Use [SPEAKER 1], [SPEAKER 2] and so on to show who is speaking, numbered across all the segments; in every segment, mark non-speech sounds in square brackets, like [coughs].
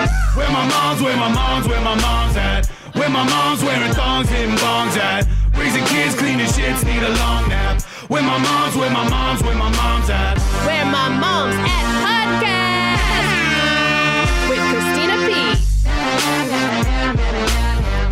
[SPEAKER 1] my mom's, Hmm. where my mom's, where my mom's at. Where my mom's wearing thongs, hitting bongs at. Raising kids, cleaning shits, need a long nap. Where my mom's, where my mom's, where my mom's at.
[SPEAKER 2] Where My Mom's at Podcast with Christina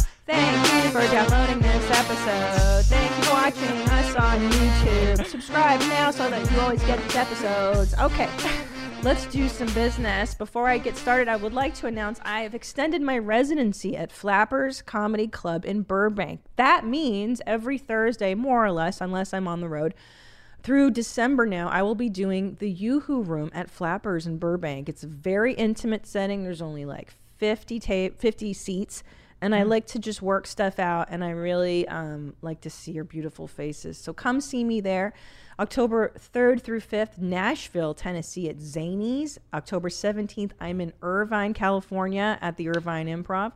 [SPEAKER 2] P.
[SPEAKER 3] Thank you for downloading this episode. Thank you for watching us on YouTube. Subscribe now so that you always get these episodes. Okay, [laughs] let's do some business. Before I get started, I would like to announce I have extended my residency at Flappers Comedy Club in Burbank. That means every Thursday, more or less, unless I'm on the road, through December now, I will be doing the Yoo-Hoo Room at Flappers in Burbank. It's a very intimate setting. There's only like 50 tape, 50 seats, and I like to just work stuff out. And I really um, like to see your beautiful faces. So come see me there, October 3rd through 5th, Nashville, Tennessee at Zanies. October 17th, I'm in Irvine, California at the Irvine Improv.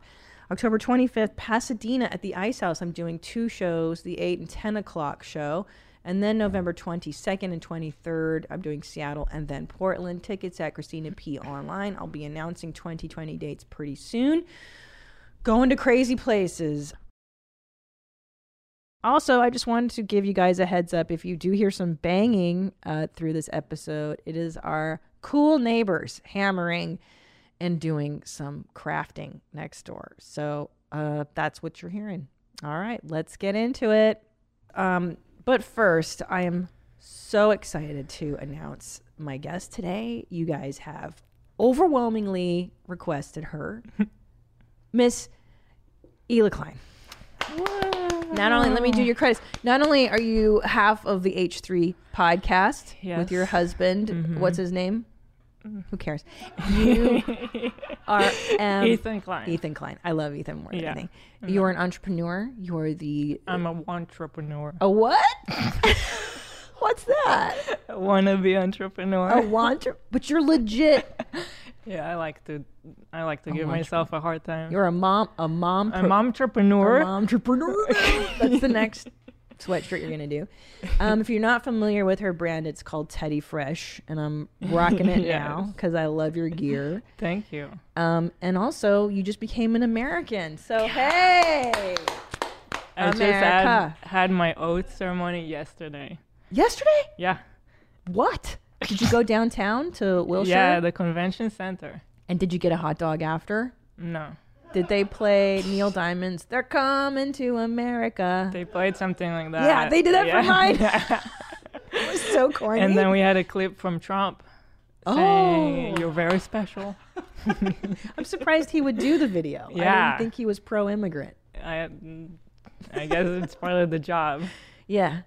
[SPEAKER 3] October 25th, Pasadena at the Ice House. I'm doing two shows, the 8 and 10 o'clock show. And then November 22nd and 23rd, I'm doing Seattle and then Portland. Tickets at Christina P. Online. I'll be announcing 2020 dates pretty soon. Going to crazy places. Also, I just wanted to give you guys a heads up if you do hear some banging uh, through this episode, it is our cool neighbors hammering and doing some crafting next door. So uh, that's what you're hearing. All right, let's get into it. Um, but first, I am so excited to announce my guest today. You guys have overwhelmingly
[SPEAKER 4] [laughs]
[SPEAKER 3] requested her, Miss Ela Klein. Not only let me do your credits. Not only are you half of the H three podcast with your
[SPEAKER 4] Yes. Mm-hmm. Mm.
[SPEAKER 3] husband, what's his name?
[SPEAKER 4] [laughs]
[SPEAKER 3] Who cares? You are um,
[SPEAKER 4] Ethan Klein.
[SPEAKER 3] Ethan Klein. I love Ethan more than
[SPEAKER 4] Yeah. Mm-hmm.
[SPEAKER 3] anything. You are an entrepreneur. You are the
[SPEAKER 4] I'm a entrepreneur.
[SPEAKER 3] a what? What's that?
[SPEAKER 4] I wanna be entrepreneur.
[SPEAKER 3] A wanter? But you're legit.
[SPEAKER 4] Yeah, I like to I like to give myself a hard time.
[SPEAKER 3] Oh, You're a mom. A mom.
[SPEAKER 4] I'm entrepreneur.
[SPEAKER 3] entrepreneur. That's the next sweatshirt you're gonna do. Um, if you're not familiar with her brand, it's called Teddy Fresh, and I'm rocking it
[SPEAKER 4] Yes.
[SPEAKER 3] now because I love your gear.
[SPEAKER 4] Thank you.
[SPEAKER 3] Um, and also, you just became an American, so hey.
[SPEAKER 4] I just had,
[SPEAKER 3] America.
[SPEAKER 4] had my oath ceremony yesterday.
[SPEAKER 3] Yesterday,
[SPEAKER 4] Yeah.
[SPEAKER 3] what? Did you go downtown to Wilshire?
[SPEAKER 4] Yeah, the convention center.
[SPEAKER 3] And did you get a hot dog after?
[SPEAKER 4] No.
[SPEAKER 3] Did they play Neil Diamond's "They're Coming to America"?
[SPEAKER 4] They played something like that.
[SPEAKER 3] Yeah, they did that for
[SPEAKER 4] Yeah. [laughs]
[SPEAKER 3] mine.
[SPEAKER 4] Yeah.
[SPEAKER 3] It was so corny.
[SPEAKER 4] and then we had a clip from Trump saying
[SPEAKER 3] Oh.
[SPEAKER 4] you're very special.
[SPEAKER 3] I'm surprised he would do the video. I
[SPEAKER 4] Yeah.
[SPEAKER 3] didn't think he was pro-immigrant.
[SPEAKER 4] I I guess it's part of the job. [laughs]
[SPEAKER 3] Yeah.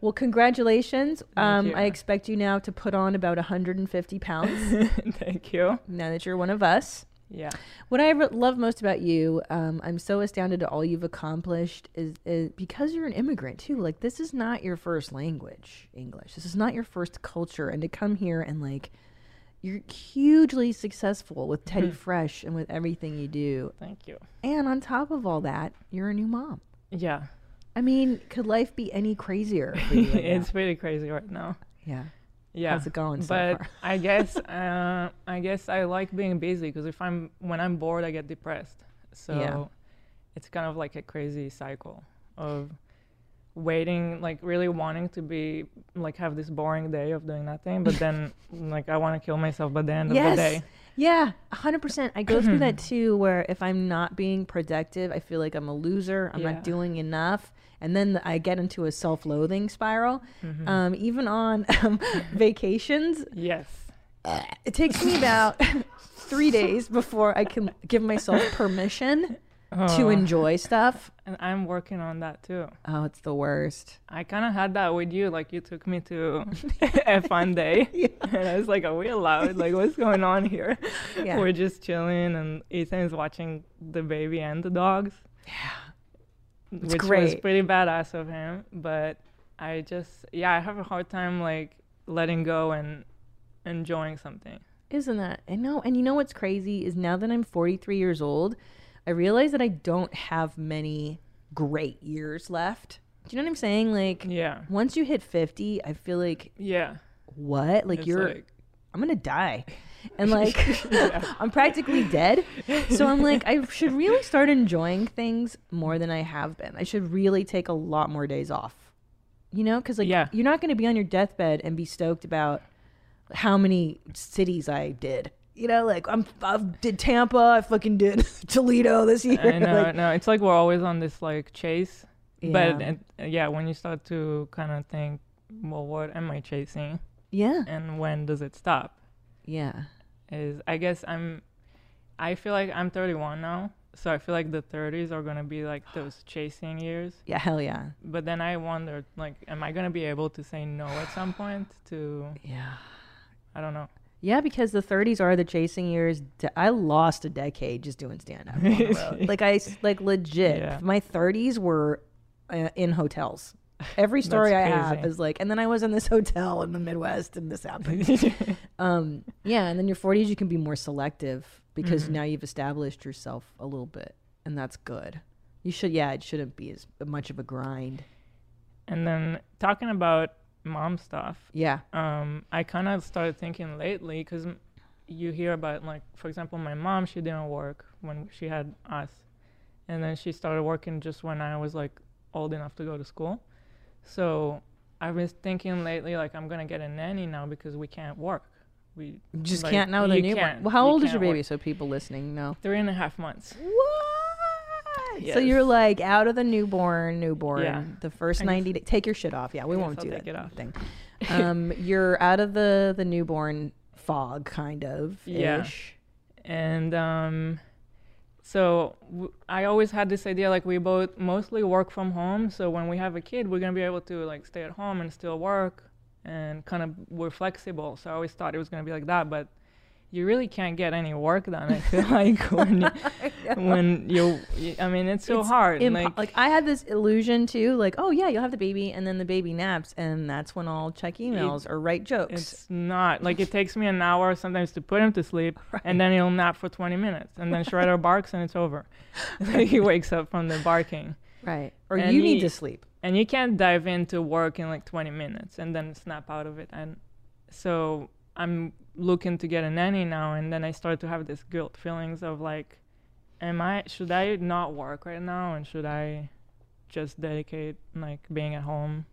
[SPEAKER 3] Well, congratulations. Um,
[SPEAKER 4] you.
[SPEAKER 3] I expect you now to put on about 150 pounds
[SPEAKER 4] Thank you.
[SPEAKER 3] now that you're one of us.
[SPEAKER 4] Yeah.
[SPEAKER 3] What I re- love most about you, um, I'm so astounded at all you've accomplished, is, is because you're an immigrant too. Like this is not your first language, English. This is not your first culture, and to come here and like, you're hugely successful with Teddy
[SPEAKER 4] Mm-hmm.
[SPEAKER 3] Fresh and with everything you do.
[SPEAKER 4] Thank you.
[SPEAKER 3] And on top of all that, you're a new mom.
[SPEAKER 4] Yeah.
[SPEAKER 3] I mean, could life be any crazier for you? right now?
[SPEAKER 4] [laughs] it's pretty crazy right now.
[SPEAKER 3] yeah.
[SPEAKER 4] Yeah.
[SPEAKER 3] How's it going so
[SPEAKER 4] But
[SPEAKER 3] far?
[SPEAKER 4] I
[SPEAKER 3] [laughs]
[SPEAKER 4] guess uh, I guess I like being busy because if I'm when I'm bored, I get depressed. So it's kind of like a crazy cycle of waiting, like really wanting to be like have this boring day of doing nothing, but
[SPEAKER 3] [laughs]
[SPEAKER 4] then like I want to kill myself by the end of the
[SPEAKER 3] Yes.
[SPEAKER 4] day.
[SPEAKER 3] Yeah, 100%. I go through that too, where if I'm not being productive, I feel like I'm a loser. I'm
[SPEAKER 4] Yeah.
[SPEAKER 3] not doing enough. And then I get into a self loathing spiral. Um, even on [laughs] um, vacations, uh,
[SPEAKER 4] Yes.
[SPEAKER 3] it takes me about [laughs] three days before I can give myself permission to enjoy stuff.
[SPEAKER 4] And I'm working on that too.
[SPEAKER 3] Oh, it's the worst.
[SPEAKER 4] I kind of had that with you. Like you took me
[SPEAKER 3] [laughs]
[SPEAKER 4] to a fun day, and I was like, "Are we allowed? Like, what's going on here?
[SPEAKER 3] Yeah.
[SPEAKER 4] We're just chilling, and Ethan is watching the baby and the dogs." Yeah, which was
[SPEAKER 3] great.
[SPEAKER 4] pretty badass of him. But I just, yeah, I have a hard time like letting go and enjoying something.
[SPEAKER 3] Isn't that? I know. And you know what's crazy is now that I'm 43 years old, I realize that I don't have many great years left. Do you know what I'm saying? Like,
[SPEAKER 4] Yeah,
[SPEAKER 3] once you hit 50, I feel like,
[SPEAKER 4] yeah.
[SPEAKER 3] what? Like,
[SPEAKER 4] It's
[SPEAKER 3] you're
[SPEAKER 4] like,
[SPEAKER 3] I'm gonna die.
[SPEAKER 4] [laughs]
[SPEAKER 3] And like I'm practically dead. So I'm like,
[SPEAKER 4] [laughs]
[SPEAKER 3] I should really start enjoying things more than I have been. I should really take a lot more days off. You know, because like
[SPEAKER 4] Yeah.
[SPEAKER 3] you're not gonna be on your deathbed and be stoked about how many cities I did. You know, like I'm I did Tampa, I fucking did [laughs] Toledo this year.
[SPEAKER 4] I know,
[SPEAKER 3] [laughs] Like,
[SPEAKER 4] no, it's like we're always on this like chase. But
[SPEAKER 3] Yeah.
[SPEAKER 4] it, yeah, when you start to kind of think, well, what am I chasing,
[SPEAKER 3] yeah,
[SPEAKER 4] and when does it stop?
[SPEAKER 3] yeah,
[SPEAKER 4] Is I guess I'm, I feel like I'm 31 now, so I feel like the 30s are gonna be like those chasing years.
[SPEAKER 3] yeah, hell yeah,
[SPEAKER 4] But then I wondered, like, am I gonna be able to say no at some point? To
[SPEAKER 3] yeah.
[SPEAKER 4] I don't know.
[SPEAKER 3] Yeah, because the 30s are the chasing years. D- I lost a decade just doing stand
[SPEAKER 4] [laughs]
[SPEAKER 3] up. like I s- like legit.
[SPEAKER 4] Yeah.
[SPEAKER 3] My 30s were uh, in hotels. Every story I have
[SPEAKER 4] crazy.
[SPEAKER 3] is like, and then I was in this hotel in the Midwest, and
[SPEAKER 4] [laughs]
[SPEAKER 3] this happened. um, yeah, and then your 40s, you can be more selective because
[SPEAKER 4] Mm-hmm.
[SPEAKER 3] now you've established yourself a little bit, and that's good. You should, yeah, it shouldn't be as much of a grind.
[SPEAKER 4] And then talking about mom stuff,
[SPEAKER 3] Yeah,
[SPEAKER 4] um, I kind of started thinking lately because you hear about like, for example, my mom. She didn't work when she had us, and then she started working just when I was like old enough to go to school. So I've been thinking lately, like I'm gonna get a nanny now because we can't work. We
[SPEAKER 3] you just
[SPEAKER 4] like,
[SPEAKER 3] can't now with a
[SPEAKER 4] you
[SPEAKER 3] newborn.
[SPEAKER 4] can't-
[SPEAKER 3] Well, how
[SPEAKER 4] you
[SPEAKER 3] old is your
[SPEAKER 4] can't work.
[SPEAKER 3] baby? So people listening know.
[SPEAKER 4] Three and a half months.
[SPEAKER 3] What? So
[SPEAKER 4] Yes.
[SPEAKER 3] you're like out of the newborn, newborn.
[SPEAKER 4] Yeah.
[SPEAKER 3] The first
[SPEAKER 4] I guess-
[SPEAKER 3] ninety. Day, take your shit off. Yeah, we won't
[SPEAKER 4] I'll
[SPEAKER 3] do that
[SPEAKER 4] take it off.
[SPEAKER 3] thing. Um, [laughs] you're out of the the newborn fog, kind of.
[SPEAKER 4] Yeah.
[SPEAKER 3] ish.
[SPEAKER 4] and um, so w- I always had this idea like we both mostly work from home, so when we have a kid, we're gonna be able to like stay at home and still work, and kind of we're flexible. So I always thought it was gonna be like that, but you really can't get any work done. I feel like when you, when you, you- I mean, it's so
[SPEAKER 3] It's
[SPEAKER 4] hard.
[SPEAKER 3] impo-
[SPEAKER 4] like,
[SPEAKER 3] like, I had this illusion too, like oh yeah, you'll have the baby, and then the baby naps, and that's when I'll check emails or write jokes.
[SPEAKER 4] it's not like it takes me an hour sometimes to put him to sleep, and then he'll nap for 20 minutes, and then Shredder barks and it's over. [laughs] he wakes up from the barking.
[SPEAKER 3] Right. Or
[SPEAKER 4] And
[SPEAKER 3] you need
[SPEAKER 4] he-
[SPEAKER 3] to sleep.
[SPEAKER 4] and you can't dive into work in like 20 minutes and then snap out of it and so i'm looking to get a nanny now and then i start to have this guilt feelings of like am i should i not work right now and should i just dedicate like being at home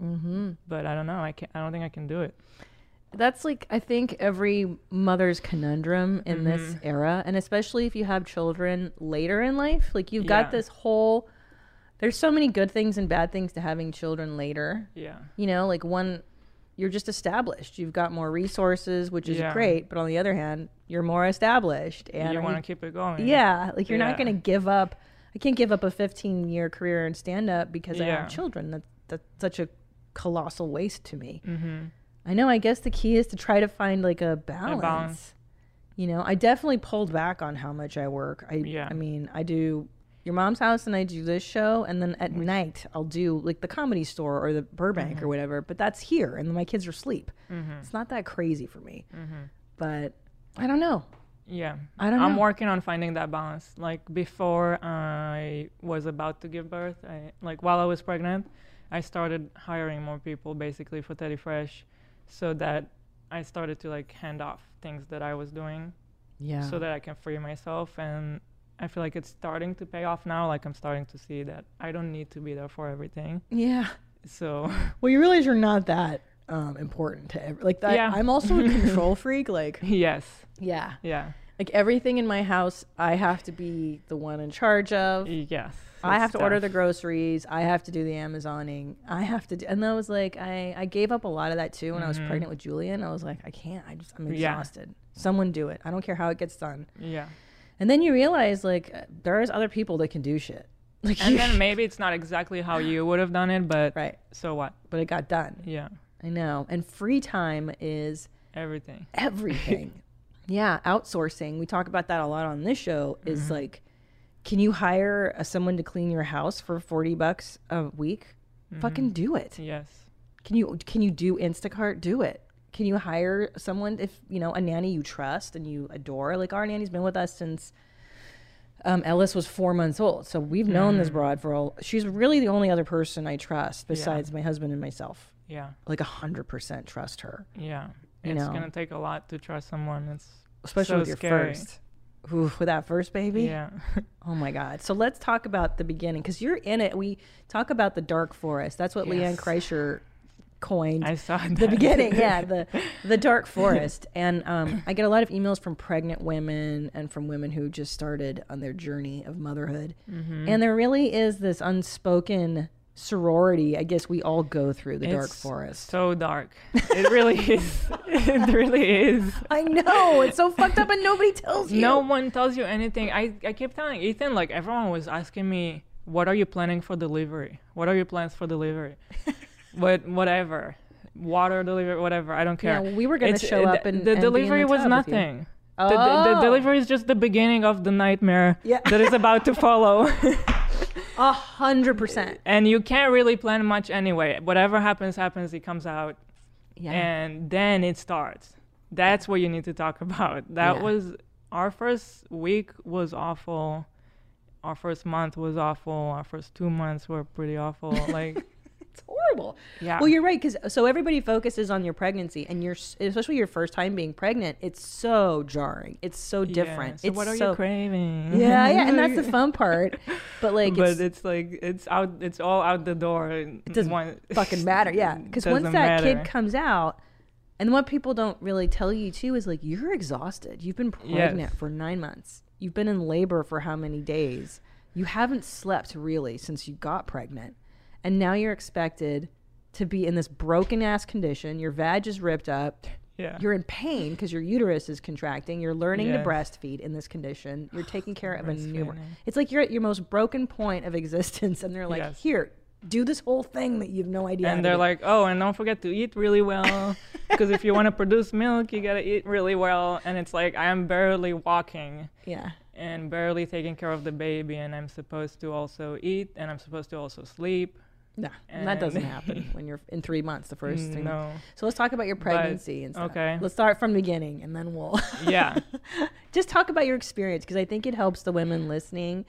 [SPEAKER 4] mm-hmm. but i don't know i can't i don't think i can do it
[SPEAKER 3] That's like I think every mother's conundrum
[SPEAKER 4] Mm-hmm.
[SPEAKER 3] in this era, and especially if you have children later in life. Like you've got
[SPEAKER 4] Yeah.
[SPEAKER 3] this whole. There's so many good things and bad things to having children later.
[SPEAKER 4] yeah
[SPEAKER 3] You know, like one, you're just established. You've got more resources, which is
[SPEAKER 4] Yeah.
[SPEAKER 3] great. But on the other hand, you're more established, and
[SPEAKER 4] you
[SPEAKER 3] I
[SPEAKER 4] want to
[SPEAKER 3] need-
[SPEAKER 4] keep it going
[SPEAKER 3] yeah, like you're not
[SPEAKER 4] Yeah.
[SPEAKER 3] gonna give up. I can't give up a 15 year career in stand up because I
[SPEAKER 4] Yeah.
[SPEAKER 3] have children. That that's such a colossal waste to me.
[SPEAKER 4] Mm-hmm.
[SPEAKER 3] I know. I guess the key is to try to find like a balance. You know, I definitely pulled back on how much I work. I
[SPEAKER 4] Yeah.
[SPEAKER 3] I mean, I do your mom's house and I do this show and then at night I'll do like the comedy store or the Burbank
[SPEAKER 4] Mm-hmm.
[SPEAKER 3] or whatever, but that's here and my kids are asleep. It's not that crazy for me. But I don't know.
[SPEAKER 4] Yeah.
[SPEAKER 3] I don't
[SPEAKER 4] Mm-hmm. I'm
[SPEAKER 3] know.
[SPEAKER 4] working on finding that balance. Like before I was about to give birth, I, like while I was pregnant, I started hiring more people basically for Teddy Fresh so that I started to like hand off things that I was doing
[SPEAKER 3] Yeah.
[SPEAKER 4] so that I can free myself and I feel like it's starting to pay off now. Like I'm starting to see that I don't need to be there for everything.
[SPEAKER 3] yeah.
[SPEAKER 4] So [laughs]
[SPEAKER 3] Well, you realize you're not that um, important to every, like that.
[SPEAKER 4] Yeah.
[SPEAKER 3] I'm also
[SPEAKER 4] [laughs]
[SPEAKER 3] a control freak. Like,
[SPEAKER 4] yes.
[SPEAKER 3] yeah,
[SPEAKER 4] Yeah.
[SPEAKER 3] like everything in my house, I have to be the one in charge of.
[SPEAKER 4] Yes.
[SPEAKER 3] I have
[SPEAKER 4] it's
[SPEAKER 3] to order the
[SPEAKER 4] tough.
[SPEAKER 3] groceries. I have to do the Amazoning. I have to, do, and that was like I, I gave up a lot of that too when I was pregnant with Julian. I was like, I can't. I just I'm
[SPEAKER 4] Mm-hmm. Yeah.
[SPEAKER 3] exhausted. Someone do it. I don't care how it gets done. [laughs]
[SPEAKER 4] Yeah.
[SPEAKER 3] And then you realize like uh, there's other people that can do shit. [laughs] Like
[SPEAKER 4] And then maybe it's not exactly how you would have done it, but
[SPEAKER 3] right,
[SPEAKER 4] so what?
[SPEAKER 3] but it got done.
[SPEAKER 4] Yeah.
[SPEAKER 3] I know. And free time is
[SPEAKER 4] Everything.
[SPEAKER 3] everything. yeah, outsourcing. We talk about that a lot on this show. Is like, can you hire uh, someone to clean your house for forty bucks a week? Fucking do it.
[SPEAKER 4] Yes.
[SPEAKER 3] Can you can you do Instacart? Do it. Can you hire someone if you know a nanny you trust and you adore? Like our nanny's been with us since um, Ellis was four months old, so we've known this broad for all. She's really the only other person I trust besides my husband and myself.
[SPEAKER 4] Yeah.
[SPEAKER 3] Like a hundred percent trust her.
[SPEAKER 4] Yeah.
[SPEAKER 3] You
[SPEAKER 4] it's
[SPEAKER 3] know.
[SPEAKER 4] gonna take a lot to trust someone. It's
[SPEAKER 3] especially
[SPEAKER 4] so
[SPEAKER 3] with your
[SPEAKER 4] scary.
[SPEAKER 3] first. Ooh, with that first baby.
[SPEAKER 4] yeah, [laughs]
[SPEAKER 3] Oh my God. So let's talk about the beginning because you're in it. We talk about the dark forest. That's what Leanne
[SPEAKER 4] Yes.
[SPEAKER 3] Kreischer coined.
[SPEAKER 4] I saw
[SPEAKER 3] the
[SPEAKER 4] that.
[SPEAKER 3] beginning, yeah, the the dark forest, and um, I get a lot of emails from pregnant women and from women who just started on their journey of motherhood,
[SPEAKER 4] Mm-hmm.
[SPEAKER 3] and there really is this unspoken sorority. I guess we all go through the
[SPEAKER 4] [laughs]
[SPEAKER 3] dark
[SPEAKER 4] It's [laughs]
[SPEAKER 3] forest.
[SPEAKER 4] So dark. It
[SPEAKER 3] [laughs]
[SPEAKER 4] really is. it really is.
[SPEAKER 3] I know it's so fucked up, and nobody tells you.
[SPEAKER 4] No one tells you anything. I, I kept telling Ethan, like, everyone was asking me, what are you planning for delivery? What are your plans for
[SPEAKER 3] [laughs]
[SPEAKER 4] delivery? what, whatever. Water delivery, whatever. I don't
[SPEAKER 3] Yeah,
[SPEAKER 4] care.
[SPEAKER 3] well, we were gonna
[SPEAKER 4] It's-
[SPEAKER 3] show
[SPEAKER 4] uh,
[SPEAKER 3] up
[SPEAKER 4] the
[SPEAKER 3] and- and be in
[SPEAKER 4] delivery
[SPEAKER 3] the
[SPEAKER 4] was
[SPEAKER 3] tub with you.
[SPEAKER 4] nothing. The, the,
[SPEAKER 3] Oh.
[SPEAKER 4] the delivery is just the beginning of the nightmare
[SPEAKER 3] Yeah.
[SPEAKER 4] [laughs] that is about to
[SPEAKER 3] [laughs]
[SPEAKER 4] follow.
[SPEAKER 3] a hundred percent.
[SPEAKER 4] and you can't really plan much anyway. Whatever happens, happens. It comes out.
[SPEAKER 3] Yeah.
[SPEAKER 4] and then it starts. That's what you need to talk [laughs] about. That
[SPEAKER 3] Yeah.
[SPEAKER 4] was our first week was awful. Our first month was awful. Our first two months were pretty
[SPEAKER 3] [laughs]
[SPEAKER 4] awful. Like,
[SPEAKER 3] It's horrible.
[SPEAKER 4] Yeah.
[SPEAKER 3] Well, you're right because so everybody focuses on your pregnancy and your especially your first time being pregnant. It's so jarring. It's so
[SPEAKER 4] yeah,
[SPEAKER 3] different.
[SPEAKER 4] so
[SPEAKER 3] it's
[SPEAKER 4] what are
[SPEAKER 3] so
[SPEAKER 4] you craving? [laughs]
[SPEAKER 3] yeah, yeah, and that's the fun part. But like,
[SPEAKER 4] but
[SPEAKER 3] it's,
[SPEAKER 4] it's, like it's out. It's all out the door. It
[SPEAKER 3] doesn't fucking matter. Yeah, because once that kid comes out, and what people don't really tell you too is like you're exhausted. You've been pregnant
[SPEAKER 4] Yes.
[SPEAKER 3] for nine months. You've been in labor for how many days? You haven't slept really since you got pregnant, and now you're expected to be in this broken ass condition. Your vag is ripped up.
[SPEAKER 4] [laughs] yeah,
[SPEAKER 3] You're in pain because your uterus is contracting. You're learning
[SPEAKER 4] Yes.
[SPEAKER 3] to breastfeed in this condition.
[SPEAKER 4] [sighs]
[SPEAKER 3] You're taking care of a new.
[SPEAKER 4] Breastfeeding.
[SPEAKER 3] It's like you're at your most broken point of [laughs] existence, and they're like,
[SPEAKER 4] Yes.
[SPEAKER 3] "Here, do this whole thing that you have no idea." how to
[SPEAKER 4] and they're
[SPEAKER 3] do."
[SPEAKER 4] like, oh, and don't forget to eat really
[SPEAKER 3] [laughs]
[SPEAKER 4] well, because if you want to produce milk, you gotta eat really well. And it's like I am barely walking.
[SPEAKER 3] "Yeah,
[SPEAKER 4] and barely taking care of the baby and i'm supposed to also eat and i'm supposed to also sleep
[SPEAKER 3] no, that
[SPEAKER 4] [laughs]
[SPEAKER 3] doesn't
[SPEAKER 4] And-
[SPEAKER 3] happen when you're in three months." The first thing.
[SPEAKER 4] no
[SPEAKER 3] So let's talk about your pregnancy and stuff.
[SPEAKER 4] okay.
[SPEAKER 3] Let's start from the beginning, and then we'll [laughs]
[SPEAKER 4] yeah
[SPEAKER 3] Um, just talk about your experience because I think it helps the women listening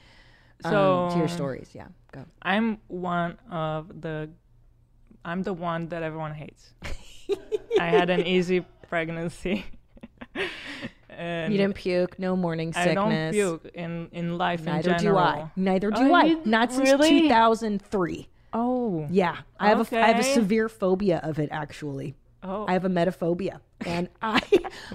[SPEAKER 3] um,
[SPEAKER 4] so
[SPEAKER 3] to your stories. Yeah, go.
[SPEAKER 4] i'm one of the i'm the one that everyone hates
[SPEAKER 3] [laughs]
[SPEAKER 4] i had an easy pregnancy and
[SPEAKER 3] You didn't puke. No morning sickness.
[SPEAKER 4] i don't puke in in life
[SPEAKER 3] Neither
[SPEAKER 4] in
[SPEAKER 3] do
[SPEAKER 4] general
[SPEAKER 3] I. Neither do
[SPEAKER 4] Oh,
[SPEAKER 3] I.
[SPEAKER 4] you-
[SPEAKER 3] Not since
[SPEAKER 4] really?
[SPEAKER 3] 2003.
[SPEAKER 4] oh
[SPEAKER 3] Yeah, I have a I have a
[SPEAKER 4] Okay.
[SPEAKER 3] severe phobia of it actually.
[SPEAKER 4] oh
[SPEAKER 3] I have a metaphobia,
[SPEAKER 4] [laughs]
[SPEAKER 3] and I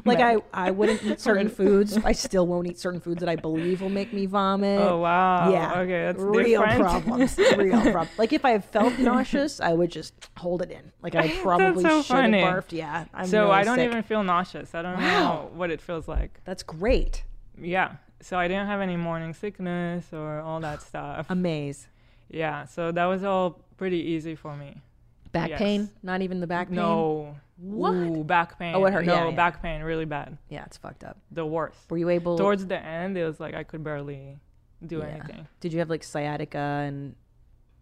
[SPEAKER 3] like I I wouldn't eat certain foods. I still won't eat certain foods that I believe will make me vomit.
[SPEAKER 4] oh wow
[SPEAKER 3] Yeah,
[SPEAKER 4] okay that's
[SPEAKER 3] real
[SPEAKER 4] different.
[SPEAKER 3] problems. Real problem. Like if I
[SPEAKER 4] [laughs]
[SPEAKER 3] felt nauseous, I would just hold it in. Like I probably
[SPEAKER 4] so
[SPEAKER 3] should have
[SPEAKER 4] funny.
[SPEAKER 3] barfed. Yeah,
[SPEAKER 4] [laughs]
[SPEAKER 3] I'm
[SPEAKER 4] so
[SPEAKER 3] really
[SPEAKER 4] i don't
[SPEAKER 3] sick.
[SPEAKER 4] even feel nauseous i don't
[SPEAKER 3] Wow.
[SPEAKER 4] know what it feels like
[SPEAKER 3] That's great.
[SPEAKER 4] yeah so i didn't have any morning sickness or all
[SPEAKER 3] [gasps]
[SPEAKER 4] that stuff
[SPEAKER 3] Amaze.
[SPEAKER 4] yeah so that was all pretty easy for me
[SPEAKER 3] Back
[SPEAKER 4] Yes.
[SPEAKER 3] pain? Not even the back pain.
[SPEAKER 4] no
[SPEAKER 3] What?
[SPEAKER 4] Ooh, back pain
[SPEAKER 3] Oh, it hurt.
[SPEAKER 4] no
[SPEAKER 3] Yeah, yeah.
[SPEAKER 4] back pain really bad
[SPEAKER 3] Yeah, it's fucked up.
[SPEAKER 4] the worst
[SPEAKER 3] Were you able?
[SPEAKER 4] towards the end it was like i could barely do anything
[SPEAKER 3] Did you have like sciatica and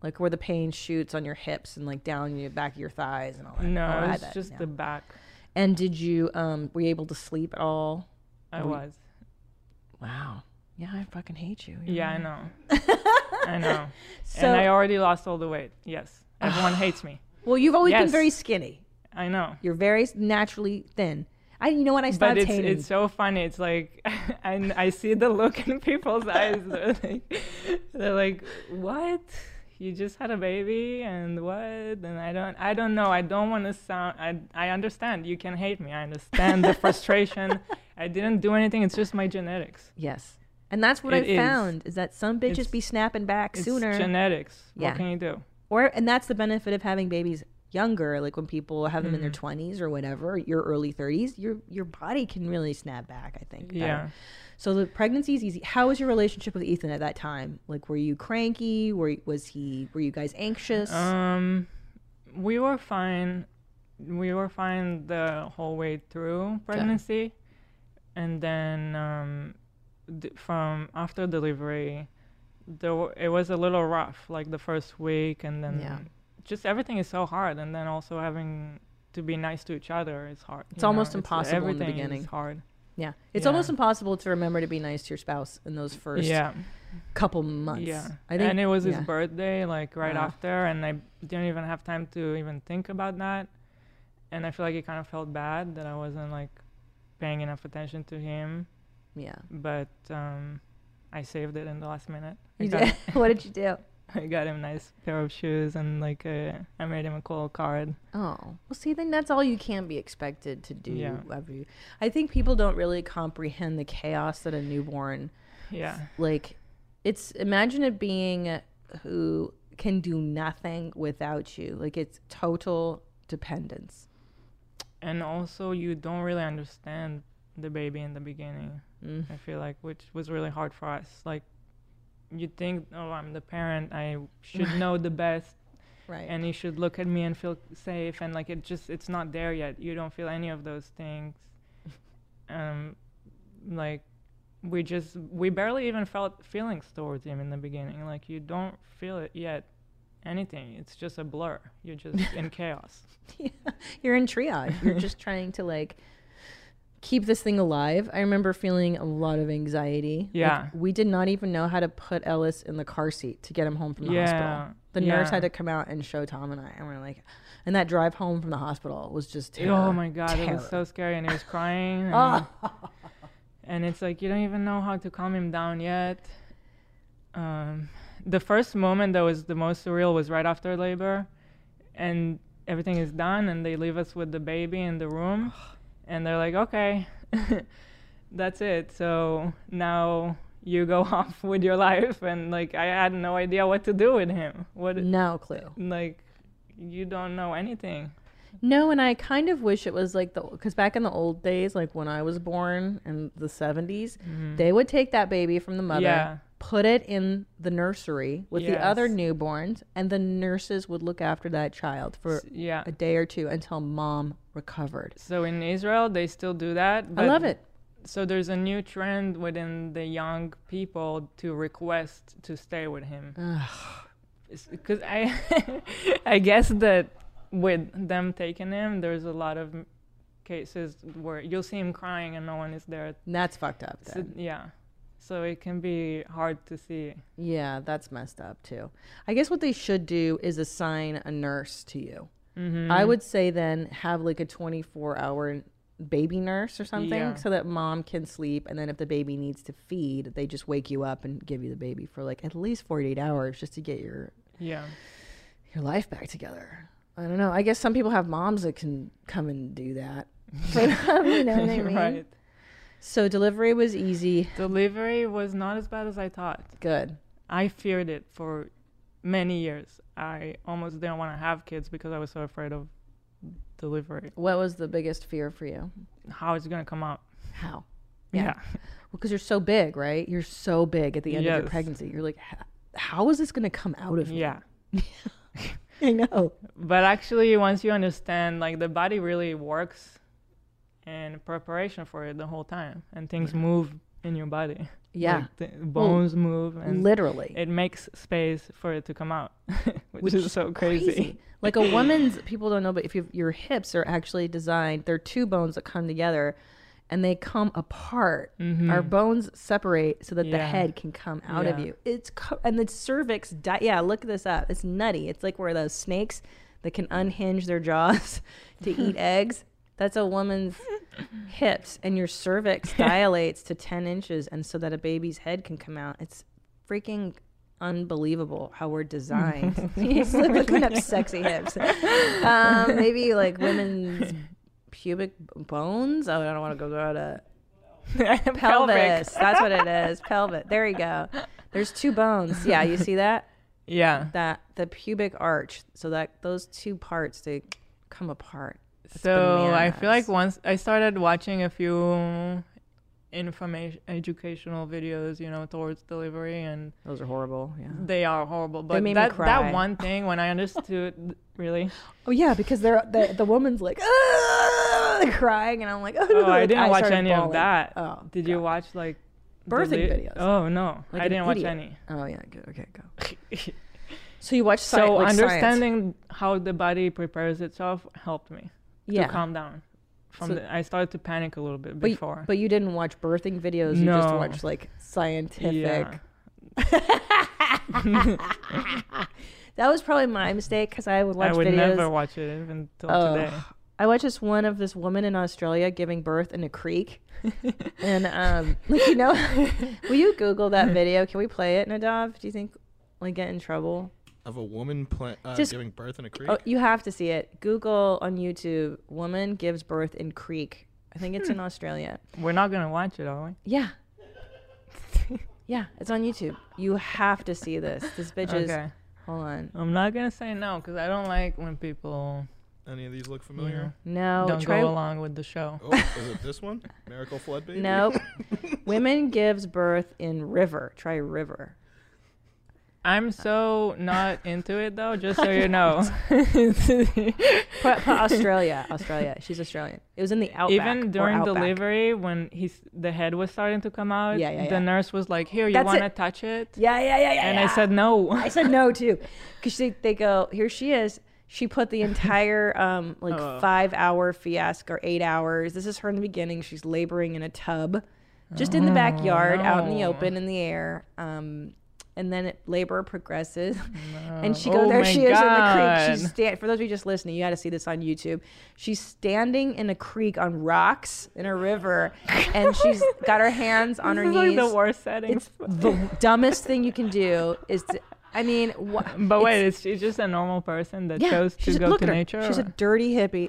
[SPEAKER 3] like where the pain shoots on your hips and like down your back of your thighs and all that?
[SPEAKER 4] no
[SPEAKER 3] Oh, I
[SPEAKER 4] it was
[SPEAKER 3] had that,
[SPEAKER 4] just
[SPEAKER 3] no.
[SPEAKER 4] the back
[SPEAKER 3] And did you um were you able to sleep at all?
[SPEAKER 4] i
[SPEAKER 3] Were you-
[SPEAKER 4] was
[SPEAKER 3] Wow. Yeah, I fucking hate you.
[SPEAKER 4] yeah i
[SPEAKER 3] [laughs]
[SPEAKER 4] know i know
[SPEAKER 3] So
[SPEAKER 4] and i already lost all the weight yes
[SPEAKER 3] [gasps]
[SPEAKER 4] everyone hates me
[SPEAKER 3] well, you've always been
[SPEAKER 4] Yes.
[SPEAKER 3] very skinny.
[SPEAKER 4] i know
[SPEAKER 3] You're very s- naturally thin. I you know what I
[SPEAKER 4] but
[SPEAKER 3] stopped
[SPEAKER 4] it's,
[SPEAKER 3] hating.
[SPEAKER 4] it's so funny. It's like, [laughs] and I see the look in
[SPEAKER 3] [laughs]
[SPEAKER 4] people's eyes. They're like, they're like, what? You just had a baby, and what? And I don't, I don't know. I don't want to sound. I, I understand. You can hate me. I understand the
[SPEAKER 3] [laughs]
[SPEAKER 4] frustration. I didn't do anything. It's just my genetics.
[SPEAKER 3] yes. And that's what I
[SPEAKER 4] It is.
[SPEAKER 3] found is that some bitches
[SPEAKER 4] It's-
[SPEAKER 3] be snapping back
[SPEAKER 4] It's
[SPEAKER 3] sooner.
[SPEAKER 4] genetics.
[SPEAKER 3] Yeah.
[SPEAKER 4] What can you do?
[SPEAKER 3] or and that's the benefit of having babies younger like when people have them in their
[SPEAKER 4] Mm.
[SPEAKER 3] 20s or whatever your early 30s your your body can really snap back i think better.
[SPEAKER 4] Yeah.
[SPEAKER 3] so the pregnancy is easy how was your relationship with ethan at that time like were you cranky were was he were you guys anxious
[SPEAKER 4] Um, we were fine. We were fine the whole way through pregnancy, and then um, d- from after delivery, there w- it was a little rough, like the first week, and then
[SPEAKER 3] Yeah.
[SPEAKER 4] just everything is so hard, and then also having to be nice to each other is hard.
[SPEAKER 3] It's almost impossible in the
[SPEAKER 4] everything is
[SPEAKER 3] beginning.
[SPEAKER 4] hard.
[SPEAKER 3] yeah it's
[SPEAKER 4] yeah.
[SPEAKER 3] almost impossible to remember to be nice to your spouse in those first
[SPEAKER 4] Yeah,
[SPEAKER 3] couple months
[SPEAKER 4] yeah.
[SPEAKER 3] i think
[SPEAKER 4] and it was
[SPEAKER 3] yeah.
[SPEAKER 4] his birthday, like right
[SPEAKER 3] Wow.
[SPEAKER 4] after, and I didn't even have time to even think about that. and I feel like it kind of felt bad that I wasn't like paying enough attention to him,
[SPEAKER 3] Yeah.
[SPEAKER 4] but um, I saved it in the last minute. I
[SPEAKER 5] You
[SPEAKER 4] got,
[SPEAKER 5] did.
[SPEAKER 3] [laughs]
[SPEAKER 5] what did you do?
[SPEAKER 4] [laughs] I got him a nice pair of shoes and like a, I made him a cool card.
[SPEAKER 3] Oh. Well, see, then that's all you can be expected to do.
[SPEAKER 4] Yeah.
[SPEAKER 3] every- I think people don't really comprehend the chaos that a newborn
[SPEAKER 4] Yeah,
[SPEAKER 3] like it's imagine it being who can do nothing without you like it's total dependence
[SPEAKER 4] and also you don't really understand the baby in the beginning.
[SPEAKER 3] Mm-hmm.
[SPEAKER 4] I feel like which was really hard for us. Like you think, oh, I'm the parent. I
[SPEAKER 3] [laughs]
[SPEAKER 4] should know the best.
[SPEAKER 3] right
[SPEAKER 4] and you should look at me and feel safe and like it just it's not there yet you don't feel any of those things
[SPEAKER 3] [laughs]
[SPEAKER 4] um like we just we barely even felt feelings towards him in the beginning like you don't feel it yet anything it's just a blur you're just
[SPEAKER 3] [laughs]
[SPEAKER 4] in chaos
[SPEAKER 3] you're in triage
[SPEAKER 4] [laughs]
[SPEAKER 3] you're just trying to like keep this thing alive i remember feeling a lot of anxiety Like,
[SPEAKER 4] Yeah.
[SPEAKER 3] we did not even know how to put ellis in the car seat to get him home from the
[SPEAKER 4] Yeah,
[SPEAKER 3] hospital the nurse
[SPEAKER 4] yeah.
[SPEAKER 3] had to come out and show tom and i and we're like and that drive home from the hospital was just terror,
[SPEAKER 4] oh my god it was
[SPEAKER 3] terror.
[SPEAKER 4] so scary and he was crying
[SPEAKER 3] [laughs]
[SPEAKER 4] and, and it's like you don't even know how to calm him down yet um, the first moment that was the most surreal was right after labor and everything is done and they leave us with the baby in the room and they're like okay [laughs] that's it so now you go [laughs] off with your life and like i had no idea what to do with him what
[SPEAKER 3] no clue
[SPEAKER 4] like you don't know anything
[SPEAKER 3] No, and I kind of wish it was like the because back in the old days, like when I was born in the 70s, they would take that baby from the mother,
[SPEAKER 4] Mm-hmm. Yeah.
[SPEAKER 3] put it in the nursery with the other
[SPEAKER 4] Yes.
[SPEAKER 3] newborns, and the nurses would look after that child for
[SPEAKER 4] yeah
[SPEAKER 3] a day or two until mom recovered.
[SPEAKER 4] so in israel they still do that
[SPEAKER 3] I
[SPEAKER 4] but
[SPEAKER 3] love it.
[SPEAKER 4] so there's a new trend within the young people to request to stay with him because i [laughs] i guess that with them taking him there's a lot of m- cases where you'll see him crying and no one is there
[SPEAKER 3] And that's fucked up.
[SPEAKER 4] So-
[SPEAKER 3] Then.
[SPEAKER 4] yeah so it can be hard to see
[SPEAKER 3] Yeah, that's messed up too. I guess what they should do is assign a nurse to you.
[SPEAKER 4] Mm-hmm.
[SPEAKER 3] I would say then have like a 24 hour baby nurse or something
[SPEAKER 4] Yeah.
[SPEAKER 3] so that mom can sleep. And then if the baby needs to feed, they just wake you up and give you the baby for like at least 48 hours just to get your,
[SPEAKER 4] yeah
[SPEAKER 3] your life back together. I don't know. I guess some people have moms that can come and do
[SPEAKER 4] [laughs]
[SPEAKER 3] that. [laughs] you know what I mean?
[SPEAKER 4] right
[SPEAKER 3] So delivery was easy.
[SPEAKER 4] delivery was not as bad as i thought
[SPEAKER 3] Good.
[SPEAKER 4] I feared it for many years. I almost didn't want to have kids because I was so afraid of delivery,
[SPEAKER 3] What was the biggest fear for you?
[SPEAKER 4] how it's gonna come out.
[SPEAKER 3] How?
[SPEAKER 4] Yeah,
[SPEAKER 3] because you're so big, right? You're so big at the end of your
[SPEAKER 4] Yes.
[SPEAKER 3] pregnancy. You're like, "H- how is this going to come out of me?
[SPEAKER 4] yeah.
[SPEAKER 3] [laughs] I know.
[SPEAKER 4] But actually, once you understand, like the body really works in preparation for it the whole time, and things move in your body.
[SPEAKER 3] Yeah,
[SPEAKER 4] Like, the bones move, and
[SPEAKER 3] literally.
[SPEAKER 4] it makes space for it to come out, [laughs] which, is so crazy.
[SPEAKER 3] like a woman's, people don't know, but if you your hips are actually designed, they're two bones that come together, and they come apart.
[SPEAKER 4] Mm-hmm.
[SPEAKER 3] Our
[SPEAKER 4] [laughs]
[SPEAKER 3] bones separate so that the
[SPEAKER 4] Yeah.
[SPEAKER 3] head can come out of
[SPEAKER 4] Yeah.
[SPEAKER 3] you. It's co- and the cervix. Di- yeah, look this up. It's nutty. It's like where those snakes that can unhinge their jaws [laughs]
[SPEAKER 4] [laughs]
[SPEAKER 3] to eat eggs. That's a woman's hips, and
[SPEAKER 4] [laughs]
[SPEAKER 3] your cervix dilates to ten inches, and so that a baby's head can come out. It's freaking unbelievable how
[SPEAKER 4] [laughs]
[SPEAKER 3] we're designed. [laughs] He's looking up sexy hips. Um, maybe like women's pubic b- bones. Oh, I don't want to go go to [laughs] pelvis. That's what it is. Pelvis. There you go. There's two bones. Yeah, you see that?
[SPEAKER 4] Yeah.
[SPEAKER 3] That the pubic arch. So that those two parts they come apart.
[SPEAKER 4] so I feel like
[SPEAKER 3] bananas.
[SPEAKER 4] once I started watching a few information educational videos, you know, towards delivery, and
[SPEAKER 3] Those are horrible. Yeah.
[SPEAKER 4] they are horrible. But
[SPEAKER 3] made me
[SPEAKER 4] that
[SPEAKER 3] cry.
[SPEAKER 4] that one thing when I understood,
[SPEAKER 3] [laughs]
[SPEAKER 4] really,
[SPEAKER 3] Oh yeah, because they're the, the woman's like "Ah," [laughs] crying, and I'm like, oh,
[SPEAKER 4] oh, I didn't watch
[SPEAKER 3] started
[SPEAKER 4] any of
[SPEAKER 3] bawling.
[SPEAKER 4] that.
[SPEAKER 3] Oh,
[SPEAKER 4] Did you watch like
[SPEAKER 3] Birthing videos.
[SPEAKER 4] Oh no,
[SPEAKER 3] Like
[SPEAKER 4] I
[SPEAKER 3] an
[SPEAKER 4] didn't
[SPEAKER 3] idiot.
[SPEAKER 4] watch
[SPEAKER 3] [laughs]
[SPEAKER 4] any.
[SPEAKER 3] Oh yeah. Good. Okay. Go. so you watch sci-
[SPEAKER 4] So
[SPEAKER 3] like science.
[SPEAKER 4] understanding how the body prepares itself helped me
[SPEAKER 3] yeah.
[SPEAKER 4] to calm down. From
[SPEAKER 3] So-
[SPEAKER 4] the, I started to panic a little bit
[SPEAKER 3] but,
[SPEAKER 4] before.
[SPEAKER 3] but you didn't watch birthing videos. You just
[SPEAKER 4] No.
[SPEAKER 3] watched like scientific.
[SPEAKER 4] yeah,
[SPEAKER 3] That was probably my mistake because I would watch
[SPEAKER 4] I would
[SPEAKER 3] videos.
[SPEAKER 4] never watch it even till
[SPEAKER 3] Oh,
[SPEAKER 4] today.
[SPEAKER 3] I watched this one of this woman in Australia giving birth in
[SPEAKER 4] [laughs]
[SPEAKER 3] a creek. and um like you know [laughs] will you Google that video? Can we play it, Nadav? Do you think we get in trouble?
[SPEAKER 1] Of a woman pla- uh,
[SPEAKER 3] Just-
[SPEAKER 1] giving birth in a creek.
[SPEAKER 3] Oh, you have to see it. Google on YouTube, woman gives birth in creek. I think
[SPEAKER 4] [laughs]
[SPEAKER 3] it's in Australia.
[SPEAKER 4] We're not gonna watch it, are we?
[SPEAKER 3] Yeah. [laughs] yeah, it's on YouTube. You have to see this. This bitch is
[SPEAKER 4] Okay.
[SPEAKER 3] hold on.
[SPEAKER 4] I'm not gonna say no because I don't like when people
[SPEAKER 1] Any of these look
[SPEAKER 4] you know,
[SPEAKER 1] familiar?
[SPEAKER 3] No,
[SPEAKER 4] don't
[SPEAKER 3] try
[SPEAKER 4] go along with the show.
[SPEAKER 1] Oh, is it this one? Miracle Flood Baby?
[SPEAKER 3] Nope.
[SPEAKER 4] [laughs]
[SPEAKER 3] Women gives birth in river. Try river.
[SPEAKER 4] I'm so not into it though. Just so
[SPEAKER 3] [laughs]
[SPEAKER 4] you know, even
[SPEAKER 3] Put,
[SPEAKER 4] [laughs]
[SPEAKER 3] put Australia. Australia. She's Australian. It was in the outback. or
[SPEAKER 4] during
[SPEAKER 3] outback.
[SPEAKER 4] delivery when his the head was starting to come out,
[SPEAKER 3] Yeah, yeah,
[SPEAKER 4] the
[SPEAKER 3] yeah.
[SPEAKER 4] nurse was like, "Here, you
[SPEAKER 3] That's
[SPEAKER 4] want to
[SPEAKER 3] it.
[SPEAKER 4] touch it?"
[SPEAKER 3] Yeah, yeah, yeah, yeah.
[SPEAKER 4] And I
[SPEAKER 3] yeah.
[SPEAKER 4] said no. [laughs]
[SPEAKER 3] I said no too, because they, they go here. She is. She put the
[SPEAKER 4] [laughs]
[SPEAKER 3] entire um like
[SPEAKER 4] Oh.
[SPEAKER 3] five hour fiasco or eight hours. This is her in the beginning. She's laboring in a tub, just in the backyard, out in the
[SPEAKER 4] Oh, no.
[SPEAKER 3] open, in the air. Um, and then it, labor progresses, and she
[SPEAKER 4] No.
[SPEAKER 3] goes.
[SPEAKER 4] Oh
[SPEAKER 3] there
[SPEAKER 4] my
[SPEAKER 3] she is in the creek. She's
[SPEAKER 4] God.
[SPEAKER 3] stand. For those of you just listening, you got to see this on YouTube. She's standing in a creek on rocks in a river, and she's got her hands on
[SPEAKER 4] [laughs]
[SPEAKER 3] her
[SPEAKER 4] This is
[SPEAKER 3] knees.
[SPEAKER 4] like the worst setting. [laughs]
[SPEAKER 3] It's the dumbest thing you can do is to, I mean, wha-
[SPEAKER 4] [laughs] But wait,
[SPEAKER 3] it's-
[SPEAKER 4] is she just a normal person that
[SPEAKER 3] yeah,
[SPEAKER 4] chose to
[SPEAKER 3] she's a-
[SPEAKER 4] go
[SPEAKER 3] look
[SPEAKER 4] to
[SPEAKER 3] at her.
[SPEAKER 4] nature?
[SPEAKER 3] She's a
[SPEAKER 4] or- [laughs]
[SPEAKER 3] dirty hippie.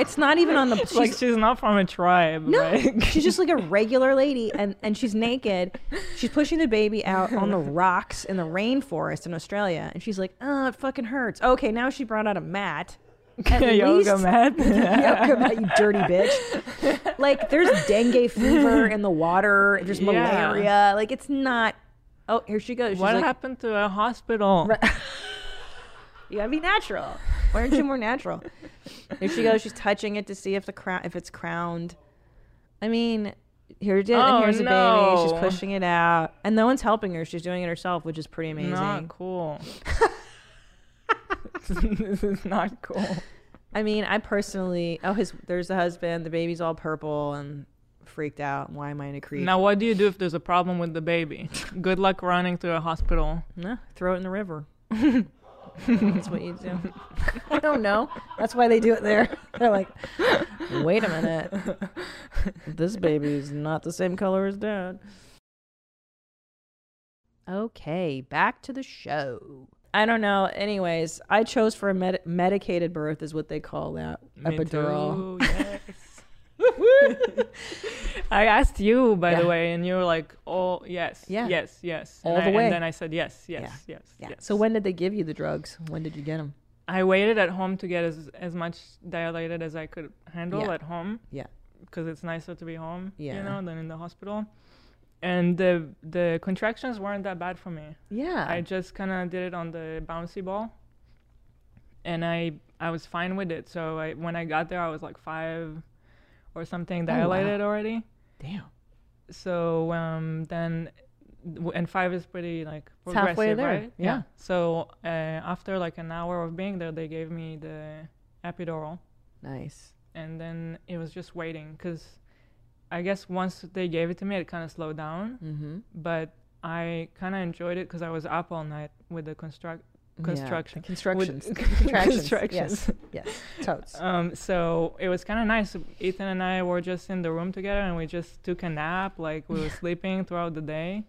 [SPEAKER 3] it's not even on the. She's,
[SPEAKER 4] like she's not from a tribe.
[SPEAKER 3] no,
[SPEAKER 4] like- [laughs]
[SPEAKER 3] she's just like a regular lady, and and she's naked. She's pushing the baby
[SPEAKER 4] [laughs]
[SPEAKER 3] out on the rocks in the rainforest in Australia, and she's like, "Oh, it fucking hurts." Okay, now she brought out
[SPEAKER 4] [laughs]
[SPEAKER 3] a mat. At
[SPEAKER 4] yoga
[SPEAKER 3] least-
[SPEAKER 4] mat.
[SPEAKER 3] [laughs] Yoga
[SPEAKER 4] [laughs]
[SPEAKER 3] mat, you dirty bitch. Like, there's dengue fever in the water. There's
[SPEAKER 4] Yeah.
[SPEAKER 3] malaria. Like, it's not. Oh, here she goes. She's
[SPEAKER 4] what
[SPEAKER 3] like,
[SPEAKER 4] happened to a hospital?
[SPEAKER 3] You gotta be natural. Why aren't you
[SPEAKER 4] [laughs]
[SPEAKER 3] more natural? Here she goes. She's touching it to see if the crown, if it's crowned. I mean, here it is. and
[SPEAKER 4] Oh,
[SPEAKER 3] here's a baby.
[SPEAKER 4] no.
[SPEAKER 3] She's pushing it out, and no one's helping her. She's doing it herself, which is pretty amazing.
[SPEAKER 4] Not
[SPEAKER 3] [laughs]
[SPEAKER 4] cool. [laughs] this is not cool.
[SPEAKER 3] I mean, I personally. Oh, his there's the husband. The baby's all purple and freaked out. Why am I in a creek?
[SPEAKER 4] Now, what do you do if there's a problem with the baby? Good luck running to a hospital.
[SPEAKER 3] No, throw it in the river. That's what you do. [laughs] I don't know. That's why they do it there. [laughs] They're like, wait a minute. This baby's not the same color as dad. Okay, back to the show. I don't know. Anyways, I chose for a med- medicated birth, is what they call that.
[SPEAKER 4] Me
[SPEAKER 3] Epidural.
[SPEAKER 4] [laughs] too,
[SPEAKER 3] [laughs]
[SPEAKER 4] yes. I asked you, by the
[SPEAKER 3] Yeah.
[SPEAKER 4] way, and you were like, "Oh, yes,
[SPEAKER 3] Yeah.
[SPEAKER 4] yes, yes,"
[SPEAKER 3] All
[SPEAKER 4] and
[SPEAKER 3] the
[SPEAKER 4] I,
[SPEAKER 3] way.
[SPEAKER 4] And then I said, "Yes, yes, yes,
[SPEAKER 3] Yeah.
[SPEAKER 4] yes."
[SPEAKER 3] So when did they give you the drugs? When did you get them?
[SPEAKER 4] I waited at home to get as as much dilated as I could handle
[SPEAKER 3] Yeah.
[SPEAKER 4] at home.
[SPEAKER 3] Yeah.
[SPEAKER 4] Because it's nicer to be home,
[SPEAKER 3] Yeah.
[SPEAKER 4] you know, than in the hospital. And the the contractions weren't that bad for me.
[SPEAKER 3] Yeah.
[SPEAKER 4] I just kind of did it on the bouncy ball, and I I was fine with it. So I, when I got there, I was like five or
[SPEAKER 3] Oh,
[SPEAKER 4] something dilated already.
[SPEAKER 3] Damn.
[SPEAKER 4] So um, then, w- and five is pretty like
[SPEAKER 3] It's halfway
[SPEAKER 4] progressive,
[SPEAKER 3] there,
[SPEAKER 4] right?
[SPEAKER 3] yeah.
[SPEAKER 4] So uh, after like an hour of being there, they gave me the epidural,
[SPEAKER 3] Nice.
[SPEAKER 4] and then it was just waiting because I guess once they gave it to me, it kind of slowed down.
[SPEAKER 3] Mm-hmm.
[SPEAKER 4] But I kind of enjoyed it because I was up all night with the construct construction.
[SPEAKER 3] [laughs] Constructions.
[SPEAKER 4] Contractions,
[SPEAKER 3] Yes. Yes.
[SPEAKER 4] [laughs]
[SPEAKER 3] Uh, Totes.
[SPEAKER 4] Um, so it was kind of nice. Ethan and I were just in the room together, and we just took a nap. Like we were
[SPEAKER 3] [laughs]
[SPEAKER 4] sleeping throughout the day,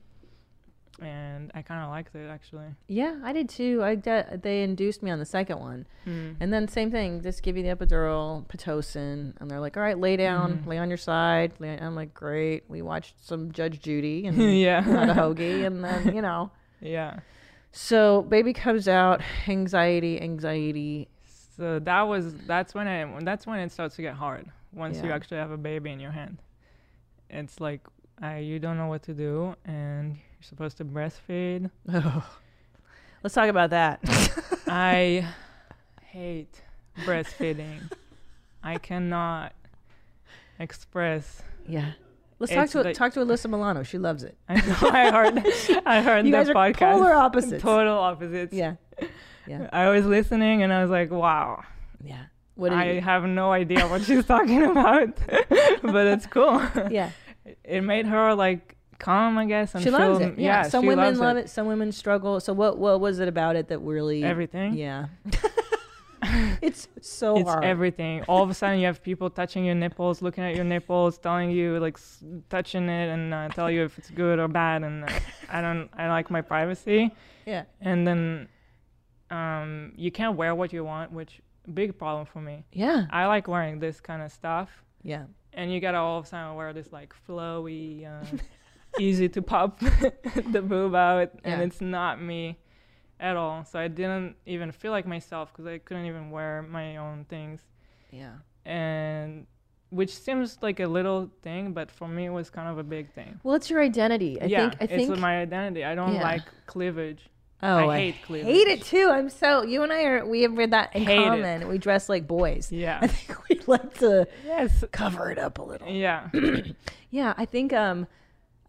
[SPEAKER 4] and I kind of liked it actually.
[SPEAKER 3] Yeah, I did too. I de- they induced me on the second one,
[SPEAKER 4] [laughs]
[SPEAKER 3] and then same thing. Just give you the epidural, pitocin, and they're like, "All right, lay down,
[SPEAKER 4] Mm-hmm.
[SPEAKER 3] lay on your side." Lay I'm like, "Great." We watched some Judge
[SPEAKER 4] [laughs]
[SPEAKER 3] Judy and [laughs] had a
[SPEAKER 4] yeah,
[SPEAKER 3] hoagie, and then you know.
[SPEAKER 4] [laughs] yeah.
[SPEAKER 3] So baby comes out, anxiety, anxiety. [sighs]
[SPEAKER 4] So that was that's when it that's when it starts to get hard. Once you
[SPEAKER 3] Yeah.
[SPEAKER 4] actually have a baby in your hand, it's like I, you don't know what to do, and you're supposed to breastfeed.
[SPEAKER 3] Let's talk about that.
[SPEAKER 4] I hate breastfeeding. I cannot express
[SPEAKER 3] yeah, let's talk
[SPEAKER 4] It's
[SPEAKER 3] to
[SPEAKER 4] like-
[SPEAKER 3] talk to Alyssa Milano. She loves it.
[SPEAKER 4] I know. I heard. I heard
[SPEAKER 3] You
[SPEAKER 4] that
[SPEAKER 3] guys are
[SPEAKER 4] podcast.
[SPEAKER 3] polar opposites.
[SPEAKER 4] Total opposites.
[SPEAKER 3] Yeah,
[SPEAKER 4] [laughs] I was listening and I was like, wow.
[SPEAKER 3] yeah. What do
[SPEAKER 4] I
[SPEAKER 3] you?
[SPEAKER 4] have no idea what she's talking [laughs] about, but it's cool.
[SPEAKER 3] Yeah,
[SPEAKER 4] It made her like calm, I guess. And
[SPEAKER 3] she loves
[SPEAKER 4] feel-
[SPEAKER 3] it. Yeah, [laughs] some
[SPEAKER 4] she
[SPEAKER 3] women
[SPEAKER 4] loves
[SPEAKER 3] [laughs] love it. Some women struggle. So what? What was it about it that really?
[SPEAKER 4] Everything.
[SPEAKER 3] Yeah. it's so
[SPEAKER 4] it's
[SPEAKER 3] hard.
[SPEAKER 4] everything. All of a sudden, you have people touching your nipples, looking at your nipples, telling you like s- touching it, and uh, tell you if it's good or bad. And uh, I don't, I like my privacy.
[SPEAKER 3] yeah.
[SPEAKER 4] And then, um, you can't wear what you want, which big problem for me.
[SPEAKER 3] Yeah.
[SPEAKER 4] I like wearing this kind of stuff,
[SPEAKER 3] Yeah.
[SPEAKER 4] and you gotta all of a sudden wear this like flowy,
[SPEAKER 3] [laughs]
[SPEAKER 4] uh, easy to pop [laughs] the boob out, and
[SPEAKER 3] Yeah.
[SPEAKER 4] it's not me at all. So I didn't even feel like myself because I couldn't even wear my own things
[SPEAKER 3] Yeah.
[SPEAKER 4] and which seems like a little thing, but for me it was kind of a big thing.
[SPEAKER 3] Well, it's your identity. I
[SPEAKER 4] yeah,
[SPEAKER 3] think. I think.
[SPEAKER 4] it's my identity. I don't
[SPEAKER 3] Yeah.
[SPEAKER 4] like cleavage.
[SPEAKER 3] oh,
[SPEAKER 4] I hate cleavage.
[SPEAKER 3] hate it too. I'm so. You and I are. We have that in
[SPEAKER 4] Hate it.
[SPEAKER 3] common. We dress like boys. [laughs] I
[SPEAKER 4] Yeah.
[SPEAKER 3] think we like to
[SPEAKER 4] yes.
[SPEAKER 3] cover it up a little.
[SPEAKER 4] Yeah.
[SPEAKER 3] [clears throat] Yeah, I think um,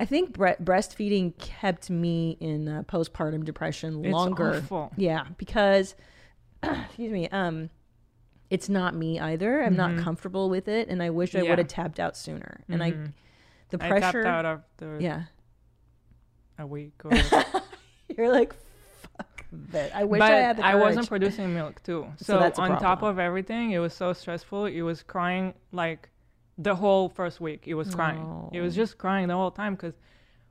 [SPEAKER 3] I think bre- breastfeeding kept me in uh, postpartum depression
[SPEAKER 4] It's
[SPEAKER 3] longer.
[SPEAKER 4] awful.
[SPEAKER 3] Yeah, because [clears throat] excuse me, um, it's not me either. I'm not comfortable with it, and I wish I
[SPEAKER 4] Mm-hmm. Yeah.
[SPEAKER 3] would have tapped out sooner. And I, the
[SPEAKER 4] Mm-hmm. I tapped
[SPEAKER 3] pressure.
[SPEAKER 4] out after
[SPEAKER 3] Yeah, [laughs]
[SPEAKER 4] a week. Or,
[SPEAKER 3] you're like, fuck that. I wish
[SPEAKER 4] but
[SPEAKER 3] I had the courage.
[SPEAKER 4] wasn't producing milk too.
[SPEAKER 3] [laughs]
[SPEAKER 4] So,
[SPEAKER 3] that's a
[SPEAKER 4] on top
[SPEAKER 3] problem.
[SPEAKER 4] of everything, it was so stressful. It was crying like the whole first week. It was crying. It was just crying the whole time because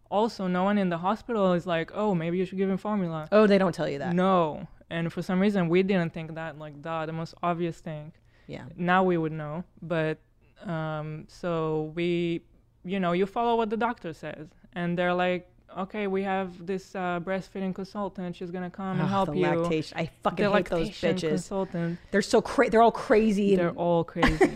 [SPEAKER 4] also no one in the hospital is like, oh, maybe you should give him formula.
[SPEAKER 3] oh, they don't tell you that.
[SPEAKER 4] No. And for some reason, we didn't think that, like, duh, the most obvious thing.
[SPEAKER 3] Yeah,
[SPEAKER 4] Now we would know. But um, so we, you know, you follow what the doctor says. And they're like, okay, we have this uh, breastfeeding consultant. She's going to come and
[SPEAKER 3] Ugh,
[SPEAKER 4] help
[SPEAKER 3] the
[SPEAKER 4] you.
[SPEAKER 3] lactation. I
[SPEAKER 4] The
[SPEAKER 3] fucking hate those
[SPEAKER 4] lactation
[SPEAKER 3] bitches.
[SPEAKER 4] consultant.
[SPEAKER 3] They're so cra- They're all crazy.
[SPEAKER 4] They're
[SPEAKER 3] and-
[SPEAKER 4] all
[SPEAKER 3] [laughs]
[SPEAKER 4] crazy.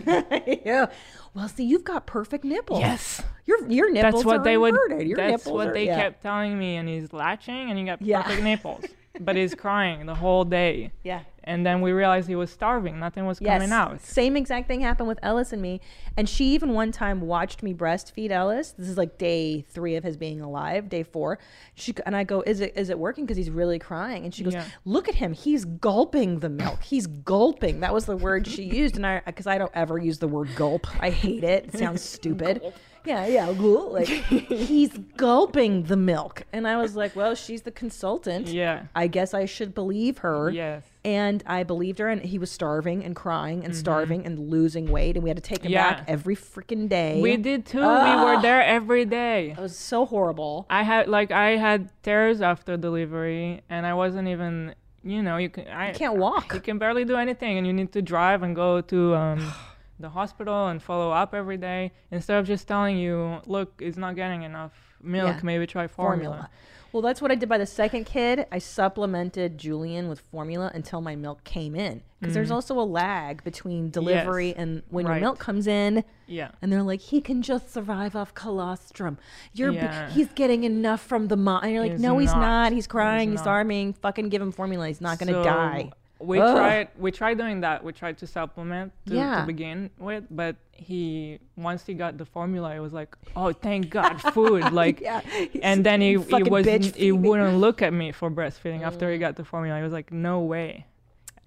[SPEAKER 3] yeah. Well, see, you've got perfect nipples.
[SPEAKER 4] yes.
[SPEAKER 3] Your your nipples
[SPEAKER 4] That's what
[SPEAKER 3] are
[SPEAKER 4] they would.
[SPEAKER 3] inverted. Your
[SPEAKER 4] that's
[SPEAKER 3] nipples
[SPEAKER 4] what
[SPEAKER 3] are-
[SPEAKER 4] they
[SPEAKER 3] yeah.
[SPEAKER 4] kept telling me. And he's latching and he got
[SPEAKER 3] Yeah.
[SPEAKER 4] perfect nipples. But
[SPEAKER 3] [laughs]
[SPEAKER 4] he's crying the whole day.
[SPEAKER 3] Yeah.
[SPEAKER 4] And then we realized he was starving. Nothing was
[SPEAKER 3] Yes.
[SPEAKER 4] coming out.
[SPEAKER 3] Same exact thing happened with Ellis and me. And she even one time watched me breastfeed Ellis. This is like day three of his being alive, day four. She and I go, is it is it working? Because he's really crying. And she goes,
[SPEAKER 4] Yeah.
[SPEAKER 3] look at him. He's gulping the milk. He's gulping. That was the word she used. And I because I don't ever use the word gulp. I hate it.
[SPEAKER 4] [laughs]
[SPEAKER 3] It sounds stupid. Yeah, yeah. gulp. Like he's gulping the milk. And I was like, well, she's the consultant.
[SPEAKER 4] Yeah.
[SPEAKER 3] I guess I should believe her.
[SPEAKER 4] Yes.
[SPEAKER 3] And I believed her, and he was starving and crying and starving and losing weight, and we had to take him
[SPEAKER 4] Mm-hmm. Yeah.
[SPEAKER 3] back every freaking day.
[SPEAKER 4] We did too. We
[SPEAKER 3] Ah.
[SPEAKER 4] were there every day.
[SPEAKER 3] It was so horrible.
[SPEAKER 4] I had like I had tears after delivery, and I wasn't even. You know, you can. I
[SPEAKER 3] I can't walk.
[SPEAKER 4] You can barely do anything, and you need to drive and go to
[SPEAKER 3] [sighs]
[SPEAKER 4] um, the hospital and follow up every day instead of just telling you, look, it's not getting enough milk.
[SPEAKER 3] Yeah.
[SPEAKER 4] Maybe try
[SPEAKER 3] formula.
[SPEAKER 4] formula.
[SPEAKER 3] Well, that's what I did by the second kid. I supplemented Julian with formula until my milk came in, because there's also a lag between delivery
[SPEAKER 4] Mm. Yes.
[SPEAKER 3] and when your
[SPEAKER 4] Right.
[SPEAKER 3] milk comes in.
[SPEAKER 4] Yeah.
[SPEAKER 3] And they're like, he can just survive off colostrum. You're b-
[SPEAKER 4] Yeah.
[SPEAKER 3] he's getting enough from the mom. And you're like,
[SPEAKER 4] He's
[SPEAKER 3] no, he's
[SPEAKER 4] not.
[SPEAKER 3] not. He's
[SPEAKER 4] He's
[SPEAKER 3] crying. He's
[SPEAKER 4] not."
[SPEAKER 3] starving. Fucking give him formula. He's not gonna
[SPEAKER 4] So,
[SPEAKER 3] die.
[SPEAKER 4] We
[SPEAKER 3] Ugh.
[SPEAKER 4] tried we tried doing that. We tried to supplement to,
[SPEAKER 3] Yeah.
[SPEAKER 4] to begin with, but he once he got the formula, it was like, oh, thank God,
[SPEAKER 3] [laughs]
[SPEAKER 4] food! Like,
[SPEAKER 3] Yeah,
[SPEAKER 4] and then he he
[SPEAKER 3] fucking
[SPEAKER 4] was
[SPEAKER 3] bitch
[SPEAKER 4] he
[SPEAKER 3] feed me.
[SPEAKER 4] wouldn't look at me for breastfeeding after he got the formula. I was like, no way.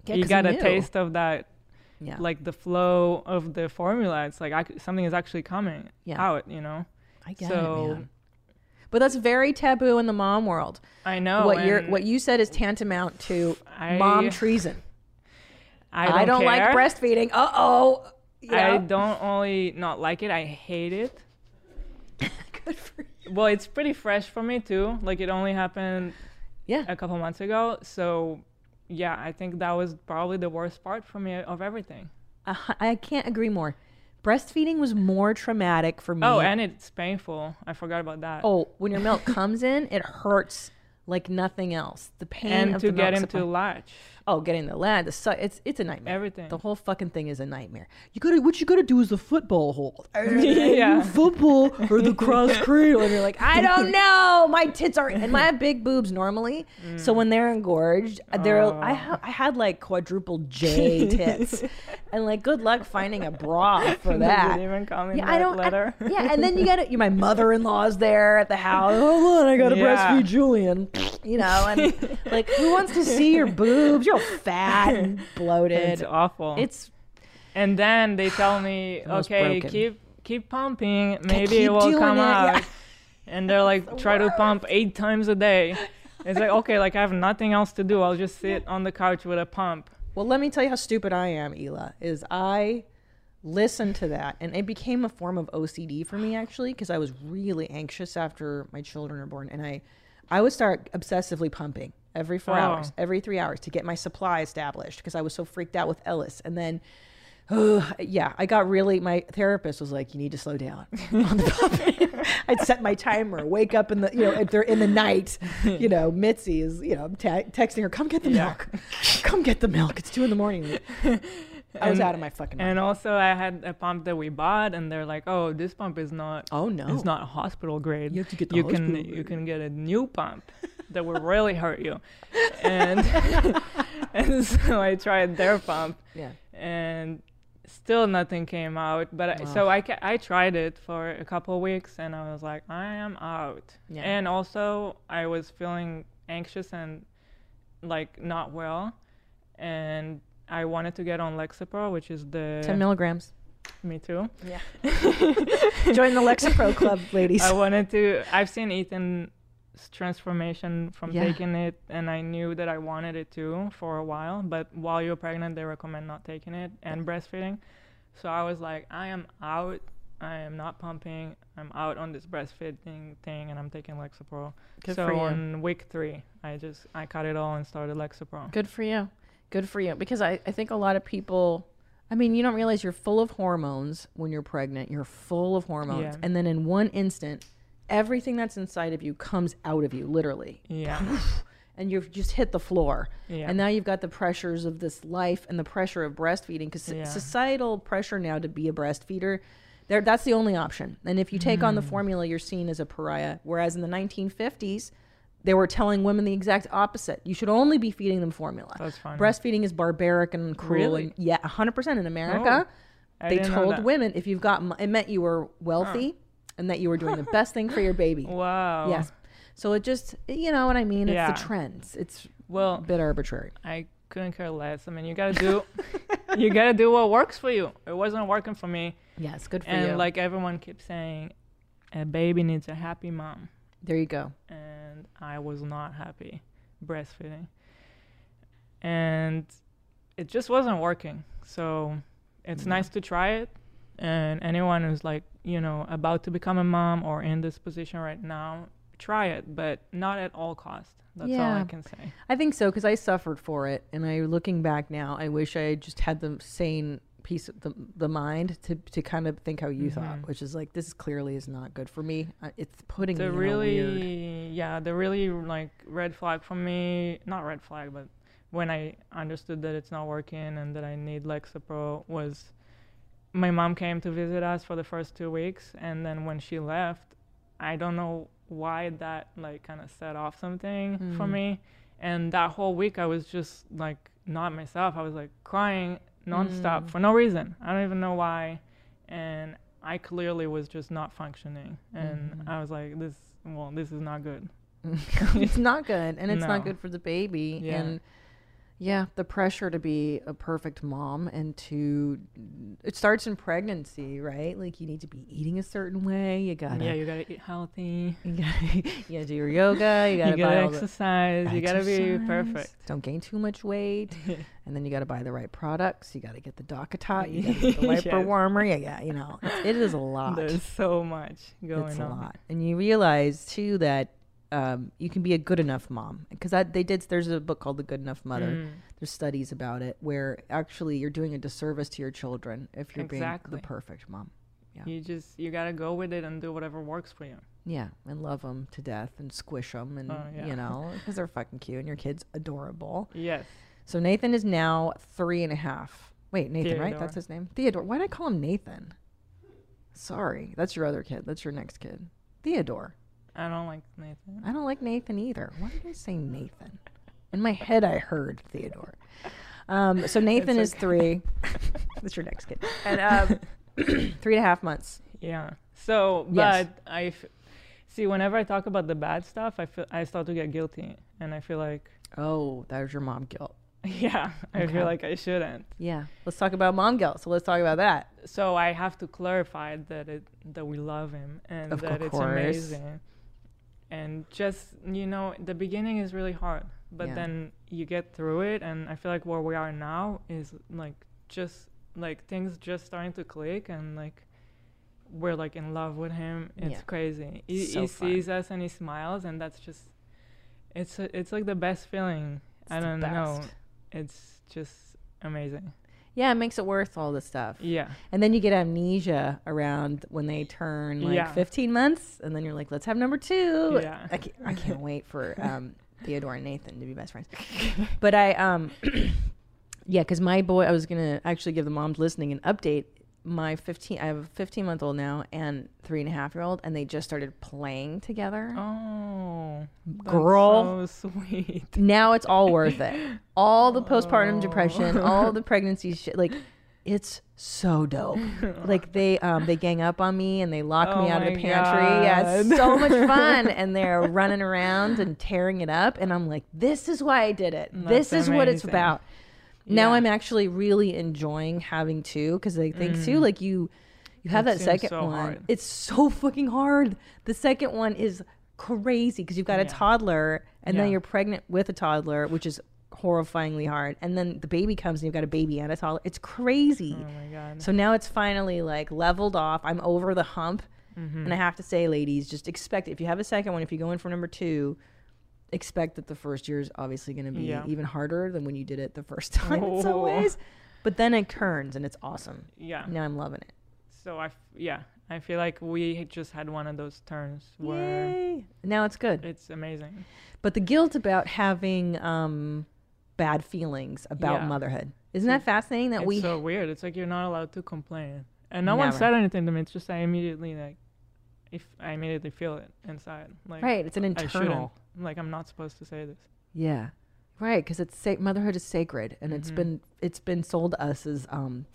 [SPEAKER 3] Yeah,
[SPEAKER 4] you
[SPEAKER 3] 'cause
[SPEAKER 4] got a
[SPEAKER 3] knew.
[SPEAKER 4] taste of that,
[SPEAKER 3] Yeah.
[SPEAKER 4] like the flow of the formula. It's like I c something is actually coming
[SPEAKER 3] Yeah.
[SPEAKER 4] out. You know.
[SPEAKER 3] I get
[SPEAKER 4] so
[SPEAKER 3] it, man. But that's very taboo in the mom world.
[SPEAKER 4] I know
[SPEAKER 3] what you
[SPEAKER 4] Oh, and
[SPEAKER 3] what you said is tantamount to
[SPEAKER 4] I-
[SPEAKER 3] mom treason.
[SPEAKER 4] I
[SPEAKER 3] I
[SPEAKER 4] don't,
[SPEAKER 3] don't, like
[SPEAKER 4] care.
[SPEAKER 3] breastfeeding. Uh oh.
[SPEAKER 4] I don't only not like it, I hate it.
[SPEAKER 3] [laughs] Good for you.
[SPEAKER 4] Well, it's pretty fresh for me too. Like it only happened
[SPEAKER 3] Yeah.
[SPEAKER 4] a couple months ago. So yeah, I think that was probably the worst part for me of everything.
[SPEAKER 3] Uh, I can't agree more. Breastfeeding was more traumatic for me.
[SPEAKER 4] Oh, and it's painful. I forgot about that.
[SPEAKER 3] oh, when your milk comes in, it hurts like nothing else. The pain
[SPEAKER 4] and
[SPEAKER 3] of
[SPEAKER 4] to
[SPEAKER 3] the
[SPEAKER 4] get
[SPEAKER 3] milk
[SPEAKER 4] him to
[SPEAKER 3] supply-
[SPEAKER 4] latch.
[SPEAKER 3] oh, getting the lad, the su- it's it's a nightmare.
[SPEAKER 4] Everything.
[SPEAKER 3] The whole fucking thing is a nightmare. You gotta what you gotta do is the football hold.
[SPEAKER 4] [laughs] yeah.
[SPEAKER 3] football or the
[SPEAKER 4] [laughs]
[SPEAKER 3] cross cradle and you're like i don't know my tits are and I have big boobs normally
[SPEAKER 4] Mm.
[SPEAKER 3] so when they're engorged they're
[SPEAKER 4] Oh.
[SPEAKER 3] I, ha- I had like
[SPEAKER 4] [laughs]
[SPEAKER 3] quadruple j tits and like good luck finding a bra for that
[SPEAKER 4] Did it even come in
[SPEAKER 3] yeah,
[SPEAKER 4] that
[SPEAKER 3] I don't. I- [laughs]
[SPEAKER 4] letter?
[SPEAKER 3] yeah, and then you
[SPEAKER 4] [laughs]
[SPEAKER 3] gotta. You, my mother-in-law's there at the house. Hold on, I gotta
[SPEAKER 4] Yeah.
[SPEAKER 3] breastfeed Julian. You know,
[SPEAKER 4] [laughs]
[SPEAKER 3] and like, who wants to see your boobs? You're all fat and bloated.
[SPEAKER 4] [laughs] it's awful.
[SPEAKER 3] It's
[SPEAKER 4] and then they tell
[SPEAKER 3] [sighs]
[SPEAKER 4] me,
[SPEAKER 3] most
[SPEAKER 4] okay,
[SPEAKER 3] broken.
[SPEAKER 4] keep keep pumping. Maybe it
[SPEAKER 3] keep
[SPEAKER 4] will
[SPEAKER 3] doing
[SPEAKER 4] come
[SPEAKER 3] it, yeah.
[SPEAKER 4] out. And
[SPEAKER 3] [laughs]
[SPEAKER 4] they're like, try to pump eight times a day. It's like okay, like I have nothing else to do. I'll just sit on the couch with a pump.
[SPEAKER 3] Well, let me tell you how stupid I am, Ela. Is I listened to that and it became a form of OCD for me actually because I was really anxious after my children were born and I I would start obsessively pumping every 4
[SPEAKER 4] Oh.
[SPEAKER 3] hours, every 3 hours to get my supply established because I was so freaked out with Ellis and then Ugh, [sighs] yeah, I got really. My therapist was like, "You need to slow down." [laughs] on the puppy." I'd set my timer, wake up in the you know if they're in the night, you know Mitzi is you know I'm te- texting her, "Come get the milk, come get the milk." It's two in the morning. I was
[SPEAKER 4] And-
[SPEAKER 3] out of my fucking mind.
[SPEAKER 4] And also, I had a pump that we bought, and they're like, "Oh, this pump is not.
[SPEAKER 3] Oh, no.
[SPEAKER 4] it's not hospital grade.
[SPEAKER 3] You have to get the
[SPEAKER 4] you
[SPEAKER 3] hospital
[SPEAKER 4] can you
[SPEAKER 3] grade."
[SPEAKER 4] can get a new pump that will really hurt
[SPEAKER 3] [laughs]
[SPEAKER 4] you." And [laughs] and so I tried their pump,
[SPEAKER 3] Yeah.
[SPEAKER 4] and still nothing came out. But I, so I ca- I tried it for a couple of weeks, and I was like, I am out.
[SPEAKER 3] Yeah.
[SPEAKER 4] And also, I was feeling anxious and like not well, and. I wanted to get on Lexapro, which is the
[SPEAKER 3] 10 milligrams.
[SPEAKER 4] me too.
[SPEAKER 3] Join the
[SPEAKER 4] [laughs]
[SPEAKER 3] Lexapro Club, ladies. [laughs]
[SPEAKER 4] I wanted to. I've seen Ethan's transformation from
[SPEAKER 3] Yeah.
[SPEAKER 4] taking it, and I knew that I wanted it too for a while. But while you're pregnant, they recommend not taking it and breastfeeding. So I was like, I am out. I am not pumping. I'm out on this breastfeeding thing, and I'm taking Lexapro.
[SPEAKER 3] Good
[SPEAKER 4] so
[SPEAKER 3] for you.
[SPEAKER 4] on week three, I just I cut it all and started Lexapro.
[SPEAKER 3] Good for you. Good for you. Because I, I think a lot of people, I mean, you don't realize you're full of hormones when you're pregnant. You're full of hormones.
[SPEAKER 4] Yeah.
[SPEAKER 3] And then in one instant, everything that's inside of you comes out of you, literally. [laughs]
[SPEAKER 4] Yeah.
[SPEAKER 3] And you've just hit the floor.
[SPEAKER 4] Yeah.
[SPEAKER 3] And now you've got the pressures of this life and the pressure of breastfeeding because
[SPEAKER 4] Yeah.
[SPEAKER 3] societal pressure now to be a breastfeeder. There, that's the only option. And if you take on the
[SPEAKER 4] Mm.
[SPEAKER 3] formula, you're seen as a pariah. Whereas in the 1950s, they were telling women the exact opposite. You should only be feeding them formula.
[SPEAKER 4] That's funny.
[SPEAKER 3] Breastfeeding is barbaric and cruel.
[SPEAKER 4] Really? Oh,
[SPEAKER 3] And yeah, 100% in America.
[SPEAKER 4] I
[SPEAKER 3] they
[SPEAKER 4] didn't know
[SPEAKER 3] told
[SPEAKER 4] that.
[SPEAKER 3] women if you've got, mo- it meant you were wealthy and that you were doing
[SPEAKER 4] [laughs]
[SPEAKER 3] the best thing for your baby.
[SPEAKER 4] Wow.
[SPEAKER 3] Yes. So it just, you know what I mean? It's
[SPEAKER 4] Yeah.
[SPEAKER 3] the trends. It's a
[SPEAKER 4] Well,
[SPEAKER 3] bit arbitrary.
[SPEAKER 4] I couldn't care less. I mean, you gotta do, you gotta do what works for you. It wasn't working for me,
[SPEAKER 3] Yeah, it's good for
[SPEAKER 4] and
[SPEAKER 3] you.
[SPEAKER 4] like everyone keeps saying, a baby needs a happy mom,
[SPEAKER 3] there you go.
[SPEAKER 4] and I was not happy breastfeeding, and it just wasn't working. So it's
[SPEAKER 3] Mm-hmm.
[SPEAKER 4] nice to try it, and anyone who's like you know about to become a mom or in this position right now, try it, but not at all cost. That's all
[SPEAKER 3] Yeah.
[SPEAKER 4] I can say.
[SPEAKER 3] I think so because I suffered for it, and I looking back now, I wish I had just had the sane piece of the, the mind to, to kind of think how you
[SPEAKER 4] Mm-hmm.
[SPEAKER 3] thought, which is like this clearly is not good for me. Uh, It's putting me
[SPEAKER 4] the
[SPEAKER 3] really in a weird.
[SPEAKER 4] really yeah the really like red flag for me not red flag but when i understood that it's not working and that i need lexapro was my mom came to visit us for the first two weeks and then when she left i don't know why that like kind of set off something for
[SPEAKER 3] Hmm.
[SPEAKER 4] me and that whole week i was just like not myself i was like crying
[SPEAKER 3] Hmm.
[SPEAKER 4] nonstop for no reason i don't even know why and I clearly was just not functioning, and
[SPEAKER 3] Mm-hmm.
[SPEAKER 4] I was like, "This, well, this is not good."
[SPEAKER 3] [laughs] it's
[SPEAKER 4] [laughs]
[SPEAKER 3] not good, and it's not
[SPEAKER 4] No.
[SPEAKER 3] good for the baby,
[SPEAKER 4] Yeah.
[SPEAKER 3] and yeah, the pressure to be a perfect mom and to it starts in pregnancy, right? Like you need to be eating a certain way. You gotta
[SPEAKER 4] Yeah, you gotta eat healthy,
[SPEAKER 3] you gotta, [laughs] you gotta do your yoga. You gotta,
[SPEAKER 4] you
[SPEAKER 3] buy
[SPEAKER 4] gotta
[SPEAKER 3] all the-
[SPEAKER 4] exercise, you gotta be
[SPEAKER 3] Exercise.
[SPEAKER 4] perfect.
[SPEAKER 3] Don't gain too
[SPEAKER 4] [laughs]
[SPEAKER 3] much weight, and then you got to buy the right products. You got to get the Docatot, you got
[SPEAKER 4] [laughs]
[SPEAKER 3] to get the wiper
[SPEAKER 4] Yes.
[SPEAKER 3] warmer. Yeah, yeah, you know, it's, it is a
[SPEAKER 4] [laughs]
[SPEAKER 3] lot.
[SPEAKER 4] There's so much going
[SPEAKER 3] it's a
[SPEAKER 4] on.
[SPEAKER 3] lot, and you realize too that um, you can be a good enough mom because that they did. There's a book called The Good Enough Mother.
[SPEAKER 4] Mm.
[SPEAKER 3] There's studies about it where actually you're doing a disservice to your children if you're
[SPEAKER 4] Exactly.
[SPEAKER 3] being the perfect mom.
[SPEAKER 4] You just you gotta go with it and do whatever works for you.
[SPEAKER 3] Yeah, and love them to death and squish them, and
[SPEAKER 4] Oh, yeah.
[SPEAKER 3] you know, because they're fucking cute and your kid's adorable.
[SPEAKER 4] Yes,
[SPEAKER 3] So Nathan is now three and a half. Wait, Nathan, right?
[SPEAKER 4] Theodore.
[SPEAKER 3] That's his name. Theodore. Why did I call him Nathan? Sorry, that's your other kid. That's your next kid, Theodore.
[SPEAKER 4] I don't like Nathan.
[SPEAKER 3] I don't like Nathan either. Why did I say Nathan? In my head, I heard Theodore. Um, so Nathan is [laughs] three. that's your next kid, and um, [coughs] three and a half months.
[SPEAKER 4] Yeah. So,
[SPEAKER 3] Yes.
[SPEAKER 4] but I f- see whenever I talk about the bad stuff, I feel I start to get guilty, and I feel like [laughs]
[SPEAKER 3] Oh, that was your mom guilt.
[SPEAKER 4] yeah, I feel like I shouldn't.
[SPEAKER 3] Yeah. Let's talk about mom guilt. So let's talk about that.
[SPEAKER 4] so I have to clarify that it that we love him and
[SPEAKER 3] Of
[SPEAKER 4] that it's
[SPEAKER 3] course.
[SPEAKER 4] amazing. And just you know, the beginning is really hard. but
[SPEAKER 3] Yeah.
[SPEAKER 4] then you get through it and i feel like where we are now is like just like things just starting to click and like we're like in love with him it's
[SPEAKER 3] Yeah.
[SPEAKER 4] crazy he,
[SPEAKER 3] So
[SPEAKER 4] he
[SPEAKER 3] fun.
[SPEAKER 4] sees us and he smiles and that's just it's a, it's like the best feeling i
[SPEAKER 3] It's the
[SPEAKER 4] don't know
[SPEAKER 3] best.
[SPEAKER 4] it's just amazing
[SPEAKER 3] Yeah, it makes it worth all the stuff.
[SPEAKER 4] yeah
[SPEAKER 3] And then you get amnesia around when they turn like
[SPEAKER 4] Yeah.
[SPEAKER 3] 15 months, and then you're like, let's have number two.
[SPEAKER 4] Yeah.
[SPEAKER 3] I can't, I
[SPEAKER 4] [laughs]
[SPEAKER 3] can't wait for um, Theodore and Nathan to be best friends. but I, um, [clears throat] yeah, because my boy, I was gonna actually give the moms listening an update. My 15, I have a 15 month old now and three and a half year old, and they just started playing together.
[SPEAKER 4] oh that's
[SPEAKER 3] Girl.
[SPEAKER 4] so sweet
[SPEAKER 3] [laughs] Now it's all worth it. All the postpartum depression,
[SPEAKER 4] Oh. [laughs]
[SPEAKER 3] all the pregnancy shit, like. It's so dope. Like they um, they gang up on me and they lock me
[SPEAKER 4] Oh
[SPEAKER 3] out of the
[SPEAKER 4] my
[SPEAKER 3] pantry. Yeah, it's
[SPEAKER 4] God.
[SPEAKER 3] so
[SPEAKER 4] [laughs]
[SPEAKER 3] much fun. And they're running around and tearing it up. And I'm like, this is why I did it. this
[SPEAKER 4] That's
[SPEAKER 3] is what it's
[SPEAKER 4] amazing.
[SPEAKER 3] about. Now
[SPEAKER 4] Yeah.
[SPEAKER 3] I'm actually really enjoying having two because I think too, like you, you have
[SPEAKER 4] It
[SPEAKER 3] that
[SPEAKER 4] Mm. seems
[SPEAKER 3] second
[SPEAKER 4] so
[SPEAKER 3] one.
[SPEAKER 4] hard.
[SPEAKER 3] It's so fucking hard. The second one is crazy because you've got a
[SPEAKER 4] Yeah.
[SPEAKER 3] toddler and then
[SPEAKER 4] Yeah.
[SPEAKER 3] you're pregnant with a toddler, which is horrifyingly hard. And then the baby comes and you've got a baby and a toddler. It's crazy.
[SPEAKER 4] oh my god
[SPEAKER 3] So now it's finally like leveled off. I'm over the hump.
[SPEAKER 4] Mm-hmm.
[SPEAKER 3] And I
[SPEAKER 4] Mm.
[SPEAKER 3] have to say, ladies, just expect if you have a second one, if you go in for number two, expect that the first year is obviously going to be
[SPEAKER 4] Yeah.
[SPEAKER 3] even harder than when you did it the first [laughs] time in some
[SPEAKER 4] Oh.
[SPEAKER 3] ways. But then it turns and it's awesome.
[SPEAKER 4] yeah
[SPEAKER 3] Now I'm loving it.
[SPEAKER 4] so i f- yeah i feel like we had just had one of those turns where
[SPEAKER 3] Yay. Now it's good.
[SPEAKER 4] it's amazing
[SPEAKER 3] But the guilt about having um, bad feelings about
[SPEAKER 4] Yeah.
[SPEAKER 3] motherhood. Isn't that fascinating that
[SPEAKER 4] it's
[SPEAKER 3] we
[SPEAKER 4] so weird it's like you're not allowed to complain and no one
[SPEAKER 3] Never.
[SPEAKER 4] said anything to me it's just i immediately like if i immediately feel it inside like
[SPEAKER 3] Right, it's an
[SPEAKER 4] I shouldn't.
[SPEAKER 3] internal.
[SPEAKER 4] I'm like i'm not supposed to say this
[SPEAKER 3] Yeah. Right, because it's sa- motherhood is sacred, and
[SPEAKER 4] Mm-hmm.
[SPEAKER 3] it's been it's been sold to us as um,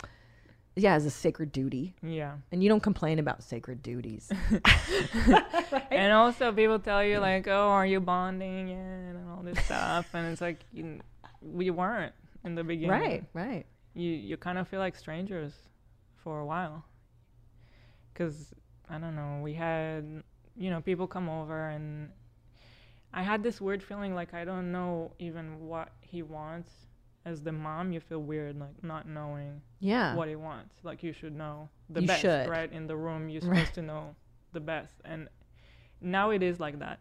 [SPEAKER 3] yeah, as a sacred duty.
[SPEAKER 4] yeah
[SPEAKER 3] And you don't complain about sacred
[SPEAKER 4] [laughs]
[SPEAKER 3] duties. [laughs]
[SPEAKER 4] and also people tell you like oh are you bonding yet? and all this stuff and it's like you, we weren't in the beginning
[SPEAKER 3] Right, right.
[SPEAKER 4] you you kind of feel like strangers for a while because i don't know we had you know people come over and i had this weird feeling like i don't know even what he wants as the mom you feel weird like not knowing
[SPEAKER 3] Yeah.
[SPEAKER 4] what he wants like you should know the
[SPEAKER 3] You
[SPEAKER 4] best
[SPEAKER 3] should.
[SPEAKER 4] right in the room you're
[SPEAKER 3] Right.
[SPEAKER 4] supposed to know the best and now it is like that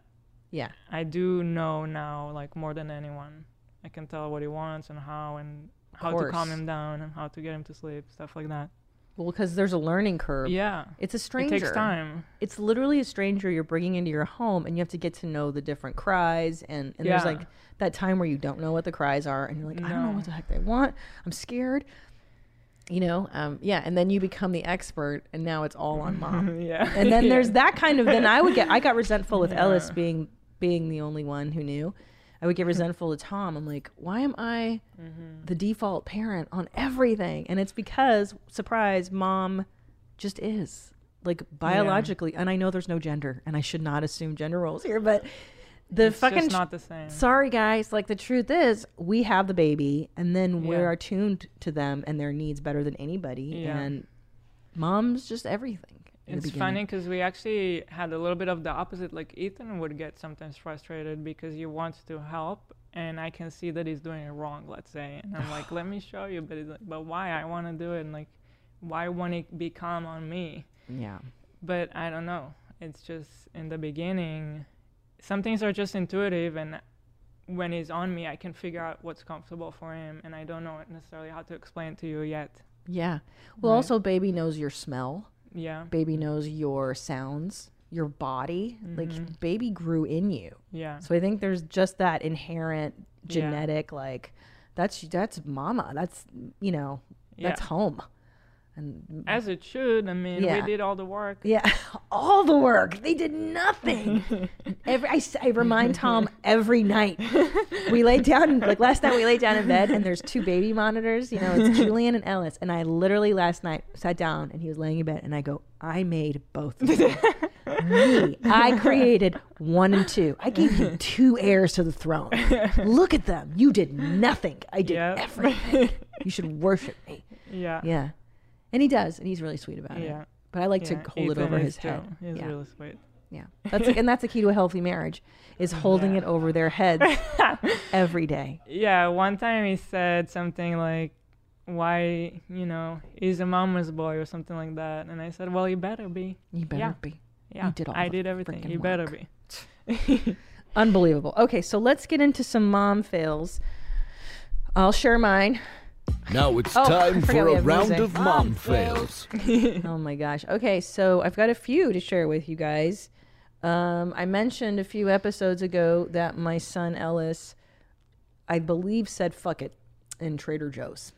[SPEAKER 3] Yeah.
[SPEAKER 4] i do know now like more than anyone i can tell what he wants and how and how to calm
[SPEAKER 3] course.
[SPEAKER 4] him down and how to get him to sleep stuff like that
[SPEAKER 3] Well, because there's a learning curve.
[SPEAKER 4] yeah
[SPEAKER 3] It's a stranger.
[SPEAKER 4] it takes time [laughs]
[SPEAKER 3] It's literally a stranger you're bringing into your home, and you have to get to know the different cries. And, and there's
[SPEAKER 4] Yeah.
[SPEAKER 3] like that time where you don't know what the cries are, and you're like, I don't know
[SPEAKER 4] No.
[SPEAKER 3] what the heck they want. I'm scared. You know, um, yeah. And then you become the expert, and now it's all
[SPEAKER 4] Mm-hmm.
[SPEAKER 3] on mom.
[SPEAKER 4] yeah
[SPEAKER 3] and then
[SPEAKER 4] [laughs]
[SPEAKER 3] there's that kind of then i would get i got resentful with ellis being being the only one who knew i would get resentful to tom i'm like why am i
[SPEAKER 4] Mm-hmm.
[SPEAKER 3] the default parent on everything and it's because surprise mom just is like biologically and i know there's no gender and i should not assume gender roles here but the
[SPEAKER 4] it's
[SPEAKER 3] fucking
[SPEAKER 4] just not the same
[SPEAKER 3] sorry guys like the truth is we have the baby and then we
[SPEAKER 4] Yeah.
[SPEAKER 3] are tuned to them and their needs better than anybody
[SPEAKER 4] Yeah.
[SPEAKER 3] and mom's just everything in the
[SPEAKER 4] It's
[SPEAKER 3] beginning.
[SPEAKER 4] funny because we actually had a little bit of the opposite. Like Ethan would get sometimes frustrated because he wants to help, and I can see that he's doing it wrong. Let's say, and I'm
[SPEAKER 3] [sighs]
[SPEAKER 4] like, let me show you. But he's like, but why? I want to do it. And like, why won't it be calm on me?
[SPEAKER 3] yeah
[SPEAKER 4] But I don't know. It's just in the beginning, some things are just intuitive, and when he's on me, I can figure out what's comfortable for him, and I don't know necessarily how to explain to you yet.
[SPEAKER 3] Yeah. Well, also, baby knows your smell.
[SPEAKER 4] Yeah,
[SPEAKER 3] Baby knows your sounds, your body.
[SPEAKER 4] Mm-hmm.
[SPEAKER 3] Like, baby grew in you.
[SPEAKER 4] yeah,
[SPEAKER 3] So I think there's just that inherent
[SPEAKER 4] Yeah.
[SPEAKER 3] genetic, like, that's that's mama. That's you know, that's
[SPEAKER 4] Yeah.
[SPEAKER 3] home. And
[SPEAKER 4] as it should. I mean,
[SPEAKER 3] Yeah.
[SPEAKER 4] we did all the work.
[SPEAKER 3] yeah, [laughs] all the work. They did nothing. every I, s- I remind Tom every night. We lay down like last night. We lay down in bed and there's two baby monitors. You know, it's Julian and Ellis. And I literally last night sat down and he was laying in bed and I go, I made both. Of them. Me, I created one and two. I gave you two heirs to the throne. Look at them. You did nothing. I did
[SPEAKER 4] Yep.
[SPEAKER 3] everything. You should worship me.
[SPEAKER 4] Yeah.
[SPEAKER 3] Yeah. And he does, and he's really sweet about it.
[SPEAKER 4] Yeah.
[SPEAKER 3] But I like to
[SPEAKER 4] Yeah,
[SPEAKER 3] hold it
[SPEAKER 4] Ethan
[SPEAKER 3] over
[SPEAKER 4] is
[SPEAKER 3] his head.
[SPEAKER 4] too. He's
[SPEAKER 3] yeah.
[SPEAKER 4] really sweet.
[SPEAKER 3] Yeah. That's and that's the key to a healthy marriage
[SPEAKER 4] [laughs]
[SPEAKER 3] is holding it over their heads every day.
[SPEAKER 4] Yeah, one time he said something like, "Why, you know, he's a mama's boy" or something like that, and I said, "Well, you better be."
[SPEAKER 3] You better
[SPEAKER 4] Yeah.
[SPEAKER 3] be.
[SPEAKER 4] Yeah,
[SPEAKER 3] did all
[SPEAKER 4] I
[SPEAKER 3] the
[SPEAKER 4] did everything.
[SPEAKER 3] freaking
[SPEAKER 4] You better
[SPEAKER 3] work.
[SPEAKER 4] be.
[SPEAKER 3] Unbelievable. Okay, so let's get into some mom fails. I'll share mine.
[SPEAKER 6] Now it's
[SPEAKER 3] Oh, I
[SPEAKER 6] time
[SPEAKER 3] forgot
[SPEAKER 6] for
[SPEAKER 3] we
[SPEAKER 6] a
[SPEAKER 3] have
[SPEAKER 6] round
[SPEAKER 3] music. Um,
[SPEAKER 6] of mom fails.
[SPEAKER 3] oh my gosh. Okay, so I've got a few to share with you guys. Um, I mentioned a few episodes ago that my son Ellis, I believe, said "fuck it" in Trader
[SPEAKER 4] [laughs]
[SPEAKER 3] Joe's.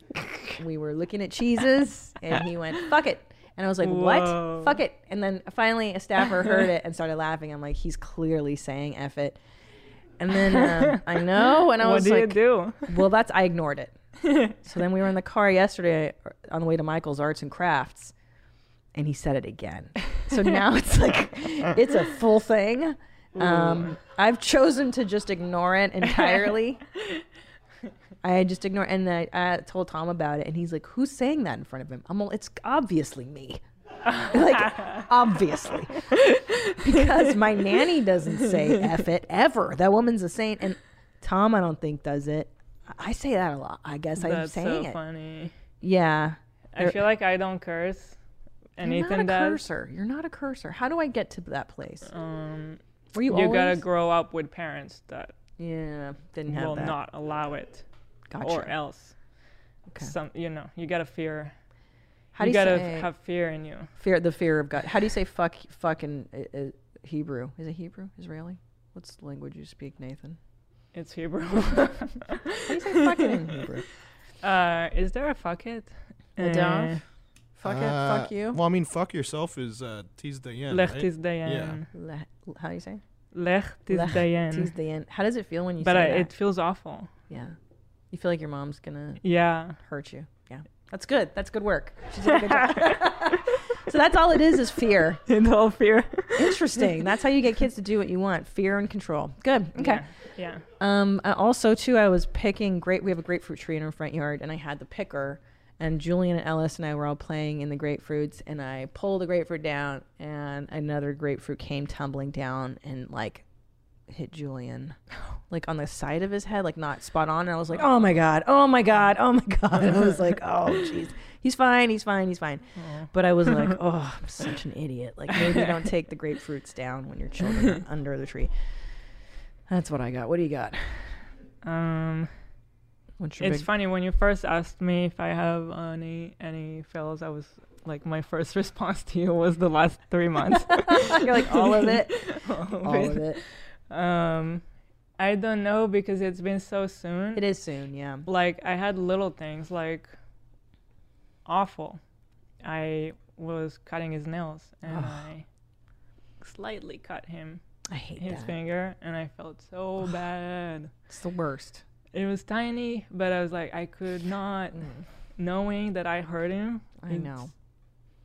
[SPEAKER 3] we were looking at cheeses, and he went "fuck it," and I was like,
[SPEAKER 4] Whoa.
[SPEAKER 3] "What? Fuck it!" And then finally, a staffer heard
[SPEAKER 4] [laughs]
[SPEAKER 3] it and started laughing. I'm like, "He's clearly saying "f it." And then
[SPEAKER 4] [laughs]
[SPEAKER 3] um, I know, and I
[SPEAKER 4] What
[SPEAKER 3] was
[SPEAKER 4] do
[SPEAKER 3] like,
[SPEAKER 4] you do?
[SPEAKER 3] well, that's I ignored
[SPEAKER 4] [laughs]
[SPEAKER 3] it. so then we were in the car yesterday uh, on the way to Michael's Arts and Crafts, and he said it again. So
[SPEAKER 4] [laughs]
[SPEAKER 3] now it's like it's a full thing. Um, I've chosen to just ignore
[SPEAKER 4] [laughs]
[SPEAKER 3] it entirely. I just ignore, and I, I told Tom about it, and he's like, "Who's saying that in front of him?" I'm all, "It's obviously me." [laughs] like
[SPEAKER 4] [laughs]
[SPEAKER 3] obviously because my nanny doesn't say F it ever. That woman's a saint. And Tom, I don't think, does it. I- I say that a lot. I guess I'm
[SPEAKER 4] That's
[SPEAKER 3] saying
[SPEAKER 4] so
[SPEAKER 3] it.
[SPEAKER 4] funny.
[SPEAKER 3] Yeah.
[SPEAKER 4] I feel like I don't curse, and
[SPEAKER 3] You're not a
[SPEAKER 4] Ethan does.
[SPEAKER 3] cursor. You're not a cursor. How do I get to that place?
[SPEAKER 4] Um,
[SPEAKER 3] Were you,
[SPEAKER 4] you gotta
[SPEAKER 3] always?
[SPEAKER 4] grow up with parents that
[SPEAKER 3] yeah, didn't have
[SPEAKER 4] will
[SPEAKER 3] that.
[SPEAKER 4] not allow it,
[SPEAKER 3] gotcha.
[SPEAKER 4] or else,
[SPEAKER 3] Okay.
[SPEAKER 4] some you know, you gotta fear.
[SPEAKER 3] How do
[SPEAKER 4] you
[SPEAKER 3] you
[SPEAKER 4] gotta
[SPEAKER 3] say
[SPEAKER 4] have fear in you.
[SPEAKER 3] fear? The fear of God. How do you say fuck? Fucking uh, uh, Hebrew? Is it Hebrew? Israeli? What's language you speak, Nathan?
[SPEAKER 4] It's Hebrew. [laughs]
[SPEAKER 3] How do you say fucking in Hebrew?
[SPEAKER 4] uh, is there a fuck it? Eh.
[SPEAKER 3] Nadav? Fuck it.
[SPEAKER 1] Uh,
[SPEAKER 3] Fuck you.
[SPEAKER 1] Well, I mean, fuck yourself is uh, tease
[SPEAKER 4] Uh,
[SPEAKER 1] Diane.
[SPEAKER 4] Left
[SPEAKER 1] right?
[SPEAKER 4] is Dayan.
[SPEAKER 3] Le- how do you say?
[SPEAKER 4] Left is
[SPEAKER 3] Lech Tis
[SPEAKER 4] Dayan.
[SPEAKER 3] the end. How does it feel when you
[SPEAKER 4] But I,
[SPEAKER 3] say that?
[SPEAKER 4] it feels awful.
[SPEAKER 3] yeah, you feel like your mom's gonna
[SPEAKER 4] Yeah.
[SPEAKER 3] hurt you. Yeah, that's good. That's good work. She did a good job.
[SPEAKER 4] [laughs]
[SPEAKER 3] [laughs] so that's all it is is fear.
[SPEAKER 4] And all fear.
[SPEAKER 3] Interesting. That's how you get kids to do what you want: fear and control. Good. Okay.
[SPEAKER 4] Yeah.
[SPEAKER 3] Um, I also too, I was picking great. We have a grapefruit tree in our front yard, and I had the picker. And Julian and Ellis and I were all playing in the grapefruits, and I pulled a grapefruit down, and another grapefruit came tumbling down and like hit Julian, [laughs] like on the side of his head, like not spot on. And I was like, oh my god, oh my god, oh my [laughs] god. I was like, oh jeez, he's fine, he's fine, he's fine. But I was like, oh, I'm such an idiot. Like maybe don't take the grapefruits down when your children are under the tree. That's what I got. What do you got?
[SPEAKER 4] Um,
[SPEAKER 3] What's your
[SPEAKER 4] it's
[SPEAKER 3] big-
[SPEAKER 4] funny when you first asked me if I have any any fails. I was like, my first [laughs] response to you was the last three months.
[SPEAKER 3] [laughs] You're like all of it.
[SPEAKER 4] [laughs] of
[SPEAKER 3] [laughs] all of it.
[SPEAKER 4] um, I don't know because it's been so soon.
[SPEAKER 3] It is soon, yeah.
[SPEAKER 4] like I had little things like awful. I was cutting his nails and I slightly cut him
[SPEAKER 3] I hate
[SPEAKER 4] his
[SPEAKER 3] that.
[SPEAKER 4] finger and I felt so bad.
[SPEAKER 3] It's the worst.
[SPEAKER 4] It was tiny, but I was like I could not
[SPEAKER 3] Mm.
[SPEAKER 4] knowing that I hurt him.
[SPEAKER 3] I
[SPEAKER 4] it's-
[SPEAKER 3] know.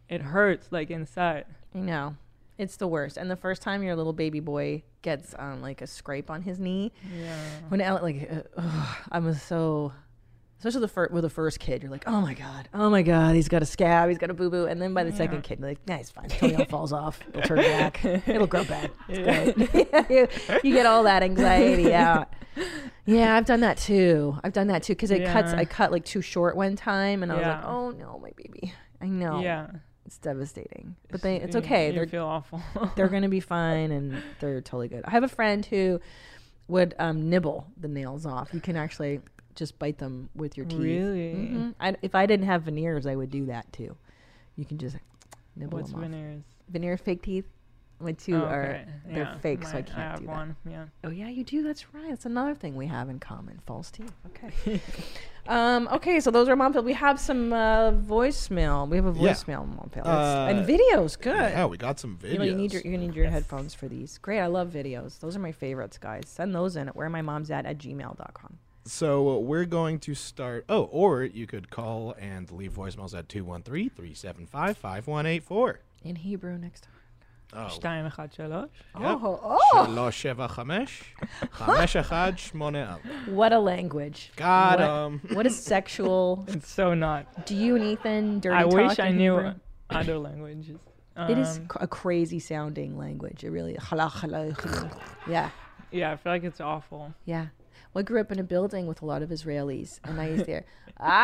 [SPEAKER 4] It hurts like
[SPEAKER 3] [sighs]
[SPEAKER 4] inside.
[SPEAKER 3] I know. It's the worst. And the first time your little baby boy gets um, like a scrape on his knee,
[SPEAKER 4] Yeah.
[SPEAKER 3] when Al like uh, ugh, I was so, especially the first with the first kid, you're like, oh my god, oh my god, he's got a scab, he's got a boo boo, and then by the second kid, you're like, nah,
[SPEAKER 4] [laughs]
[SPEAKER 3] he's fine. Toenail falls off, it'll turn back, it'll grow back. you, [laughs] you get all
[SPEAKER 4] [laughs]
[SPEAKER 3] that anxiety out. Yeah, I've done that too. I've done that too because it cuts.
[SPEAKER 4] Yeah.
[SPEAKER 3] I cut like too short one time, and I was like,
[SPEAKER 4] Yeah.
[SPEAKER 3] "Oh no, my baby!" I know,
[SPEAKER 4] Yeah.
[SPEAKER 3] it's devastating. But they, it's
[SPEAKER 4] You-
[SPEAKER 3] okay.
[SPEAKER 4] You
[SPEAKER 3] They're
[SPEAKER 4] feel awful.
[SPEAKER 3] [laughs] they're gonna be fine and they're totally good. I have a friend who would um, nibble the nails off. You can actually just bite them with your teeth.
[SPEAKER 4] really?
[SPEAKER 3] Mhm. I, if I didn't have veneers, I would do that too. You can just nibble
[SPEAKER 4] What's
[SPEAKER 3] them off.
[SPEAKER 4] veneers?
[SPEAKER 3] Veneer fake teeth. My two
[SPEAKER 4] Oh,
[SPEAKER 3] are
[SPEAKER 4] okay.
[SPEAKER 3] they're
[SPEAKER 4] Yeah,
[SPEAKER 3] fake, so
[SPEAKER 4] my-
[SPEAKER 3] I can't
[SPEAKER 4] have
[SPEAKER 3] do that.
[SPEAKER 4] one. Yeah.
[SPEAKER 3] Oh yeah, you do. That's right. That's another thing we have in common: false teeth.
[SPEAKER 4] [laughs]
[SPEAKER 3] Okay. um, okay, so those are mom fail. We have some uh, voicemail. We have a
[SPEAKER 1] Yeah.
[SPEAKER 3] voicemail mom fail.
[SPEAKER 1] Uh,
[SPEAKER 3] and videos. Good.
[SPEAKER 1] Yeah, we got some videos.
[SPEAKER 3] You know, you need your you need your headphones for these. Great, I love videos. Those are my favorites, guys. Send those in at where my mom's at at gmail.com.
[SPEAKER 1] So uh, we're going to start. Oh, or you could call and leave voicemails at 213 375 5184.
[SPEAKER 3] In Hebrew next time.
[SPEAKER 1] Oh.
[SPEAKER 4] שתיים אחד שלוש.
[SPEAKER 3] Oh,
[SPEAKER 1] Shalosh Sheva Chamesh. Chamesh Echad Shmone Al.
[SPEAKER 3] What a language.
[SPEAKER 1] Got
[SPEAKER 3] What-
[SPEAKER 1] 'em.
[SPEAKER 3] What is sexual?
[SPEAKER 4] It's so not.
[SPEAKER 3] Do you and Ethan dirty
[SPEAKER 4] I
[SPEAKER 3] talk
[SPEAKER 4] wish
[SPEAKER 3] in
[SPEAKER 4] I knew um,
[SPEAKER 3] Hebrew?
[SPEAKER 4] other languages.
[SPEAKER 3] it is cr- a crazy sounding language. It really halal halal. yeah,
[SPEAKER 4] Yeah, I feel like it's awful.
[SPEAKER 3] yeah. Well, I grew up in a building with a lot of Israelis, and I used to hear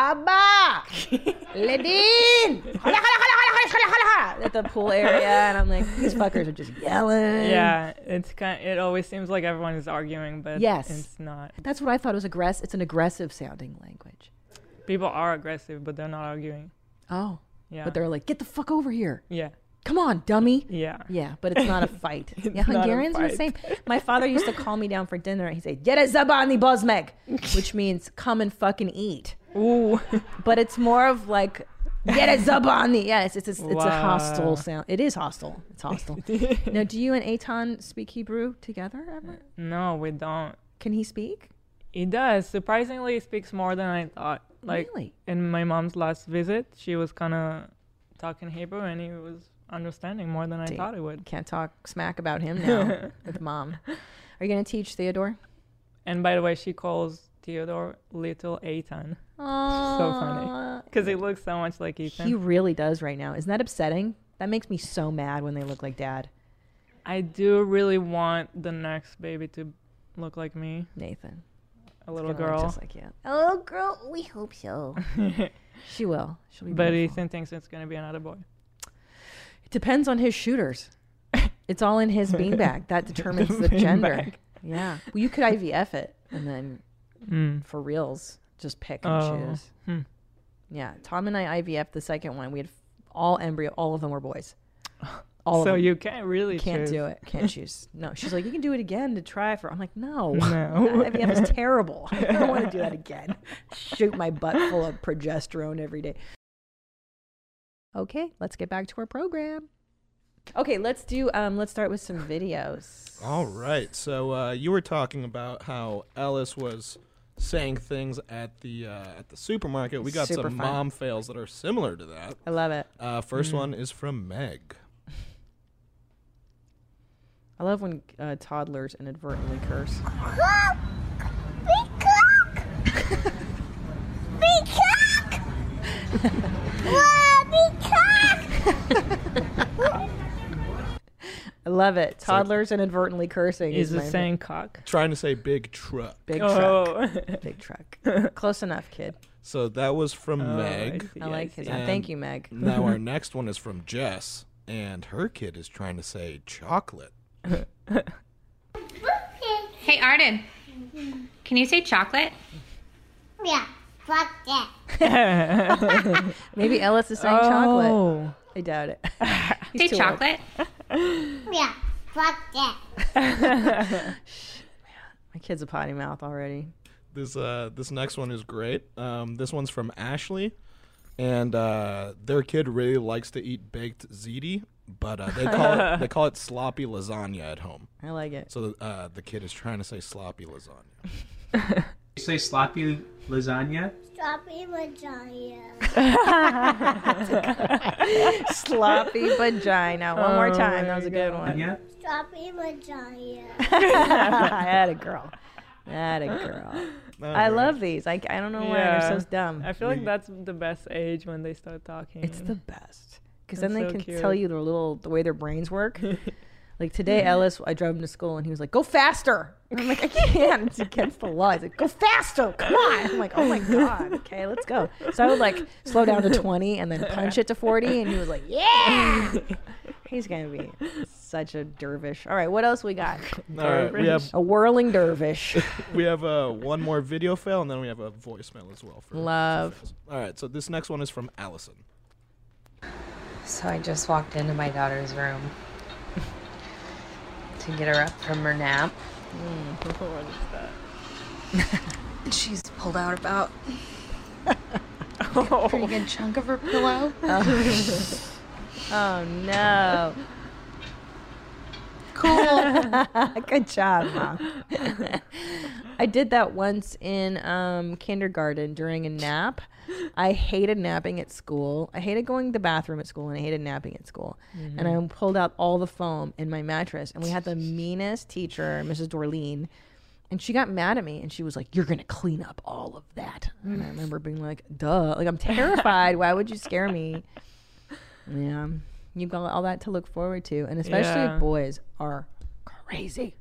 [SPEAKER 3] Abba Ledin Halal, halal, halal, halal, halal, halal, halal," at the pool area, and I'm like, these fuckers are just yelling.
[SPEAKER 4] Yeah, it's kind. It always seems like everyone is arguing, but
[SPEAKER 3] Yes.
[SPEAKER 4] it's not.
[SPEAKER 3] That's what I thought was aggressive. It's an aggressive sounding language.
[SPEAKER 4] People are aggressive, but they're not arguing.
[SPEAKER 3] Oh,
[SPEAKER 4] Yeah,
[SPEAKER 3] but they're like, get the fuck over here.
[SPEAKER 4] yeah,
[SPEAKER 3] Come on, dummy.
[SPEAKER 4] yeah.
[SPEAKER 3] Yeah, but it's
[SPEAKER 4] [laughs]
[SPEAKER 3] not a fight. yeah,
[SPEAKER 4] not a
[SPEAKER 3] Hungarians are the same.
[SPEAKER 4] fight.
[SPEAKER 3] My father used to call me down for dinner and he'd say, Gyere zabani bozmeg, which means come and fucking eat.
[SPEAKER 4] Ooh,
[SPEAKER 3] But it's more of like,
[SPEAKER 4] [laughs]
[SPEAKER 3] Gyere zabani. Yes, it's, it's, it's a
[SPEAKER 4] Wow.
[SPEAKER 3] hostile sound. It is hostile.
[SPEAKER 4] [laughs]
[SPEAKER 3] It's hostile. now, do you and Eitan speak Hebrew together ever?
[SPEAKER 4] no, we don't.
[SPEAKER 3] Can he speak?
[SPEAKER 4] He does. Surprisingly, he speaks more than I thought. Like
[SPEAKER 3] Really?
[SPEAKER 4] in my mom's last visit, she was kind of talking Hebrew, and he was understanding more than I
[SPEAKER 3] Dang.
[SPEAKER 4] thought he would.
[SPEAKER 3] Can't talk smack about him
[SPEAKER 4] [laughs]
[SPEAKER 3] now with mom. Are you going to teach Theodore?
[SPEAKER 4] And by the way, she calls Theodore Little Eitan
[SPEAKER 3] Oh,
[SPEAKER 4] funny. because he looks so much like Ethan.
[SPEAKER 3] He really does right now. Isn't that upsetting? That makes me so mad when they look like dad.
[SPEAKER 4] I do really want the next baby to look like me,
[SPEAKER 3] Nathan.
[SPEAKER 4] a little
[SPEAKER 3] gonna look
[SPEAKER 4] girl. [laughs]
[SPEAKER 3] Just like you. Oh, girl, we hope so. she will. She'll be
[SPEAKER 4] but
[SPEAKER 3] beautiful.
[SPEAKER 4] Ethan thinks it's gonna be another boy.
[SPEAKER 3] It depends on his
[SPEAKER 4] [laughs]
[SPEAKER 3] shooters. It's all in his beanbag. That determines the, gender.
[SPEAKER 4] beanbag.
[SPEAKER 3] Yeah. Well, you could IVF it and then
[SPEAKER 4] Mm.
[SPEAKER 3] for reals, just pick and
[SPEAKER 4] Oh,
[SPEAKER 3] choose. Yeah. Tom and I IVF the second one. We had f- all embryo, all of them were
[SPEAKER 4] [sighs]
[SPEAKER 3] boys. All
[SPEAKER 4] So
[SPEAKER 3] of them.
[SPEAKER 4] you can't really
[SPEAKER 3] can't
[SPEAKER 4] choose.
[SPEAKER 3] do it. Can't choose. No. She's like, you can do it again to try for. I'm like, no. [laughs]
[SPEAKER 4] No. [laughs]
[SPEAKER 3] IVF is terrible. I don't want to do that again. Shoot my butt full of progesterone every day. Okay, let's get back to our program. Okay, let's do. Um, let's start with some videos.
[SPEAKER 4] Oh.
[SPEAKER 1] All right. So uh, you were talking about how Ellis was saying things at the uh, at the supermarket. We got
[SPEAKER 3] Super
[SPEAKER 1] some
[SPEAKER 3] fun. Mm.
[SPEAKER 1] mom fails that are similar to that.
[SPEAKER 3] I love it.
[SPEAKER 1] Uh, first one is from Meg.
[SPEAKER 3] I love when uh, toddlers inadvertently curse. I love it. Toddlers inadvertently cursing
[SPEAKER 4] Is
[SPEAKER 3] is
[SPEAKER 4] it
[SPEAKER 3] my
[SPEAKER 4] saying cock?
[SPEAKER 1] Trying to say big truck.
[SPEAKER 3] big truck.
[SPEAKER 4] Oh, [laughs]
[SPEAKER 3] Big truck. Close enough, kid.
[SPEAKER 1] So that was from
[SPEAKER 4] Oh,
[SPEAKER 1] Meg.
[SPEAKER 4] see,
[SPEAKER 3] I like his.
[SPEAKER 4] see.
[SPEAKER 1] And-
[SPEAKER 3] Thank you, Meg.
[SPEAKER 1] now
[SPEAKER 3] [laughs]
[SPEAKER 1] our next one is from Jess, and her kid is trying to say chocolate.
[SPEAKER 7] Hey, Arden, can you say chocolate?
[SPEAKER 8] Yeah, fuck that.
[SPEAKER 3] Maybe Ellis is saying chocolate.
[SPEAKER 4] Oh,
[SPEAKER 3] I doubt it. [laughs] He's
[SPEAKER 7] Say
[SPEAKER 3] too old.
[SPEAKER 7] chocolate.
[SPEAKER 8] Yeah, fuck that.
[SPEAKER 3] My kid's a potty mouth already.
[SPEAKER 1] This uh, this next one is great. Um, this one's from Ashley, and uh, their kid really likes to eat baked ziti, but uh, they call it they call it sloppy lasagna at home.
[SPEAKER 3] I like it.
[SPEAKER 1] So uh, the kid is trying to say sloppy lasagna.
[SPEAKER 9] You say sloppy lasagna?
[SPEAKER 8] Strawberry lasagna.
[SPEAKER 3] Sloppy vagina. One more time. That was a good one.
[SPEAKER 9] Yeah.
[SPEAKER 8] Strawberry lasagna.
[SPEAKER 3] [laughs] I had a girl. I had a girl. I love these. I, I don't know why they're
[SPEAKER 4] Yeah.
[SPEAKER 3] so dumb.
[SPEAKER 4] I feel like that's the best age when they start talking.
[SPEAKER 3] It's the best because then they
[SPEAKER 4] Mm. so
[SPEAKER 3] can
[SPEAKER 4] cute. Mm.
[SPEAKER 3] tell you the little the way their
[SPEAKER 4] [laughs]
[SPEAKER 3] brains work. like today, Ellis, I drove him to school and he was like, "Go faster!" And I'm like, "I can't. It's against the law." He's like, "Go faster! Come on!" I'm like, "Oh my god! Okay, let's go." So I would like slow down to 20 and then punch it to 40, and he was like, "Yeah!" He's gonna be such a dervish. All right, what else we got?
[SPEAKER 1] All right, we have
[SPEAKER 3] A whirling dervish.
[SPEAKER 1] we have uh, one more video fail, and then we have a voicemail as well. For
[SPEAKER 3] Love.
[SPEAKER 1] All right, so this next one is from Allison.
[SPEAKER 10] So I just walked into my daughter's room [laughs] to get her up from her nap. [laughs] And She's pulled out about a pretty good chunk of her pillow.
[SPEAKER 3] Oh no!
[SPEAKER 10] Cool.
[SPEAKER 3] [laughs] Good job, mom. [laughs] I did that once in um, kindergarten during a nap. I hated napping at school. I hated going to the bathroom at school, and I hated napping at school. And I pulled out all the foam in my mattress, and we had the meanest teacher, Mrs. Dorleen, and she got mad at me, and she was like, "You're gonna clean up all of that." And I remember being like, "Duh!" Like I'm terrified. Why would you scare me? Yeah. You've got all that to look forward to, and especially
[SPEAKER 4] Yeah.
[SPEAKER 3] boys are crazy.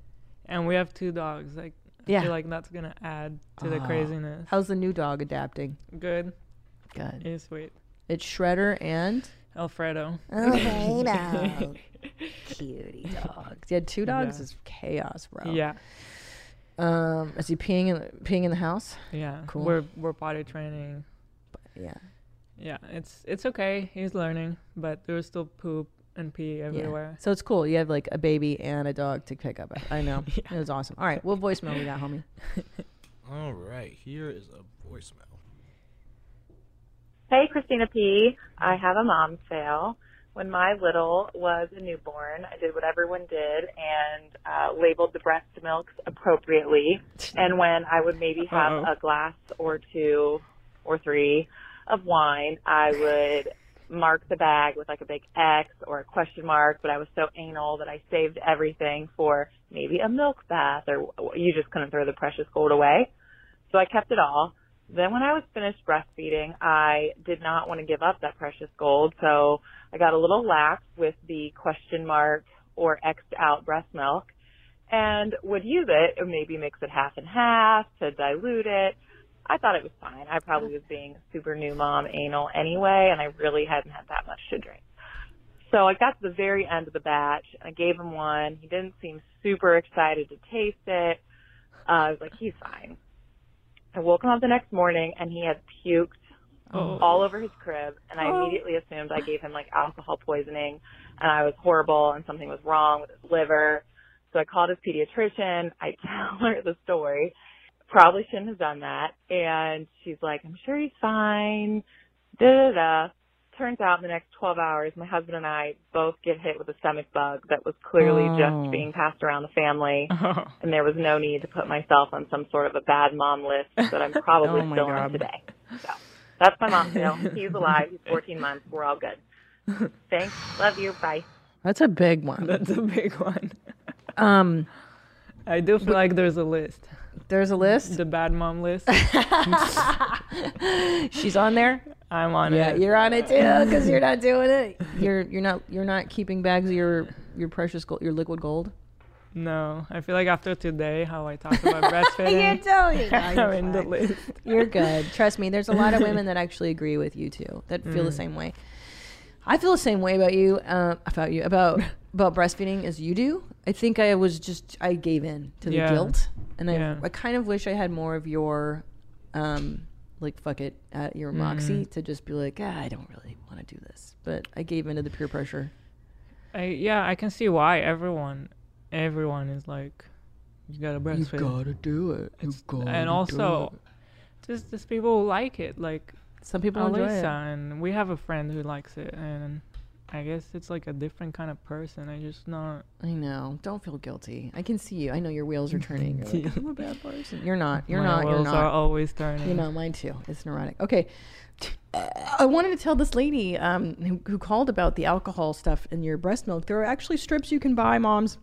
[SPEAKER 4] And we have two dogs. Like, I
[SPEAKER 3] Yeah.
[SPEAKER 4] feel like that's gonna add to the
[SPEAKER 3] Ah.
[SPEAKER 4] craziness.
[SPEAKER 3] How's the new dog adapting?
[SPEAKER 4] Good.
[SPEAKER 3] Good.
[SPEAKER 4] It's sweet.
[SPEAKER 3] It's Shredder and
[SPEAKER 4] Alfredo.
[SPEAKER 3] [laughs] Alfredo. cutie dogs. Yeah, two dogs
[SPEAKER 4] Yeah.
[SPEAKER 3] is chaos, bro.
[SPEAKER 4] Yeah.
[SPEAKER 3] Um, is he peeing in peeing in the house?
[SPEAKER 4] Yeah.
[SPEAKER 3] Cool.
[SPEAKER 4] We're we're potty training.
[SPEAKER 3] yeah.
[SPEAKER 4] Yeah. It's it's okay. He's learning, but there's still poop and pee
[SPEAKER 3] Yeah.
[SPEAKER 4] everywhere. [laughs]
[SPEAKER 3] So it's cool. You have like a baby and a dog to pick up. I [laughs] know. It was awesome. All right, what voicemail we got, homie?
[SPEAKER 1] All right, here is a voicemail.
[SPEAKER 11] Hey, Christina P. I have a mom fail. When my little was a newborn, I did what everyone did and uh, labeled the breast milks appropriately. And when I would maybe have
[SPEAKER 12] Uh-oh.
[SPEAKER 11] a glass or two or three of wine, I would mark the bag with like a big X or a question mark. But I was so anal that I saved everything for maybe a milk bath or you just couldn't throw the precious gold away. So I kept it all. Then when I was finished breastfeeding, I did not want to give up that precious gold. So I got a little lax with the question mark or X'd out breast milk and would use it and maybe mix it half and half to dilute it. I thought it was fine. I probably was being super new mom anal anyway, and I really hadn't had that much to drink. So I got to the very end of the batch and I gave him one. He didn't seem super excited to taste it. Uh, I was like, he's fine. I woke him up the next morning and he had puked
[SPEAKER 12] Oh.
[SPEAKER 11] all over his crib and I
[SPEAKER 12] Oh.
[SPEAKER 11] immediately assumed I gave him like alcohol poisoning and I was horrible and something was wrong with his liver. So I called his pediatrician. I [laughs] tell her the story. Probably shouldn't have done that. And she's like, I'm sure he's fine. Da da da. Turns out in the next 12 hours, my husband and I both get hit with a stomach bug that was clearly
[SPEAKER 12] Oh.
[SPEAKER 11] just being passed around the family. And there was no need to put myself on some sort of a bad mom
[SPEAKER 12] [laughs]
[SPEAKER 11] list that I'm probably
[SPEAKER 12] Oh my
[SPEAKER 11] still
[SPEAKER 12] God.
[SPEAKER 11] on today. So that's my mom.
[SPEAKER 12] [laughs]
[SPEAKER 11] You know, he's alive. He's 14 months. We're all good. Thanks. Love you. Bye.
[SPEAKER 3] That's a big one.
[SPEAKER 4] That's a big one.
[SPEAKER 3] [laughs] Um,
[SPEAKER 4] I do feel like there's a list.
[SPEAKER 3] There's a list.
[SPEAKER 4] The bad mom
[SPEAKER 3] [laughs]
[SPEAKER 4] list.
[SPEAKER 3] She's on there.
[SPEAKER 4] I'm on
[SPEAKER 3] yeah,
[SPEAKER 4] it.
[SPEAKER 3] you're on it too because you're not doing [laughs] it. You're you're not you're not keeping bags of your your precious gold, your liquid gold.
[SPEAKER 4] No, I feel like after today, how I talk
[SPEAKER 3] [laughs]
[SPEAKER 4] about breastfeeding.
[SPEAKER 3] You're totally- no, you're
[SPEAKER 4] [laughs] I'm in the
[SPEAKER 3] fine.
[SPEAKER 4] list. [laughs]
[SPEAKER 3] You're good. Trust me. There's a lot of women that actually agree with you too. That feel the
[SPEAKER 4] Mm.
[SPEAKER 3] same way. I feel the same way about you. Uh, about
[SPEAKER 4] [laughs]
[SPEAKER 3] you about about breastfeeding as you do. I think I was just I gave in to the
[SPEAKER 4] Yeah.
[SPEAKER 3] guilt, and
[SPEAKER 4] Yeah.
[SPEAKER 3] I I kind of wish I had more of your um like fuck it at your moxie
[SPEAKER 4] Mm.
[SPEAKER 3] to just be like ah, I don't really want to do this, but I gave in to the peer pressure.
[SPEAKER 4] I, yeah, I can see why everyone, everyone is like, you gotta breastfeed.
[SPEAKER 3] gotta do it. You gotta
[SPEAKER 4] and
[SPEAKER 3] do
[SPEAKER 4] also, just just people who like it. Like
[SPEAKER 3] Some people enjoy it.
[SPEAKER 4] Alyssa, and we have a friend who likes it, and I guess it's like a different kind of person. I just not.
[SPEAKER 3] I know. Don't feel guilty. I can see you. I know your wheels are turning.
[SPEAKER 4] [laughs]
[SPEAKER 3] You're like, I'm a bad person. You're not. You're
[SPEAKER 4] My
[SPEAKER 3] not. you're
[SPEAKER 4] wheels
[SPEAKER 3] not.
[SPEAKER 4] are always turning.
[SPEAKER 3] You know, mine too. It's neurotic. Okay. Uh, I wanted to tell this lady um, who, who called about the alcohol stuff in your breast milk. There are actually strips you can buy, moms,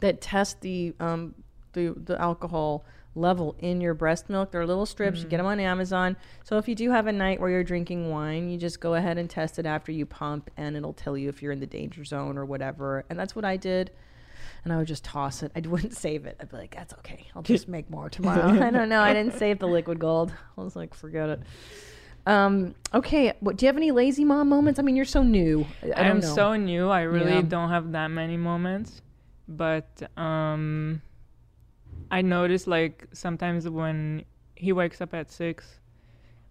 [SPEAKER 3] that test the um, the the alcohol level in your breast milk. They're little strips. You get them on Amazon. So if you do have a night where you're drinking wine, you just go ahead and test it after you pump, and it'll tell you if you're in the danger zone or whatever. And that's what I did. And I would just toss it. [laughs] I wouldn't save it. I'd be like, "That's okay. I'll just make more tomorrow." [laughs] I don't know. I didn't save the liquid gold. [laughs] I was like, "Forget it." Um, okay. What, do you have any lazy mom moments? I mean, you're so new. I, I
[SPEAKER 4] I
[SPEAKER 3] don't
[SPEAKER 4] am
[SPEAKER 3] know.
[SPEAKER 4] so new. I really
[SPEAKER 3] Yeah.
[SPEAKER 4] don't have that many moments, but um, I notice like sometimes when he wakes up at six,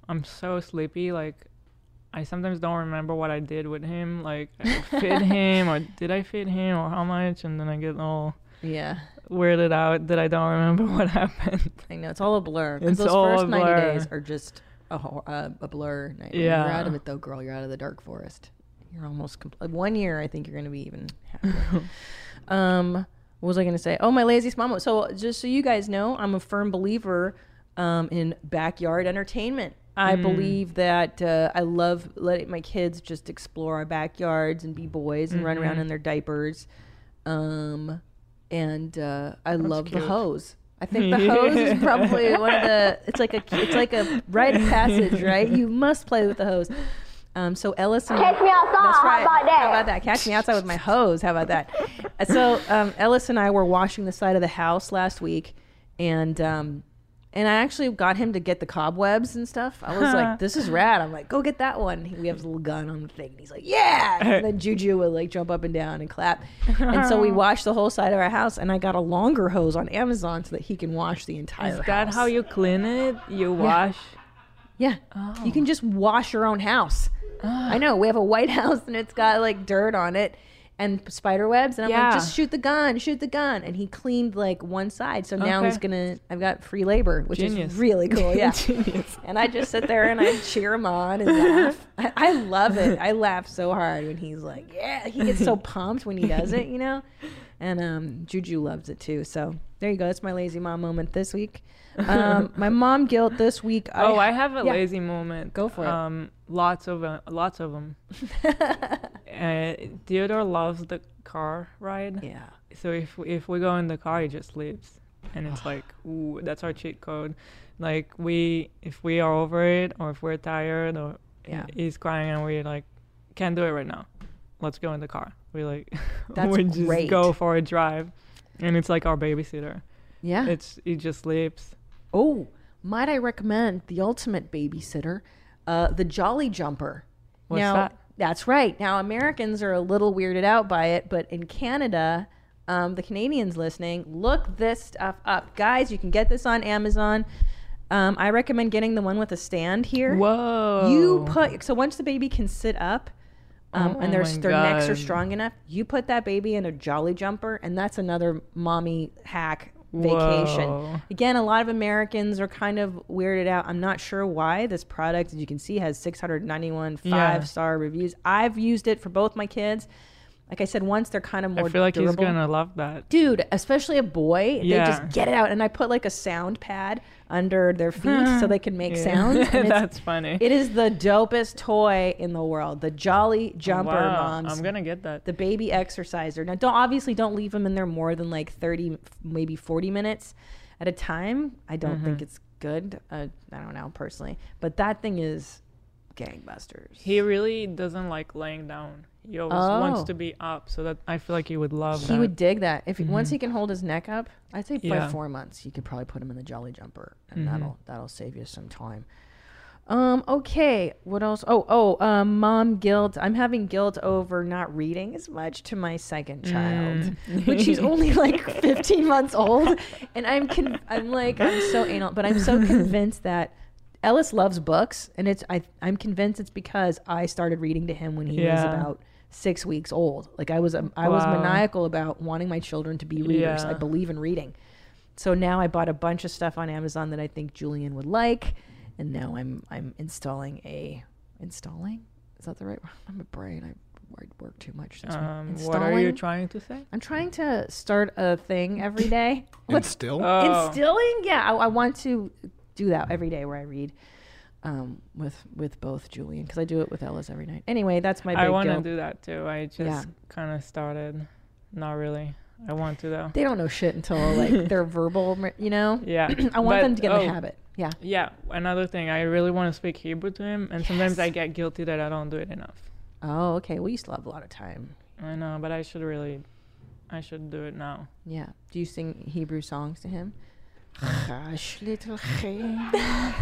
[SPEAKER 4] I'm so sleepy. Like I sometimes don't remember what I did with him. Like
[SPEAKER 3] [laughs]
[SPEAKER 4] I fed him, or did I feed him, or how much, and then I get all
[SPEAKER 3] Yeah.
[SPEAKER 4] weirded out that I don't remember [laughs] what happened.
[SPEAKER 3] I know it's all a blur. 'cause
[SPEAKER 4] It's
[SPEAKER 3] those
[SPEAKER 4] all
[SPEAKER 3] first
[SPEAKER 4] a
[SPEAKER 3] 90
[SPEAKER 4] blur.
[SPEAKER 3] days are just a, hor- uh, a blur. Night.
[SPEAKER 4] Yeah.
[SPEAKER 3] You're out of it though, girl. You're out of the dark forest. You're almost compl- one year. I think you're going to be even.
[SPEAKER 4] [laughs]
[SPEAKER 3] halfway. um, what was I going to say? Oh, my laziest mom. So just so you guys know, I'm a firm believer um, in backyard entertainment. I
[SPEAKER 4] Mm.
[SPEAKER 3] believe that uh, I love letting my kids just explore our backyards and be boys and run around
[SPEAKER 4] Mhm.
[SPEAKER 3] in their diapers. Um, and uh, I
[SPEAKER 4] That's
[SPEAKER 3] love
[SPEAKER 4] cute.
[SPEAKER 3] the hose. I
[SPEAKER 4] [laughs]
[SPEAKER 3] think the hose is probably one of the. It's like a. It's like a rite of passage, right? You must play with the hose. Um, so Ellis and
[SPEAKER 5] Catch me outside,
[SPEAKER 3] That's
[SPEAKER 5] how
[SPEAKER 3] right.
[SPEAKER 5] about that?
[SPEAKER 3] How about that? Catch me outside with my hose. How
[SPEAKER 5] [laughs]
[SPEAKER 3] about that? Uh, so um, Ellis and I were washing the side of the house last week, and um, and I actually got him to get the cobwebs and stuff. I was like, "This is rad." I'm like, "Go get that one." He- We have his little gun on the thing, and he's like, "Yeah!" And then Juju would like jump up and down and clap. And
[SPEAKER 5] [laughs]
[SPEAKER 3] so we washed the whole side of our house, and I got a longer hose on Amazon so that he can wash the entire.
[SPEAKER 4] Is that
[SPEAKER 3] house.
[SPEAKER 4] how you clean it? You wash?
[SPEAKER 3] Yeah. You
[SPEAKER 4] Oh.
[SPEAKER 3] can just wash your own house.
[SPEAKER 4] Ah.
[SPEAKER 3] I know. We have a white [laughs] house and it's got like dirt on it and spider webs. And I'm
[SPEAKER 4] Yeah.
[SPEAKER 3] like, just shoot the gun, shoot the gun. And he cleaned like one side. So now
[SPEAKER 4] Okay.
[SPEAKER 3] he's going to, I've got free labor, which
[SPEAKER 4] Genius.
[SPEAKER 3] is really
[SPEAKER 4] [laughs]
[SPEAKER 3] cool. [laughs] Yeah.
[SPEAKER 4] Genius.
[SPEAKER 3] And I just sit there and I cheer him on and laugh. I, I love it. I laugh so hard when he's like, yeah. He gets so pumped when he does it, you know? And um, Juju loves it too. So there you go. That's my lazy mom moment this week. Um, my mom guilt this week.
[SPEAKER 4] oh, I have a
[SPEAKER 3] yeah.
[SPEAKER 4] lazy moment. Go for
[SPEAKER 3] it.
[SPEAKER 4] Um, lots of uh, lots of
[SPEAKER 3] [laughs]
[SPEAKER 4] them. uh, Theodore loves the car ride.
[SPEAKER 3] Yeah.
[SPEAKER 4] So if if we go in the car, he just sleeps, and
[SPEAKER 3] [sighs]
[SPEAKER 4] it's like, ooh, that's our cheat code. Like we, if we are over it, or if we're tired, or
[SPEAKER 3] Yeah.
[SPEAKER 4] he's crying, and we like can't do it right now. Let's go in the car. We like [laughs]
[SPEAKER 3] That's
[SPEAKER 4] we just
[SPEAKER 3] great.
[SPEAKER 4] go for a drive, and it's like our babysitter.
[SPEAKER 3] Yeah.
[SPEAKER 4] It's he just sleeps.
[SPEAKER 3] Oh, might I recommend the ultimate babysitter, uh, the Jolly Jumper?
[SPEAKER 4] What's
[SPEAKER 3] now,
[SPEAKER 4] that?
[SPEAKER 3] That's right. Now, Americans are a little weirded out by it, but in Canada, um, the Canadians listening, look this stuff up. Guys, you can get this on Amazon. Um, I recommend getting the one with a stand here.
[SPEAKER 4] Whoa.
[SPEAKER 3] You put, so once the baby can sit up, um,
[SPEAKER 4] Oh
[SPEAKER 3] and their,
[SPEAKER 4] my
[SPEAKER 3] their necks are
[SPEAKER 4] God.
[SPEAKER 3] strong enough. You put that baby in a jolly jumper, and that's another mommy hack vacation.
[SPEAKER 4] Whoa.
[SPEAKER 3] Again, a lot of Americans are kind of weirded out. I'm not sure why. This product, as you can see, has 691 five
[SPEAKER 4] Yeah.
[SPEAKER 3] star reviews. I've used it for both my kids. Like I said, once they're kind of more.
[SPEAKER 4] I feel like he's
[SPEAKER 3] durable.
[SPEAKER 4] gonna love that.
[SPEAKER 3] Dude, especially a boy, they
[SPEAKER 4] Yeah.
[SPEAKER 3] just get it out. And I put like a sound pad under their feet
[SPEAKER 4] [gasps]
[SPEAKER 3] so they can make
[SPEAKER 4] Yeah.
[SPEAKER 3] sounds. [laughs] and
[SPEAKER 4] [laughs]
[SPEAKER 3] it's-
[SPEAKER 4] That's funny.
[SPEAKER 3] It is the dopest toy in the world. The Jolly Jumper
[SPEAKER 4] Wow,
[SPEAKER 3] Moms.
[SPEAKER 4] I'm gonna get that.
[SPEAKER 3] The baby exerciser. Now, don't obviously don't leave them in there more than like 30, maybe 40 minutes at a time. I don't think
[SPEAKER 4] Mm-hmm.
[SPEAKER 3] it's good. Uh, I don't know personally, but that thing is gangbusters.
[SPEAKER 4] He really doesn't like laying down. He always wants
[SPEAKER 3] Oh.
[SPEAKER 4] to be up, so that I feel like he would love
[SPEAKER 3] He
[SPEAKER 4] that.
[SPEAKER 3] would dig that if he once
[SPEAKER 4] Mhm.
[SPEAKER 3] he can hold his neck up. I'd say by
[SPEAKER 4] Yeah.
[SPEAKER 3] four months, you could probably put him in the Jolly Jumper, and
[SPEAKER 4] Mhm.
[SPEAKER 3] that'll that'll save you some time. Um. Okay. What else? Oh. Oh. Um. Mom guilt. I'm having guilt over not reading as much to my second child,
[SPEAKER 4] Mm.
[SPEAKER 3] but
[SPEAKER 4] [laughs]
[SPEAKER 3] she's only like 15 months old, and I'm con- I'm like I'm so anal, but
[SPEAKER 4] [laughs]
[SPEAKER 3] I'm so convinced that Ellis loves books, and it's I I'm convinced it's because I started reading to him when he was
[SPEAKER 4] Yeah.
[SPEAKER 3] about six weeks old. Like I was um, I was
[SPEAKER 4] Wow.
[SPEAKER 3] maniacal about wanting my children to be readers.
[SPEAKER 4] Yeah.
[SPEAKER 3] I believe in reading. So now I bought a bunch of stuff on Amazon that I think Julian would like, and now I'm I'm installing a installing. Is that the right? [laughs] I'm a brain. I, I work too much. This week.
[SPEAKER 4] Um, what are you
[SPEAKER 3] Installing?
[SPEAKER 4] trying to say?
[SPEAKER 3] I'm trying to start a thing every day. What's
[SPEAKER 1] Instill?
[SPEAKER 4] [laughs] Oh.
[SPEAKER 3] instilling? Yeah, I, I want to do that every day where I read um, with with both Julian because I do it with Ellis every night. Anyway, that's my. Big
[SPEAKER 4] I want to
[SPEAKER 3] guilt.
[SPEAKER 4] do that too. I just
[SPEAKER 3] Yeah.
[SPEAKER 4] kind of started. Not really. I want to though.
[SPEAKER 3] They don't know shit until
[SPEAKER 4] [laughs]
[SPEAKER 3] like they're verbal, you know.
[SPEAKER 4] Yeah.
[SPEAKER 3] [clears throat] I want
[SPEAKER 4] But-
[SPEAKER 3] them to get in
[SPEAKER 4] oh.
[SPEAKER 3] the habit. Yeah.
[SPEAKER 4] Yeah. Another thing, I really want to speak Hebrew to him, and sometimes I
[SPEAKER 3] Yes.
[SPEAKER 4] get guilty that I don't do it enough.
[SPEAKER 3] Oh, okay. Well, you still have a lot of time.
[SPEAKER 4] I know, but I should really, I should do it now.
[SPEAKER 3] Yeah. Do you sing Hebrew songs to him? Hush, little hen.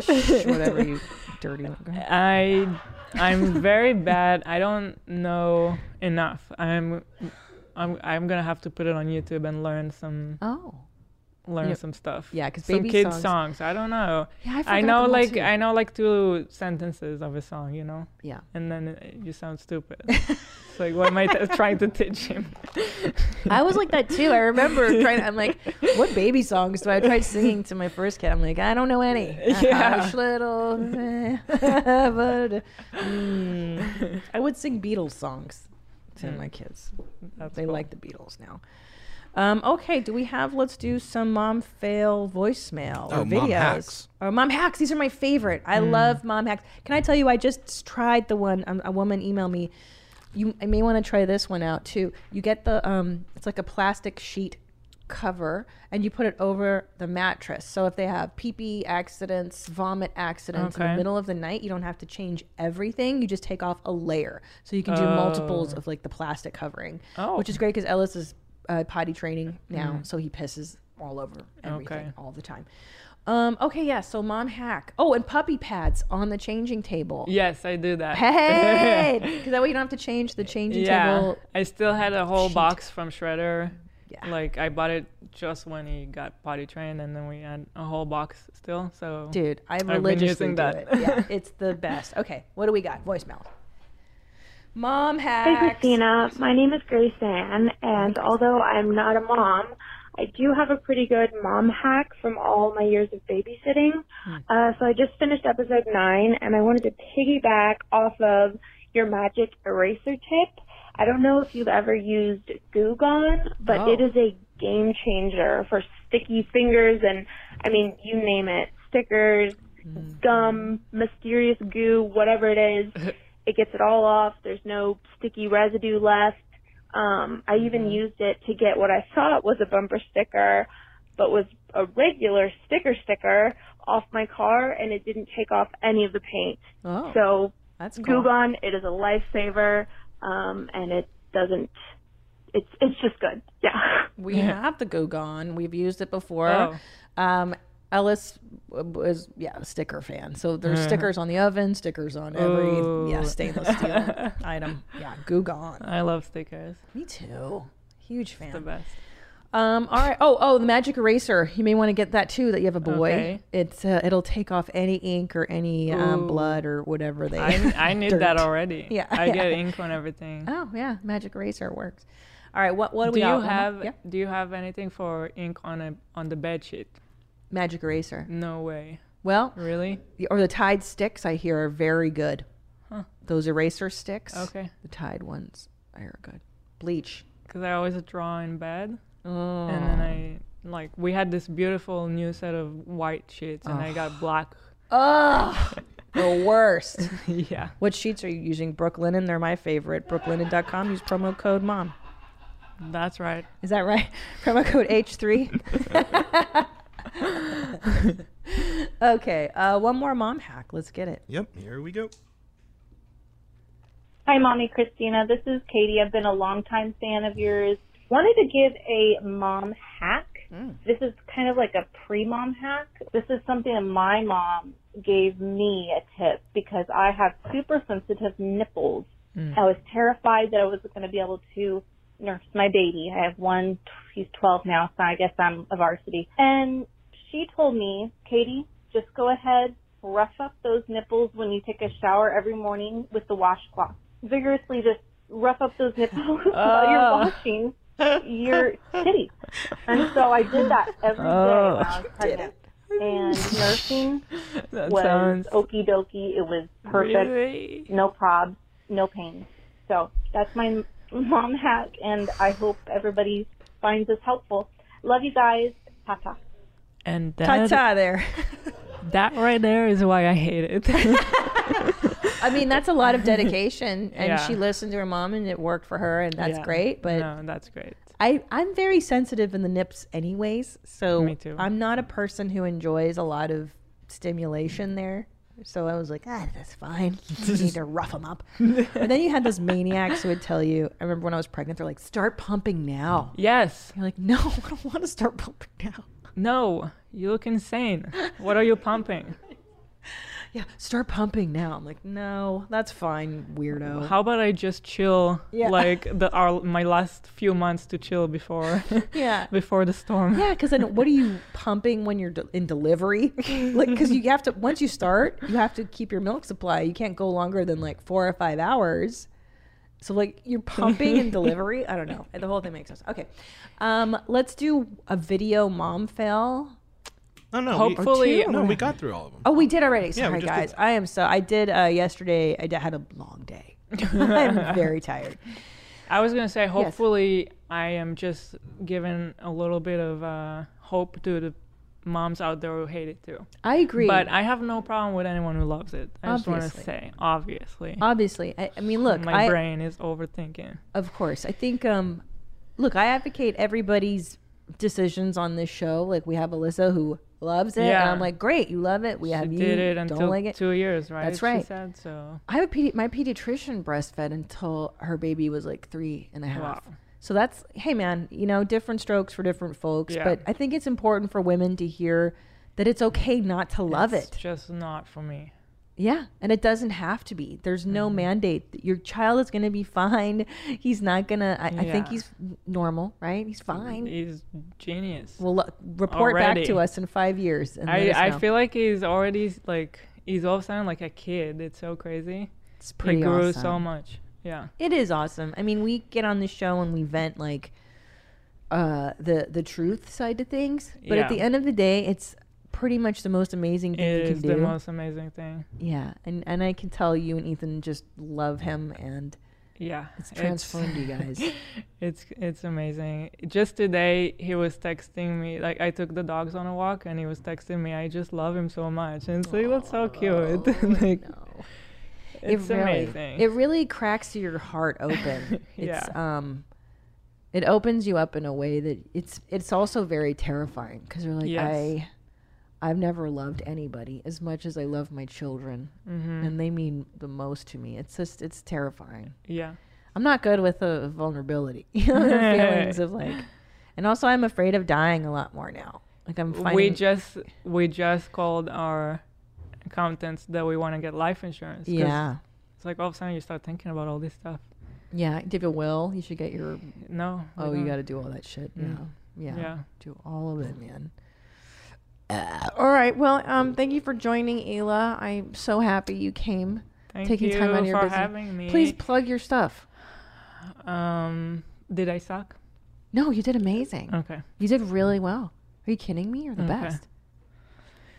[SPEAKER 3] Chumash, [laughs] Whatever you dirty little girl.
[SPEAKER 4] I I'm
[SPEAKER 3] [laughs]
[SPEAKER 4] very bad. I don't know enough. I'm I'm I'm gonna have to put it on YouTube and learn some
[SPEAKER 3] Oh.
[SPEAKER 4] learn
[SPEAKER 3] Yeah.
[SPEAKER 4] some stuff.
[SPEAKER 3] Yeah, 'cause
[SPEAKER 4] some
[SPEAKER 3] baby
[SPEAKER 4] kids
[SPEAKER 3] songs-
[SPEAKER 4] I don't know.
[SPEAKER 3] Yeah, I
[SPEAKER 4] I
[SPEAKER 3] forgot
[SPEAKER 4] know
[SPEAKER 3] them all
[SPEAKER 4] like
[SPEAKER 3] too.
[SPEAKER 4] I know like two sentences of a song, you know.
[SPEAKER 3] Yeah.
[SPEAKER 4] And then it, you sound
[SPEAKER 3] [laughs]
[SPEAKER 4] stupid. it's like what am I t- trying to teach him?
[SPEAKER 3] I was like that too. I remember [laughs] trying. I'm like, what baby songs do I try singing to my first kid? I'm like, I don't know any. [laughs]
[SPEAKER 4] Yeah.
[SPEAKER 3] Hush, little. [laughs] Mm. I would sing Beatles songs to my kids.
[SPEAKER 4] That's
[SPEAKER 3] they
[SPEAKER 4] cool.
[SPEAKER 3] like the Beatles now. Um, okay, do we have? Let's do some mom fail voicemail or
[SPEAKER 1] Oh,
[SPEAKER 3] videos.
[SPEAKER 1] mom hacks.
[SPEAKER 3] Or mom hacks. These are my favorite. I love mom hacks. Can I tell you? I just tried the one. Um, a woman emailed me. You I may want to try this one out too. You get the um, it's like a plastic sheet cover and you put it over the mattress. So if they have pee pee accidents, vomit accidents in
[SPEAKER 4] Okay.
[SPEAKER 3] the middle of the night, you don't have to change everything. You just take off a layer. So you can do multiples
[SPEAKER 4] Oh.
[SPEAKER 3] of like the plastic covering,
[SPEAKER 4] Oh.
[SPEAKER 3] which is great because Ellis is uh, potty training now.
[SPEAKER 4] Mhm.
[SPEAKER 3] So he pisses all over everything
[SPEAKER 4] Okay.
[SPEAKER 3] all the time. Um, okay, yeah. So mom hack. Oh, and puppy pads on the changing table.
[SPEAKER 4] Yes, I do that.
[SPEAKER 3] Hey, [laughs] because that way you don't have to change the changing
[SPEAKER 4] yeah,
[SPEAKER 3] table.
[SPEAKER 4] I still had a whole box from Shredder. Like I bought it just when he got potty trained, and then we had a whole box still. So
[SPEAKER 3] Dude, I
[SPEAKER 4] I've been
[SPEAKER 3] religiously
[SPEAKER 4] using
[SPEAKER 3] do
[SPEAKER 4] that.
[SPEAKER 3] it.
[SPEAKER 4] [laughs]
[SPEAKER 3] Yeah, it's the best. Okay, what do we got? Voicemail. Mom
[SPEAKER 8] Hi,
[SPEAKER 3] hack.
[SPEAKER 8] Christina. My name is Grace Ann, and although I'm not a mom, I do have a pretty good mom hack from all my years of babysitting. Uh, so I just finished episode nine, and I wanted to piggyback off of your magic eraser tip. I don't know if you've ever used Goo Gone, but
[SPEAKER 11] Oh.
[SPEAKER 8] it is a game changer for sticky fingers, and I mean, you name it stickers, gum, mysterious goo, whatever it is. it gets it all off. There's no sticky residue left. Um,
[SPEAKER 3] Mm-hmm.
[SPEAKER 8] I even used it to get what I thought was a bumper sticker, but was a regular sticker sticker off my car, and it didn't take off any of the paint.
[SPEAKER 3] Oh,
[SPEAKER 8] so
[SPEAKER 3] that's
[SPEAKER 8] Goo Gone, it is a lifesaver, um, and it doesn't. It's it's just good. Yeah. [laughs]
[SPEAKER 3] We have the Goo Gone. We've used it before.
[SPEAKER 8] Oh.
[SPEAKER 3] Um, Ellis was yeah a sticker fan, so there's
[SPEAKER 4] Mhm.
[SPEAKER 3] stickers on the oven, stickers on every yeah
[SPEAKER 4] Ooh.
[SPEAKER 3] stainless
[SPEAKER 4] [laughs]
[SPEAKER 3] steel [laughs] item. Yeah, Goo Gone.
[SPEAKER 4] I love stickers.
[SPEAKER 3] Me too. Huge fan.
[SPEAKER 4] the best.
[SPEAKER 3] Um, all right. Oh, oh, the magic eraser. You may want to get that too. That you have a boy.
[SPEAKER 4] Okay.
[SPEAKER 3] It's uh, it'll take off any ink or any um,
[SPEAKER 4] Ooh.
[SPEAKER 3] blood or whatever [laughs] they.
[SPEAKER 4] I, I need that
[SPEAKER 3] dirt.
[SPEAKER 4] already.
[SPEAKER 3] [laughs] Yeah,
[SPEAKER 4] I
[SPEAKER 3] yeah.
[SPEAKER 4] get ink on everything.
[SPEAKER 3] Oh yeah, magic eraser works. All right. What what do,
[SPEAKER 4] do
[SPEAKER 3] we
[SPEAKER 4] you
[SPEAKER 3] got? One more?
[SPEAKER 4] have?
[SPEAKER 3] Yeah.
[SPEAKER 4] Do you have anything for ink on a on the bed sheet?
[SPEAKER 3] magic eraser?
[SPEAKER 4] No way.
[SPEAKER 3] Well,
[SPEAKER 4] really,
[SPEAKER 3] or the Tide sticks I hear are very good.
[SPEAKER 4] Huh. Oh.
[SPEAKER 3] Those eraser sticks.
[SPEAKER 4] Okay.
[SPEAKER 3] The Tide ones I hear are good. Bleach.
[SPEAKER 4] Because I always draw in bed,
[SPEAKER 3] Oh.
[SPEAKER 4] and then I like we had this beautiful new set of white sheets, and I got black. [laughs]
[SPEAKER 3] Oh, the worst.
[SPEAKER 4] yeah.
[SPEAKER 3] What sheets are you using? Brooklinen. They're my favorite. Brooklinen.com. Use promo code mom.
[SPEAKER 4] That's right.
[SPEAKER 3] Is that right? [laughs] Promo code H3. [laughs] okay. Uh, one more mom hack. Let's get it.
[SPEAKER 1] Yep, here we go.
[SPEAKER 11] Hi, Mommy Christina. This is Katie. I've been a longtime fan of yours. Wanted to give a mom hack. This is kind of like a pre mom hack. This is something that my mom gave me a tip because I have super sensitive nipples. I was terrified that I wasn't going to be able to nurse my baby. I have one, he's 12 now, so I guess I'm a varsity. And she told me, Katie, just go ahead, rough up those nipples when you take a shower every morning with the washcloth. Vigorously just rough up those nipples [laughs] while you're
[SPEAKER 8] Oh.
[SPEAKER 11] washing your titty. And so I did that every day
[SPEAKER 8] Oh.
[SPEAKER 11] when I was pregnant. And nursing
[SPEAKER 8] That
[SPEAKER 11] was
[SPEAKER 8] sounds-
[SPEAKER 11] okie dokie. It was perfect.
[SPEAKER 8] Really?
[SPEAKER 11] No probs, no pain. So that's my mom hack, and I hope everybody finds this helpful. Love you guys. Ta ta.
[SPEAKER 4] And
[SPEAKER 3] Ta
[SPEAKER 4] that
[SPEAKER 3] ta there.
[SPEAKER 4] that right there is why I hate it.
[SPEAKER 3] I mean, that's a
[SPEAKER 4] [laughs]
[SPEAKER 3] lot of dedication. And
[SPEAKER 4] Yeah.
[SPEAKER 3] she listened to her mom and it worked for her. And that's
[SPEAKER 4] Yeah.
[SPEAKER 3] great.
[SPEAKER 4] [laughs]
[SPEAKER 3] But
[SPEAKER 4] [laughs] no, that's great.
[SPEAKER 3] I, I'm very sensitive in the nips, anyways. So
[SPEAKER 4] Me too.
[SPEAKER 3] I'm not a person who enjoys a lot of stimulation there. So I was like, ah, that's fine. You need to rough
[SPEAKER 4] [laughs]
[SPEAKER 3] them up. but then you had those maniacs who would tell you, I remember when I was pregnant, they're like, start pumping now.
[SPEAKER 4] Yes.
[SPEAKER 3] You're like, no, [laughs] I don't want to start pumping now.
[SPEAKER 4] No, you look insane. What are you pumping?
[SPEAKER 3] Yeah, start pumping now. I'm like, no, that's fine, weirdo.
[SPEAKER 4] How about I just chill,
[SPEAKER 3] Yeah.
[SPEAKER 4] like the our, my last few months to chill before, [laughs]
[SPEAKER 3] Yeah. [laughs]
[SPEAKER 4] before the storm.
[SPEAKER 3] Yeah, because then what are you pumping when you're de- in delivery? [laughs] Like, because you have to once you start, you have to keep your milk supply. You can't go longer than like four or five hours. So like you're pumping [laughs] in delivery. I don't know. The whole thing makes sense. Okay, um, let's do a video mom fail.
[SPEAKER 1] Oh, No, no. we-
[SPEAKER 3] Hopefully-
[SPEAKER 1] no, we got through all of them.
[SPEAKER 3] Oh, we did
[SPEAKER 1] Yeah,
[SPEAKER 3] already.
[SPEAKER 1] we
[SPEAKER 3] Sorry,
[SPEAKER 1] just did
[SPEAKER 3] guys. I am so. I did uh, yesterday. I d- had a long day. [laughs] I'm very tired.
[SPEAKER 4] I was gonna say, hopefully, I am just giving a little bit of uh, hope to the moms out there who hate it too.
[SPEAKER 3] I agree.
[SPEAKER 4] but I have no problem with anyone who loves it. I just want to
[SPEAKER 3] Obviously.
[SPEAKER 4] say, obviously,
[SPEAKER 3] Obviously, I, I mean, look,
[SPEAKER 4] my
[SPEAKER 3] I-
[SPEAKER 4] brain is overthinking.
[SPEAKER 3] Of course. I think um look, I advocate everybody's decisions on this show. Like we have Alyssa who loves it, and
[SPEAKER 4] Yeah.
[SPEAKER 3] I'm like, great, you love it. We have you
[SPEAKER 4] did it
[SPEAKER 3] don't
[SPEAKER 4] until
[SPEAKER 3] like it.
[SPEAKER 4] two years, right?
[SPEAKER 3] That's
[SPEAKER 4] She
[SPEAKER 3] right.
[SPEAKER 4] said, so-
[SPEAKER 3] I have a pedi- my pediatrician breastfed until her baby was like three and a half.
[SPEAKER 4] Wow.
[SPEAKER 3] So that's hey man, you know, different strokes for different folks.
[SPEAKER 4] Yeah.
[SPEAKER 3] But I think it's important for women to hear that it's okay not to love it.
[SPEAKER 4] It's just not for me.
[SPEAKER 3] Yeah, and it doesn't have to be. There's
[SPEAKER 4] Mm-hmm.
[SPEAKER 3] no mandate. that Your child is going to be fine. [laughs] He's not going to. I, I think
[SPEAKER 4] Yeah.
[SPEAKER 3] he's normal, right? He's fine.
[SPEAKER 4] He's genius.
[SPEAKER 3] Well, look, report back to
[SPEAKER 4] Already.
[SPEAKER 3] us in five years. And
[SPEAKER 4] I,
[SPEAKER 3] let us
[SPEAKER 4] I
[SPEAKER 3] know.
[SPEAKER 4] feel like he's already like he's all of a sudden like a kid. It's so crazy.
[SPEAKER 3] It's pretty
[SPEAKER 4] He grew so
[SPEAKER 3] awesome.
[SPEAKER 4] much. Yeah.
[SPEAKER 3] It is awesome. I mean, we get on the show and we vent like uh, the the truth side to things, but at
[SPEAKER 4] Yeah.
[SPEAKER 3] the end of the day, it's pretty much the most amazing thing
[SPEAKER 4] It
[SPEAKER 3] you can
[SPEAKER 4] is
[SPEAKER 3] do.
[SPEAKER 4] the most amazing thing.
[SPEAKER 3] yeah, and and I can tell you and Ethan just love him and
[SPEAKER 4] Yeah.
[SPEAKER 3] it's transformed you guys.
[SPEAKER 4] It's it's amazing. Just today he was texting me like I took the dogs on a walk and he was texting me I just love him so much and it's like that's so cute. [laughs] like It's
[SPEAKER 3] Oh, it really,
[SPEAKER 4] amazing.
[SPEAKER 3] It really cracks
[SPEAKER 4] [laughs]
[SPEAKER 3] your heart open. It's um it opens you up in a way that it's it's also very terrifying because you're like
[SPEAKER 4] Yes.
[SPEAKER 3] I I've never loved anybody as much as I love my children
[SPEAKER 4] Mhm.
[SPEAKER 3] and they mean the most to me. It's just it's terrifying.
[SPEAKER 4] Yeah.
[SPEAKER 3] I'm not good with the vulnerability. [laughs] You know, the feelings of like and also I'm afraid of dying a lot more now. Like I'm finding
[SPEAKER 4] we just we just called our accountants that we want to get life insurance. 'cause
[SPEAKER 3] Yeah.
[SPEAKER 4] It's like all of a sudden you start thinking about all this stuff.
[SPEAKER 3] Yeah, do you have a will? You should get your
[SPEAKER 4] no. we
[SPEAKER 3] Oh, you
[SPEAKER 4] don't.
[SPEAKER 3] got to do all that shit.
[SPEAKER 4] Mm.
[SPEAKER 3] Yeah, yeah,
[SPEAKER 4] Yeah.
[SPEAKER 3] do all of it, man. Uh, all right. Well, um, thank you for joining, Ela. I'm so happy you came,
[SPEAKER 4] Thank
[SPEAKER 3] taking time
[SPEAKER 4] you
[SPEAKER 3] out of your
[SPEAKER 4] for
[SPEAKER 3] busy.
[SPEAKER 4] having me.
[SPEAKER 3] Please plug your stuff.
[SPEAKER 4] Um, did I suck?
[SPEAKER 3] No, you did amazing.
[SPEAKER 4] Okay.
[SPEAKER 3] you did really well. Are you kidding me? You're the
[SPEAKER 4] Oh. Okay.
[SPEAKER 3] best.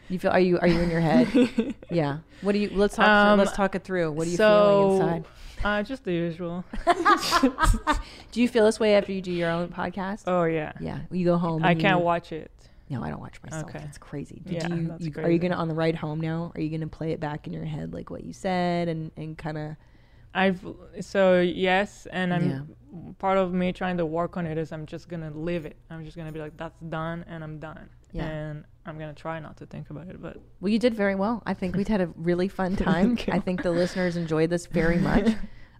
[SPEAKER 3] You feel? Are you? Are you in
[SPEAKER 4] [laughs]
[SPEAKER 3] your head? yeah. What do you? Let's talk.
[SPEAKER 4] Um,
[SPEAKER 3] through, let's talk it through. What are you
[SPEAKER 4] so,
[SPEAKER 3] feeling inside?
[SPEAKER 4] Uh, just the
[SPEAKER 3] [laughs]
[SPEAKER 4] usual.
[SPEAKER 3] do you feel this way after you do your own podcast?
[SPEAKER 4] Oh yeah.
[SPEAKER 3] Yeah. You go home.
[SPEAKER 4] I
[SPEAKER 3] and
[SPEAKER 4] can't
[SPEAKER 3] you-
[SPEAKER 4] watch it.
[SPEAKER 3] No, I don't watch myself. Okay. That's crazy. Did
[SPEAKER 4] Yeah,
[SPEAKER 3] you,
[SPEAKER 4] that's
[SPEAKER 3] you- Are
[SPEAKER 4] crazy.
[SPEAKER 3] you gonna on the ride home now? Are you gonna play it back in your head like what you said and and kind of?
[SPEAKER 4] I've so yes, and I'm
[SPEAKER 3] Yeah.
[SPEAKER 4] part of me trying to work on it is I'm just gonna live it. I'm just gonna be like that's done and I'm done.
[SPEAKER 3] Yeah.
[SPEAKER 4] And I'm gonna try not to think about it, but
[SPEAKER 3] Well, you did very well. I think we'd had a really fun
[SPEAKER 4] [laughs]
[SPEAKER 3] time.
[SPEAKER 4] Thank you.
[SPEAKER 3] I think the listeners enjoyed this very
[SPEAKER 4] [laughs]
[SPEAKER 3] much.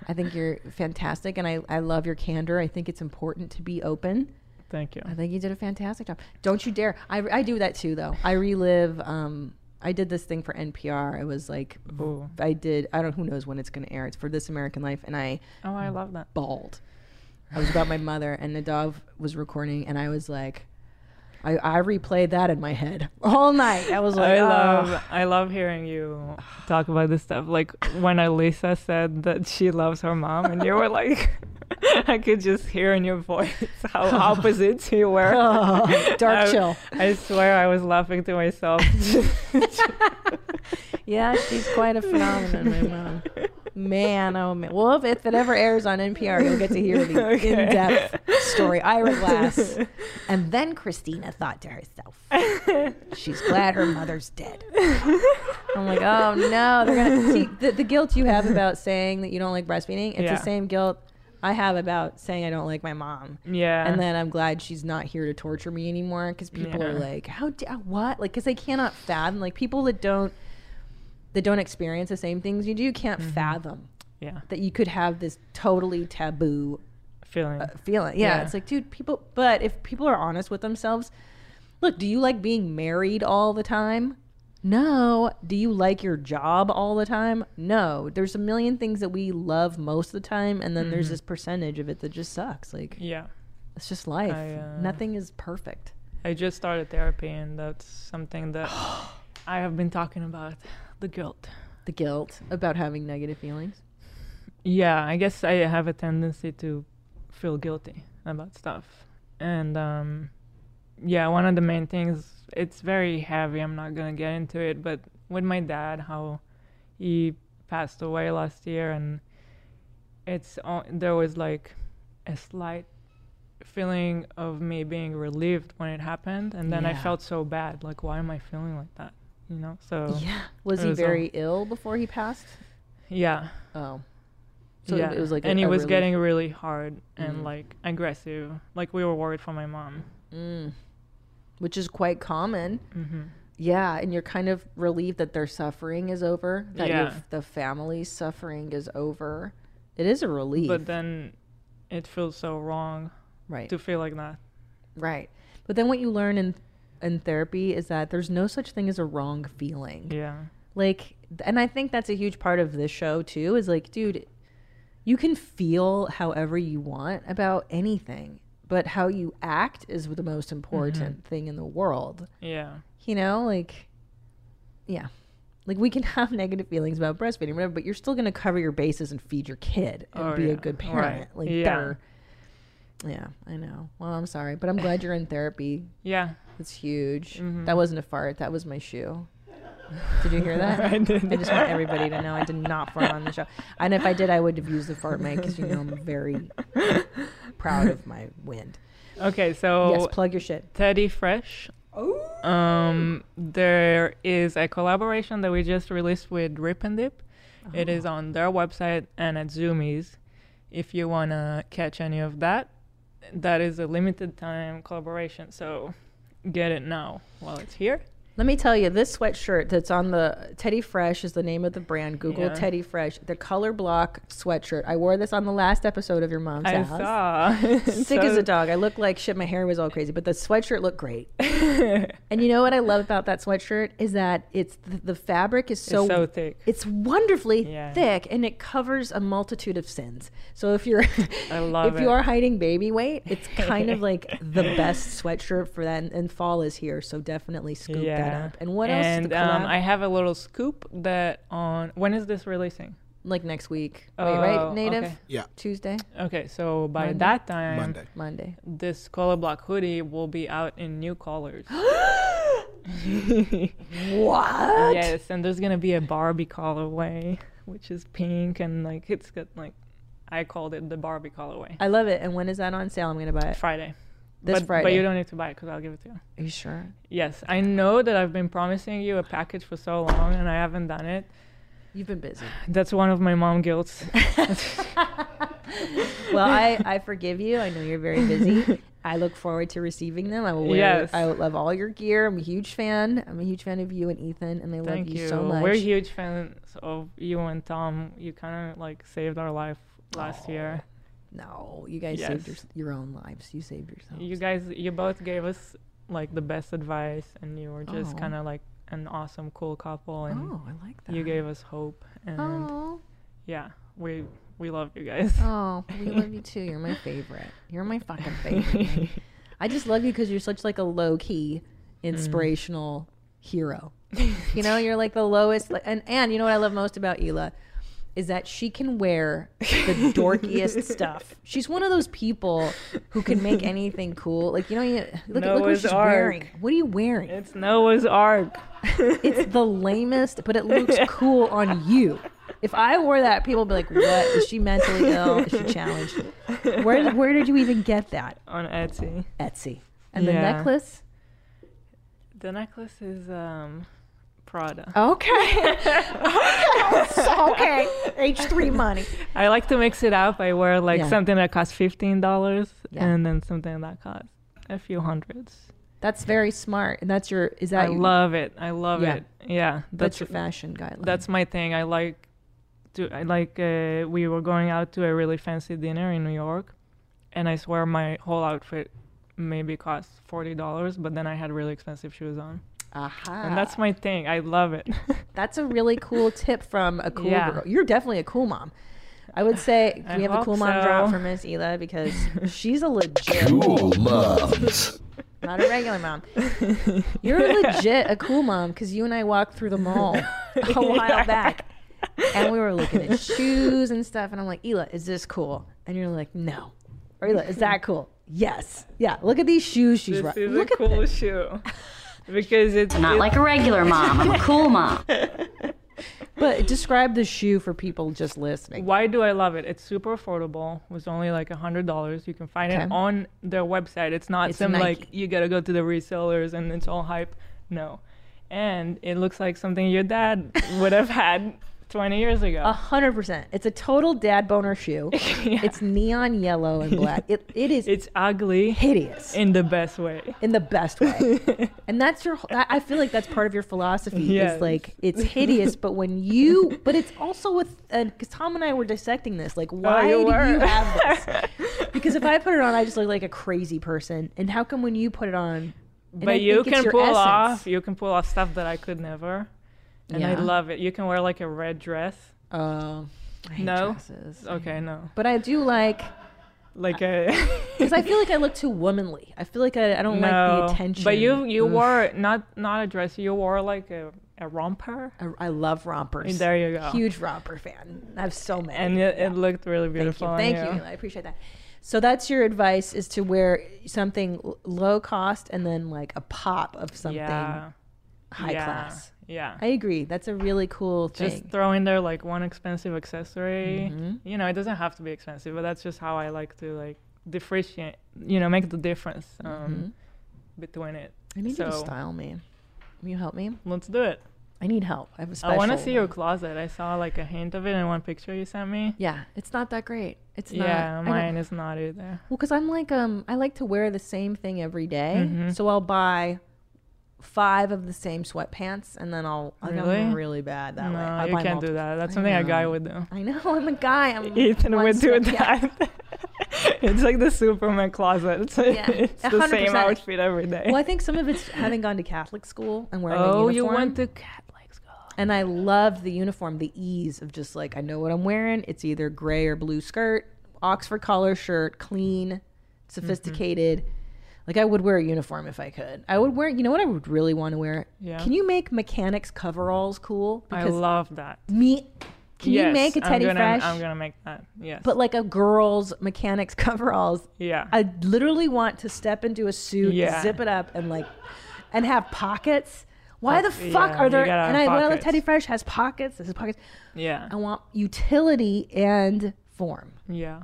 [SPEAKER 3] I think you're fantastic, and I, I love your candor. I think it's important to be open.
[SPEAKER 4] Thank you.
[SPEAKER 3] I think you did a fantastic job. Don't you dare! I, I do that too, though. I relive. Um, I did this thing for NPR. It was like
[SPEAKER 4] Ooh.
[SPEAKER 3] I did. I don't. Who knows when it's going to air? It's for This American Life, and I.
[SPEAKER 4] Oh, I love that.
[SPEAKER 3] Bald. I was about my mother, and Nadav was recording, and I was like, I, I replayed that in my head all night. I was like,
[SPEAKER 4] I
[SPEAKER 3] "Oh."
[SPEAKER 4] love I love hearing you talk about this stuff. Like when Elisa said that she loves her mom, and you were like, [laughs] I could just hear in your voice
[SPEAKER 3] [laughs]
[SPEAKER 4] how opposites you were. [laughs]
[SPEAKER 3] Oh, dark
[SPEAKER 4] I-
[SPEAKER 3] chill.
[SPEAKER 4] I swear I was laughing to
[SPEAKER 3] [laughs]
[SPEAKER 4] myself.
[SPEAKER 3] Yeah, she's quite a phenomenon, my
[SPEAKER 4] [laughs]
[SPEAKER 3] mom. Man, oh man. Well, if, if it ever airs on NPR, you'll get to hear the
[SPEAKER 4] Okay.
[SPEAKER 3] in-depth story. Ira Glass. And then Christina thought to herself, she's glad her mother's dead. I'm like, oh no,
[SPEAKER 4] [laughs]
[SPEAKER 3] they're gonna see the, the guilt you have about saying that you don't like breastfeeding. It's
[SPEAKER 4] Yeah.
[SPEAKER 3] the same guilt I have about saying I don't like my mom.
[SPEAKER 4] Yeah.
[SPEAKER 3] and then I'm glad she's not here to torture me anymore because people are
[SPEAKER 4] Yeah.
[SPEAKER 3] like, how da- what? Like, because they cannot fathom like people that don't that don't experience the same things you do can't fathom.
[SPEAKER 4] Mm-hmm. Yeah.
[SPEAKER 3] that you could have this totally taboo uh,
[SPEAKER 4] feeling.
[SPEAKER 3] feeling. Yeah,
[SPEAKER 4] Yeah.
[SPEAKER 3] it's like, dude, people. But if people are honest with themselves, look, do you like being married all the time? No. Do you like your job all the time? No. There's a million things that we love most of the time, and then there's
[SPEAKER 4] Mhm.
[SPEAKER 3] this percentage of it that just sucks. Like,
[SPEAKER 4] yeah,
[SPEAKER 3] it's just life.
[SPEAKER 4] I, uh,
[SPEAKER 3] Nothing is perfect.
[SPEAKER 4] I just started therapy, and that's something
[SPEAKER 3] [gasps]
[SPEAKER 4] that I have been talking about the guilt.
[SPEAKER 3] The guilt about having negative feelings.
[SPEAKER 4] Yeah, I guess I have a tendency to feel guilty about stuff. And um yeah, one of the main things it's very heavy. I'm not going to get into it, but with my dad how he passed away last year and it's o- there was like a slight feeling of me being relieved when it happened and then I
[SPEAKER 3] Yeah.
[SPEAKER 4] felt so bad like why am I feeling like that? You know? So
[SPEAKER 3] Yeah. Was
[SPEAKER 4] Oh. it
[SPEAKER 3] he
[SPEAKER 4] all-
[SPEAKER 3] very ill before he passed?
[SPEAKER 4] yeah.
[SPEAKER 3] Oh. So it- it was like a-
[SPEAKER 4] and he
[SPEAKER 3] a
[SPEAKER 4] was
[SPEAKER 3] relief.
[SPEAKER 4] getting really hard and
[SPEAKER 3] Mm.
[SPEAKER 4] like aggressive. Like we were worried for my mom
[SPEAKER 3] Mm. Which is quite common.
[SPEAKER 4] Mm-hmm.
[SPEAKER 3] Yeah, and you're kind of relieved that their suffering is over, that your-
[SPEAKER 4] Yeah.
[SPEAKER 3] the family's suffering is over. It is a relief.
[SPEAKER 4] But then it feels so wrong
[SPEAKER 3] right.
[SPEAKER 4] to feel like that.
[SPEAKER 3] Right. But then what you learn in in therapy is that there's no such thing as a wrong feeling.
[SPEAKER 4] Yeah.
[SPEAKER 3] Like and I think that's a huge part of this show too is like dude you can feel however you want about anything, but how you act is the most
[SPEAKER 4] Mm-hmm.
[SPEAKER 3] important thing in the world.
[SPEAKER 4] Yeah.
[SPEAKER 3] You know, like yeah. Like we can [laughs] have negative feelings about breastfeeding, whatever, but you're still gonna cover your bases and feed your kid and
[SPEAKER 4] Oh,
[SPEAKER 3] be
[SPEAKER 4] yeah.
[SPEAKER 3] a good
[SPEAKER 4] Right.
[SPEAKER 3] parent. Like
[SPEAKER 4] Yeah.
[SPEAKER 3] they're yeah, I know. Well, I'm sorry, but I'm glad you're in therapy.
[SPEAKER 4] Yeah.
[SPEAKER 3] It's huge.
[SPEAKER 4] Mhm.
[SPEAKER 3] That wasn't a fart. That was my shoe. Did you hear
[SPEAKER 4] [laughs]
[SPEAKER 3] that?
[SPEAKER 4] I did.
[SPEAKER 3] just want everybody to know I did not fart on the show. And if I did, I would have used the fart mic because you know I'm very proud of my wind.
[SPEAKER 4] Okay, so
[SPEAKER 3] Yes, plug your shit.
[SPEAKER 4] Teddy Fresh.
[SPEAKER 3] Oh.
[SPEAKER 4] Um, there is a collaboration that we just released with Rip and Dip. It is
[SPEAKER 3] Ah.
[SPEAKER 4] on their website and at Zoomies. If you wanna catch any of that, that is a limited time collaboration. So get it now while it's here.
[SPEAKER 3] Let me tell you, this sweatshirt that's on the Teddy Fresh is the name of the brand. Google
[SPEAKER 4] Yeah.
[SPEAKER 3] Teddy Fresh, the color block sweatshirt. I wore this on the last episode of your mom's
[SPEAKER 4] I
[SPEAKER 3] house.
[SPEAKER 4] saw. [laughs]
[SPEAKER 3] Sick as
[SPEAKER 4] So-
[SPEAKER 3] a dog. I looked like shit. My hair was all crazy, but the sweatshirt looked great. [laughs] and you know what I love about that sweatshirt is that it's the, the fabric is so,
[SPEAKER 4] so thick.
[SPEAKER 3] It's wonderfully
[SPEAKER 4] Yeah.
[SPEAKER 3] thick, and it covers a multitude of sins. So if you're
[SPEAKER 4] [laughs] I love
[SPEAKER 3] if you
[SPEAKER 4] it.
[SPEAKER 3] are hiding baby weight, it's
[SPEAKER 4] [laughs]
[SPEAKER 3] kind of like the best sweatshirt for that. And, and fall is here, so definitely scoop that up. And what else? Is
[SPEAKER 4] And
[SPEAKER 3] the
[SPEAKER 4] um,
[SPEAKER 3] collab?
[SPEAKER 4] I have a little scoop that on when is this releasing?
[SPEAKER 3] like next week. Wait, right?
[SPEAKER 4] Oh,
[SPEAKER 3] Native.
[SPEAKER 4] okay.
[SPEAKER 1] Yeah.
[SPEAKER 3] Tuesday.
[SPEAKER 4] Okay, so by
[SPEAKER 3] Monday?
[SPEAKER 4] that time,
[SPEAKER 3] Monday.
[SPEAKER 4] [laughs]
[SPEAKER 3] Monday. [laughs]
[SPEAKER 4] this color block hoodie will be out in new
[SPEAKER 3] [gasps]
[SPEAKER 4] colors.
[SPEAKER 3] What?
[SPEAKER 4] Yes, and there's gonna be a Barbie colorway, which is pink and like it's got like, I called it the Barbie colorway.
[SPEAKER 3] I love it. And when is that on sale? I'm gonna buy it
[SPEAKER 4] Friday.
[SPEAKER 3] This
[SPEAKER 4] but,
[SPEAKER 3] Friday.
[SPEAKER 4] But you don't need to buy it because I'll give it to you.
[SPEAKER 3] Are you sure?
[SPEAKER 4] Yes, I know that I've been promising you a package for so long and I haven't done it.
[SPEAKER 3] You've been busy.
[SPEAKER 4] That's one of my mom guilts.
[SPEAKER 3] well, I,
[SPEAKER 4] [laughs]
[SPEAKER 3] I forgive you. I know you're very busy. I look forward to receiving them. I will wear.
[SPEAKER 4] Yes.
[SPEAKER 3] I love all your gear. I'm a huge fan. I'm a huge fan of you and Ethan, and I love
[SPEAKER 4] Thank
[SPEAKER 3] you,
[SPEAKER 4] you.
[SPEAKER 3] so much.
[SPEAKER 4] We're huge fans of you and Tom. You kind of like saved our life last year.
[SPEAKER 3] No, you guys saved your, your own lives. You saved yourself.
[SPEAKER 4] You guys, you both gave us like the best advice, and you were just
[SPEAKER 3] Oh.
[SPEAKER 4] kind of like an awesome, cool couple. And
[SPEAKER 3] Oh, I like
[SPEAKER 4] You gave us hope, and
[SPEAKER 3] Oh.
[SPEAKER 4] yeah, we we love you guys.
[SPEAKER 3] Oh, we love you too. You're my favorite. You're my fucking favorite. man. I just love you because you're such like a low key, inspirational hero. you know, you're like the lowest. Like, and and you know what I love most about Ela is that she can wear the dorkiest stuff. She's one of those people who can make anything cool. Like you know, you look, look what
[SPEAKER 4] Noah's
[SPEAKER 3] she's
[SPEAKER 4] Ark.
[SPEAKER 3] wearing. What are you wearing?
[SPEAKER 4] It's Noah's Ark. [laughs]
[SPEAKER 3] it's the lamest, but it looks cool on you. If I wore that, people would be like, "What is
[SPEAKER 4] [laughs]
[SPEAKER 3] she mentally ill? Is she challenged? Where where did you even get that?"
[SPEAKER 4] On Etsy.
[SPEAKER 3] Etsy. And the
[SPEAKER 4] Yeah.
[SPEAKER 3] necklace?
[SPEAKER 4] The necklace is um, Prada.
[SPEAKER 3] [laughs] Okay. okay. H3 money.
[SPEAKER 4] I like to mix it up. I wear like
[SPEAKER 3] Yeah.
[SPEAKER 4] something that costs fifteen dollars,
[SPEAKER 3] Yeah.
[SPEAKER 4] and then something that costs a few hundreds.
[SPEAKER 3] That's very smart. And that's your is that
[SPEAKER 4] I
[SPEAKER 3] your-
[SPEAKER 4] love it. I love
[SPEAKER 3] Yeah.
[SPEAKER 4] it. Yeah,
[SPEAKER 3] That's your fashion guideline.
[SPEAKER 4] That's my thing. I like to. I like. Uh, we were going out to a really fancy dinner in New York, and I swear my whole outfit maybe cost forty dollars, but then I had really expensive shoes on.
[SPEAKER 3] Aha.
[SPEAKER 4] And that's my thing. I love it.
[SPEAKER 3] Ah. That's a really cool tip from a cool
[SPEAKER 4] Yeah.
[SPEAKER 3] girl. You're definitely a cool mom. I would say
[SPEAKER 4] I
[SPEAKER 3] we have a
[SPEAKER 4] hope
[SPEAKER 3] cool mom drop
[SPEAKER 4] so.
[SPEAKER 3] for Miss
[SPEAKER 4] [laughs]
[SPEAKER 3] Ela because she's a legit
[SPEAKER 6] Cool moms.
[SPEAKER 3] Not a regular mom.
[SPEAKER 4] [laughs]
[SPEAKER 3] You're legit a cool mom because you and I walked through the mall a while back and we were looking at shoes and stuff. And I'm like, Ela, is this cool? And you're like, no. Or Ela, is that cool? Yes. Yeah. Look at these shoes
[SPEAKER 4] [laughs]
[SPEAKER 3] she's
[SPEAKER 4] this
[SPEAKER 3] wearing.
[SPEAKER 4] is
[SPEAKER 3] Look
[SPEAKER 4] a
[SPEAKER 3] at
[SPEAKER 4] cool shoe. Because it's
[SPEAKER 3] [laughs]
[SPEAKER 13] I'm not
[SPEAKER 4] it's-
[SPEAKER 13] like a regular mom. I'm a cool mom.
[SPEAKER 3] But describe the shoe for people just listening.
[SPEAKER 4] Why do I love it? It's super affordable. It was only like a hundred dollars. You can find
[SPEAKER 3] Okay.
[SPEAKER 4] it on their website. It's not
[SPEAKER 3] It's
[SPEAKER 4] some
[SPEAKER 3] Nike.
[SPEAKER 4] like you gotta go to the resellers and
[SPEAKER 3] [laughs]
[SPEAKER 4] it's all hype. No, and it looks like something your dad would have had 20 years ago.
[SPEAKER 3] A hundred percent. It's a total dad
[SPEAKER 4] [laughs]
[SPEAKER 3] boner shoe. It's neon yellow and black. It, it is.
[SPEAKER 4] It's ugly.
[SPEAKER 3] Hideous.
[SPEAKER 4] In the best way.
[SPEAKER 3] In the best way.
[SPEAKER 4] [laughs]
[SPEAKER 3] and that's your. I I feel like that's part of your philosophy.
[SPEAKER 4] Yes.
[SPEAKER 3] Is like it's hideous, but when you, but it's also with because Tom and I were dissecting this. Like, why
[SPEAKER 4] Oh, you
[SPEAKER 3] do you
[SPEAKER 4] were.
[SPEAKER 3] have this?
[SPEAKER 4] [laughs]
[SPEAKER 3] because if I put it on, I just look like a crazy person. And how come when you put it on? and I
[SPEAKER 4] but you
[SPEAKER 3] think it's
[SPEAKER 4] can
[SPEAKER 3] your
[SPEAKER 4] pull
[SPEAKER 3] essence.
[SPEAKER 4] off you can pull off stuff that i could never and i
[SPEAKER 3] Yeah.
[SPEAKER 4] love it you can wear like a red dress
[SPEAKER 3] oh
[SPEAKER 4] no okay no
[SPEAKER 3] But I do like.
[SPEAKER 4] like a [laughs]
[SPEAKER 3] Because I feel like I look too womanly. I feel like I, I don't like the attention. Mm.
[SPEAKER 4] but you you
[SPEAKER 3] Oof.
[SPEAKER 4] wore not not a dress you wore like a, a romper
[SPEAKER 3] I, I love rompers.
[SPEAKER 4] there you go
[SPEAKER 3] Huge romper fan. I have so many.
[SPEAKER 4] and it, it looked really beautiful on
[SPEAKER 3] Thank you. I appreciate that. So that's your advice is to wear something l- low cost and then like a pop of something
[SPEAKER 4] Yeah.
[SPEAKER 3] high
[SPEAKER 4] Yeah.
[SPEAKER 3] class.
[SPEAKER 4] Yeah.
[SPEAKER 3] I agree. That's a really cool thing.
[SPEAKER 4] just throw in there like one expensive accessory
[SPEAKER 3] Mm-hmm.
[SPEAKER 4] you know it doesn't have to be expensive but that's just how i like to like differentiate you know make the difference um
[SPEAKER 3] Mm-hmm.
[SPEAKER 4] between it
[SPEAKER 3] I need you to
[SPEAKER 4] So-
[SPEAKER 3] style me. Will you help me?
[SPEAKER 4] Let's do it.
[SPEAKER 3] I need help. I have a special.
[SPEAKER 4] I want to see your closet. I saw like a hint of it in one picture you sent me.
[SPEAKER 3] Yeah, it's not that great. It's not-
[SPEAKER 4] yeah,
[SPEAKER 3] I don't-
[SPEAKER 4] mine is not either.
[SPEAKER 3] Well, because I'm like um, I like to wear the same thing every day.
[SPEAKER 4] Mhm.
[SPEAKER 3] so I'll buy five of the same sweatpants, and then I'll I think I'm
[SPEAKER 4] Really?
[SPEAKER 3] really bad that
[SPEAKER 4] no,
[SPEAKER 3] way. I
[SPEAKER 4] you
[SPEAKER 3] buy
[SPEAKER 4] can't do
[SPEAKER 3] multiple-
[SPEAKER 4] that. That's
[SPEAKER 3] I
[SPEAKER 4] something a guy
[SPEAKER 3] know.
[SPEAKER 4] would do.
[SPEAKER 3] I know [laughs] I'm a guy. I'm
[SPEAKER 4] Ethan
[SPEAKER 3] one
[SPEAKER 4] would do
[SPEAKER 3] sweat- [laughs] yeah.
[SPEAKER 4] that. [laughs] it's like the Superman closet. It's,
[SPEAKER 3] Yeah,
[SPEAKER 4] it's the same
[SPEAKER 3] 100%.
[SPEAKER 4] outfit every day.
[SPEAKER 3] Well, I think some of it's having gone to Catholic school and wearing
[SPEAKER 4] Oh,
[SPEAKER 3] a
[SPEAKER 4] you
[SPEAKER 3] uniform.
[SPEAKER 4] went to
[SPEAKER 3] Catholic school. And I loved the uniform, the ease of just like I know what I'm wearing. It's either gray or blue skirt, Oxford collar shirt, clean, sophisticated.
[SPEAKER 4] Mm-hmm.
[SPEAKER 3] Like I would wear a uniform if I could. I would wear. You know what I would really want to wear?
[SPEAKER 4] Yeah.
[SPEAKER 3] Can you make mechanics coveralls cool?
[SPEAKER 4] I love that.
[SPEAKER 3] Me. Can you
[SPEAKER 4] Yes,
[SPEAKER 3] make a Teddy
[SPEAKER 4] I'm gonna,
[SPEAKER 3] Fresh?
[SPEAKER 4] I'm gonna make that. Yes.
[SPEAKER 3] But like a girl's mechanics [laughs] coveralls.
[SPEAKER 4] Yeah.
[SPEAKER 3] I literally want to step into a suit,
[SPEAKER 4] Yeah.
[SPEAKER 3] zip it up, and like, and have pockets. Why the
[SPEAKER 4] That's-
[SPEAKER 3] fuck
[SPEAKER 4] yeah,
[SPEAKER 3] are
[SPEAKER 4] you
[SPEAKER 3] there?
[SPEAKER 4] gotta
[SPEAKER 3] And I
[SPEAKER 4] have
[SPEAKER 3] well,
[SPEAKER 4] pockets.
[SPEAKER 3] Teddy Fresh has pockets. This is pockets.
[SPEAKER 4] yeah.
[SPEAKER 3] I want utility and form.
[SPEAKER 4] Yeah.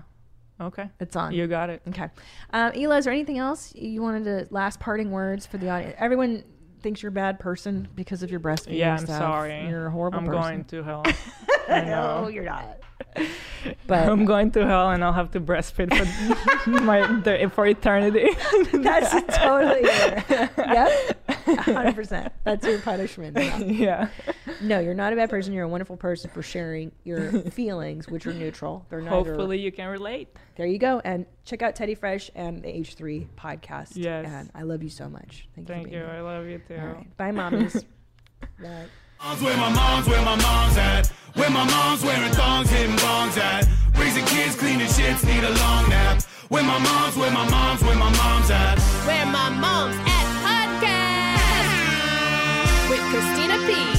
[SPEAKER 4] Okay.
[SPEAKER 3] It's on.
[SPEAKER 4] You got it.
[SPEAKER 3] Okay. Um, Ela, is there anything else you wanted to last parting words for the audience? Everyone thinks you're a bad person because of your breastfeeding.
[SPEAKER 4] Yeah, I'm
[SPEAKER 3] stuff.
[SPEAKER 4] sorry.
[SPEAKER 3] You're a horrible
[SPEAKER 4] I'm
[SPEAKER 3] person.
[SPEAKER 4] going to hell. [laughs] I know.
[SPEAKER 3] No,
[SPEAKER 4] [laughs]
[SPEAKER 3] you're not. But-
[SPEAKER 4] I'm going to hell and I'll have to breastfeed for [laughs] my the, for eternity.
[SPEAKER 3] [laughs]
[SPEAKER 4] [laughs]
[SPEAKER 3] That's totally [laughs] it. Yep. [laughs] 100%. That's your punishment.
[SPEAKER 4] [laughs]
[SPEAKER 3] now.
[SPEAKER 4] Yeah.
[SPEAKER 3] No, you're not a bad person. You're a wonderful person for sharing
[SPEAKER 4] [laughs]
[SPEAKER 3] your feelings, which are neutral. They're neither-
[SPEAKER 4] Hopefully you can relate.
[SPEAKER 3] There you go. And check out Teddy Fresh and the H3 podcast.
[SPEAKER 4] Yes.
[SPEAKER 3] And I love you so much. Thank,
[SPEAKER 4] Thank
[SPEAKER 3] you.
[SPEAKER 4] you.
[SPEAKER 3] For
[SPEAKER 4] I love you too.
[SPEAKER 3] being here. All right. Bye, mommies.
[SPEAKER 4] [laughs]
[SPEAKER 3] Bye.
[SPEAKER 14] Mom's where my mom's where my mom's at. Where my mom's wearing thongs, hitting bongs at. Raising kids, cleaning shits, need a long nap. Where my mom's where my mom's where my mom's at.
[SPEAKER 2] Where my mom's at podcast with Christina P.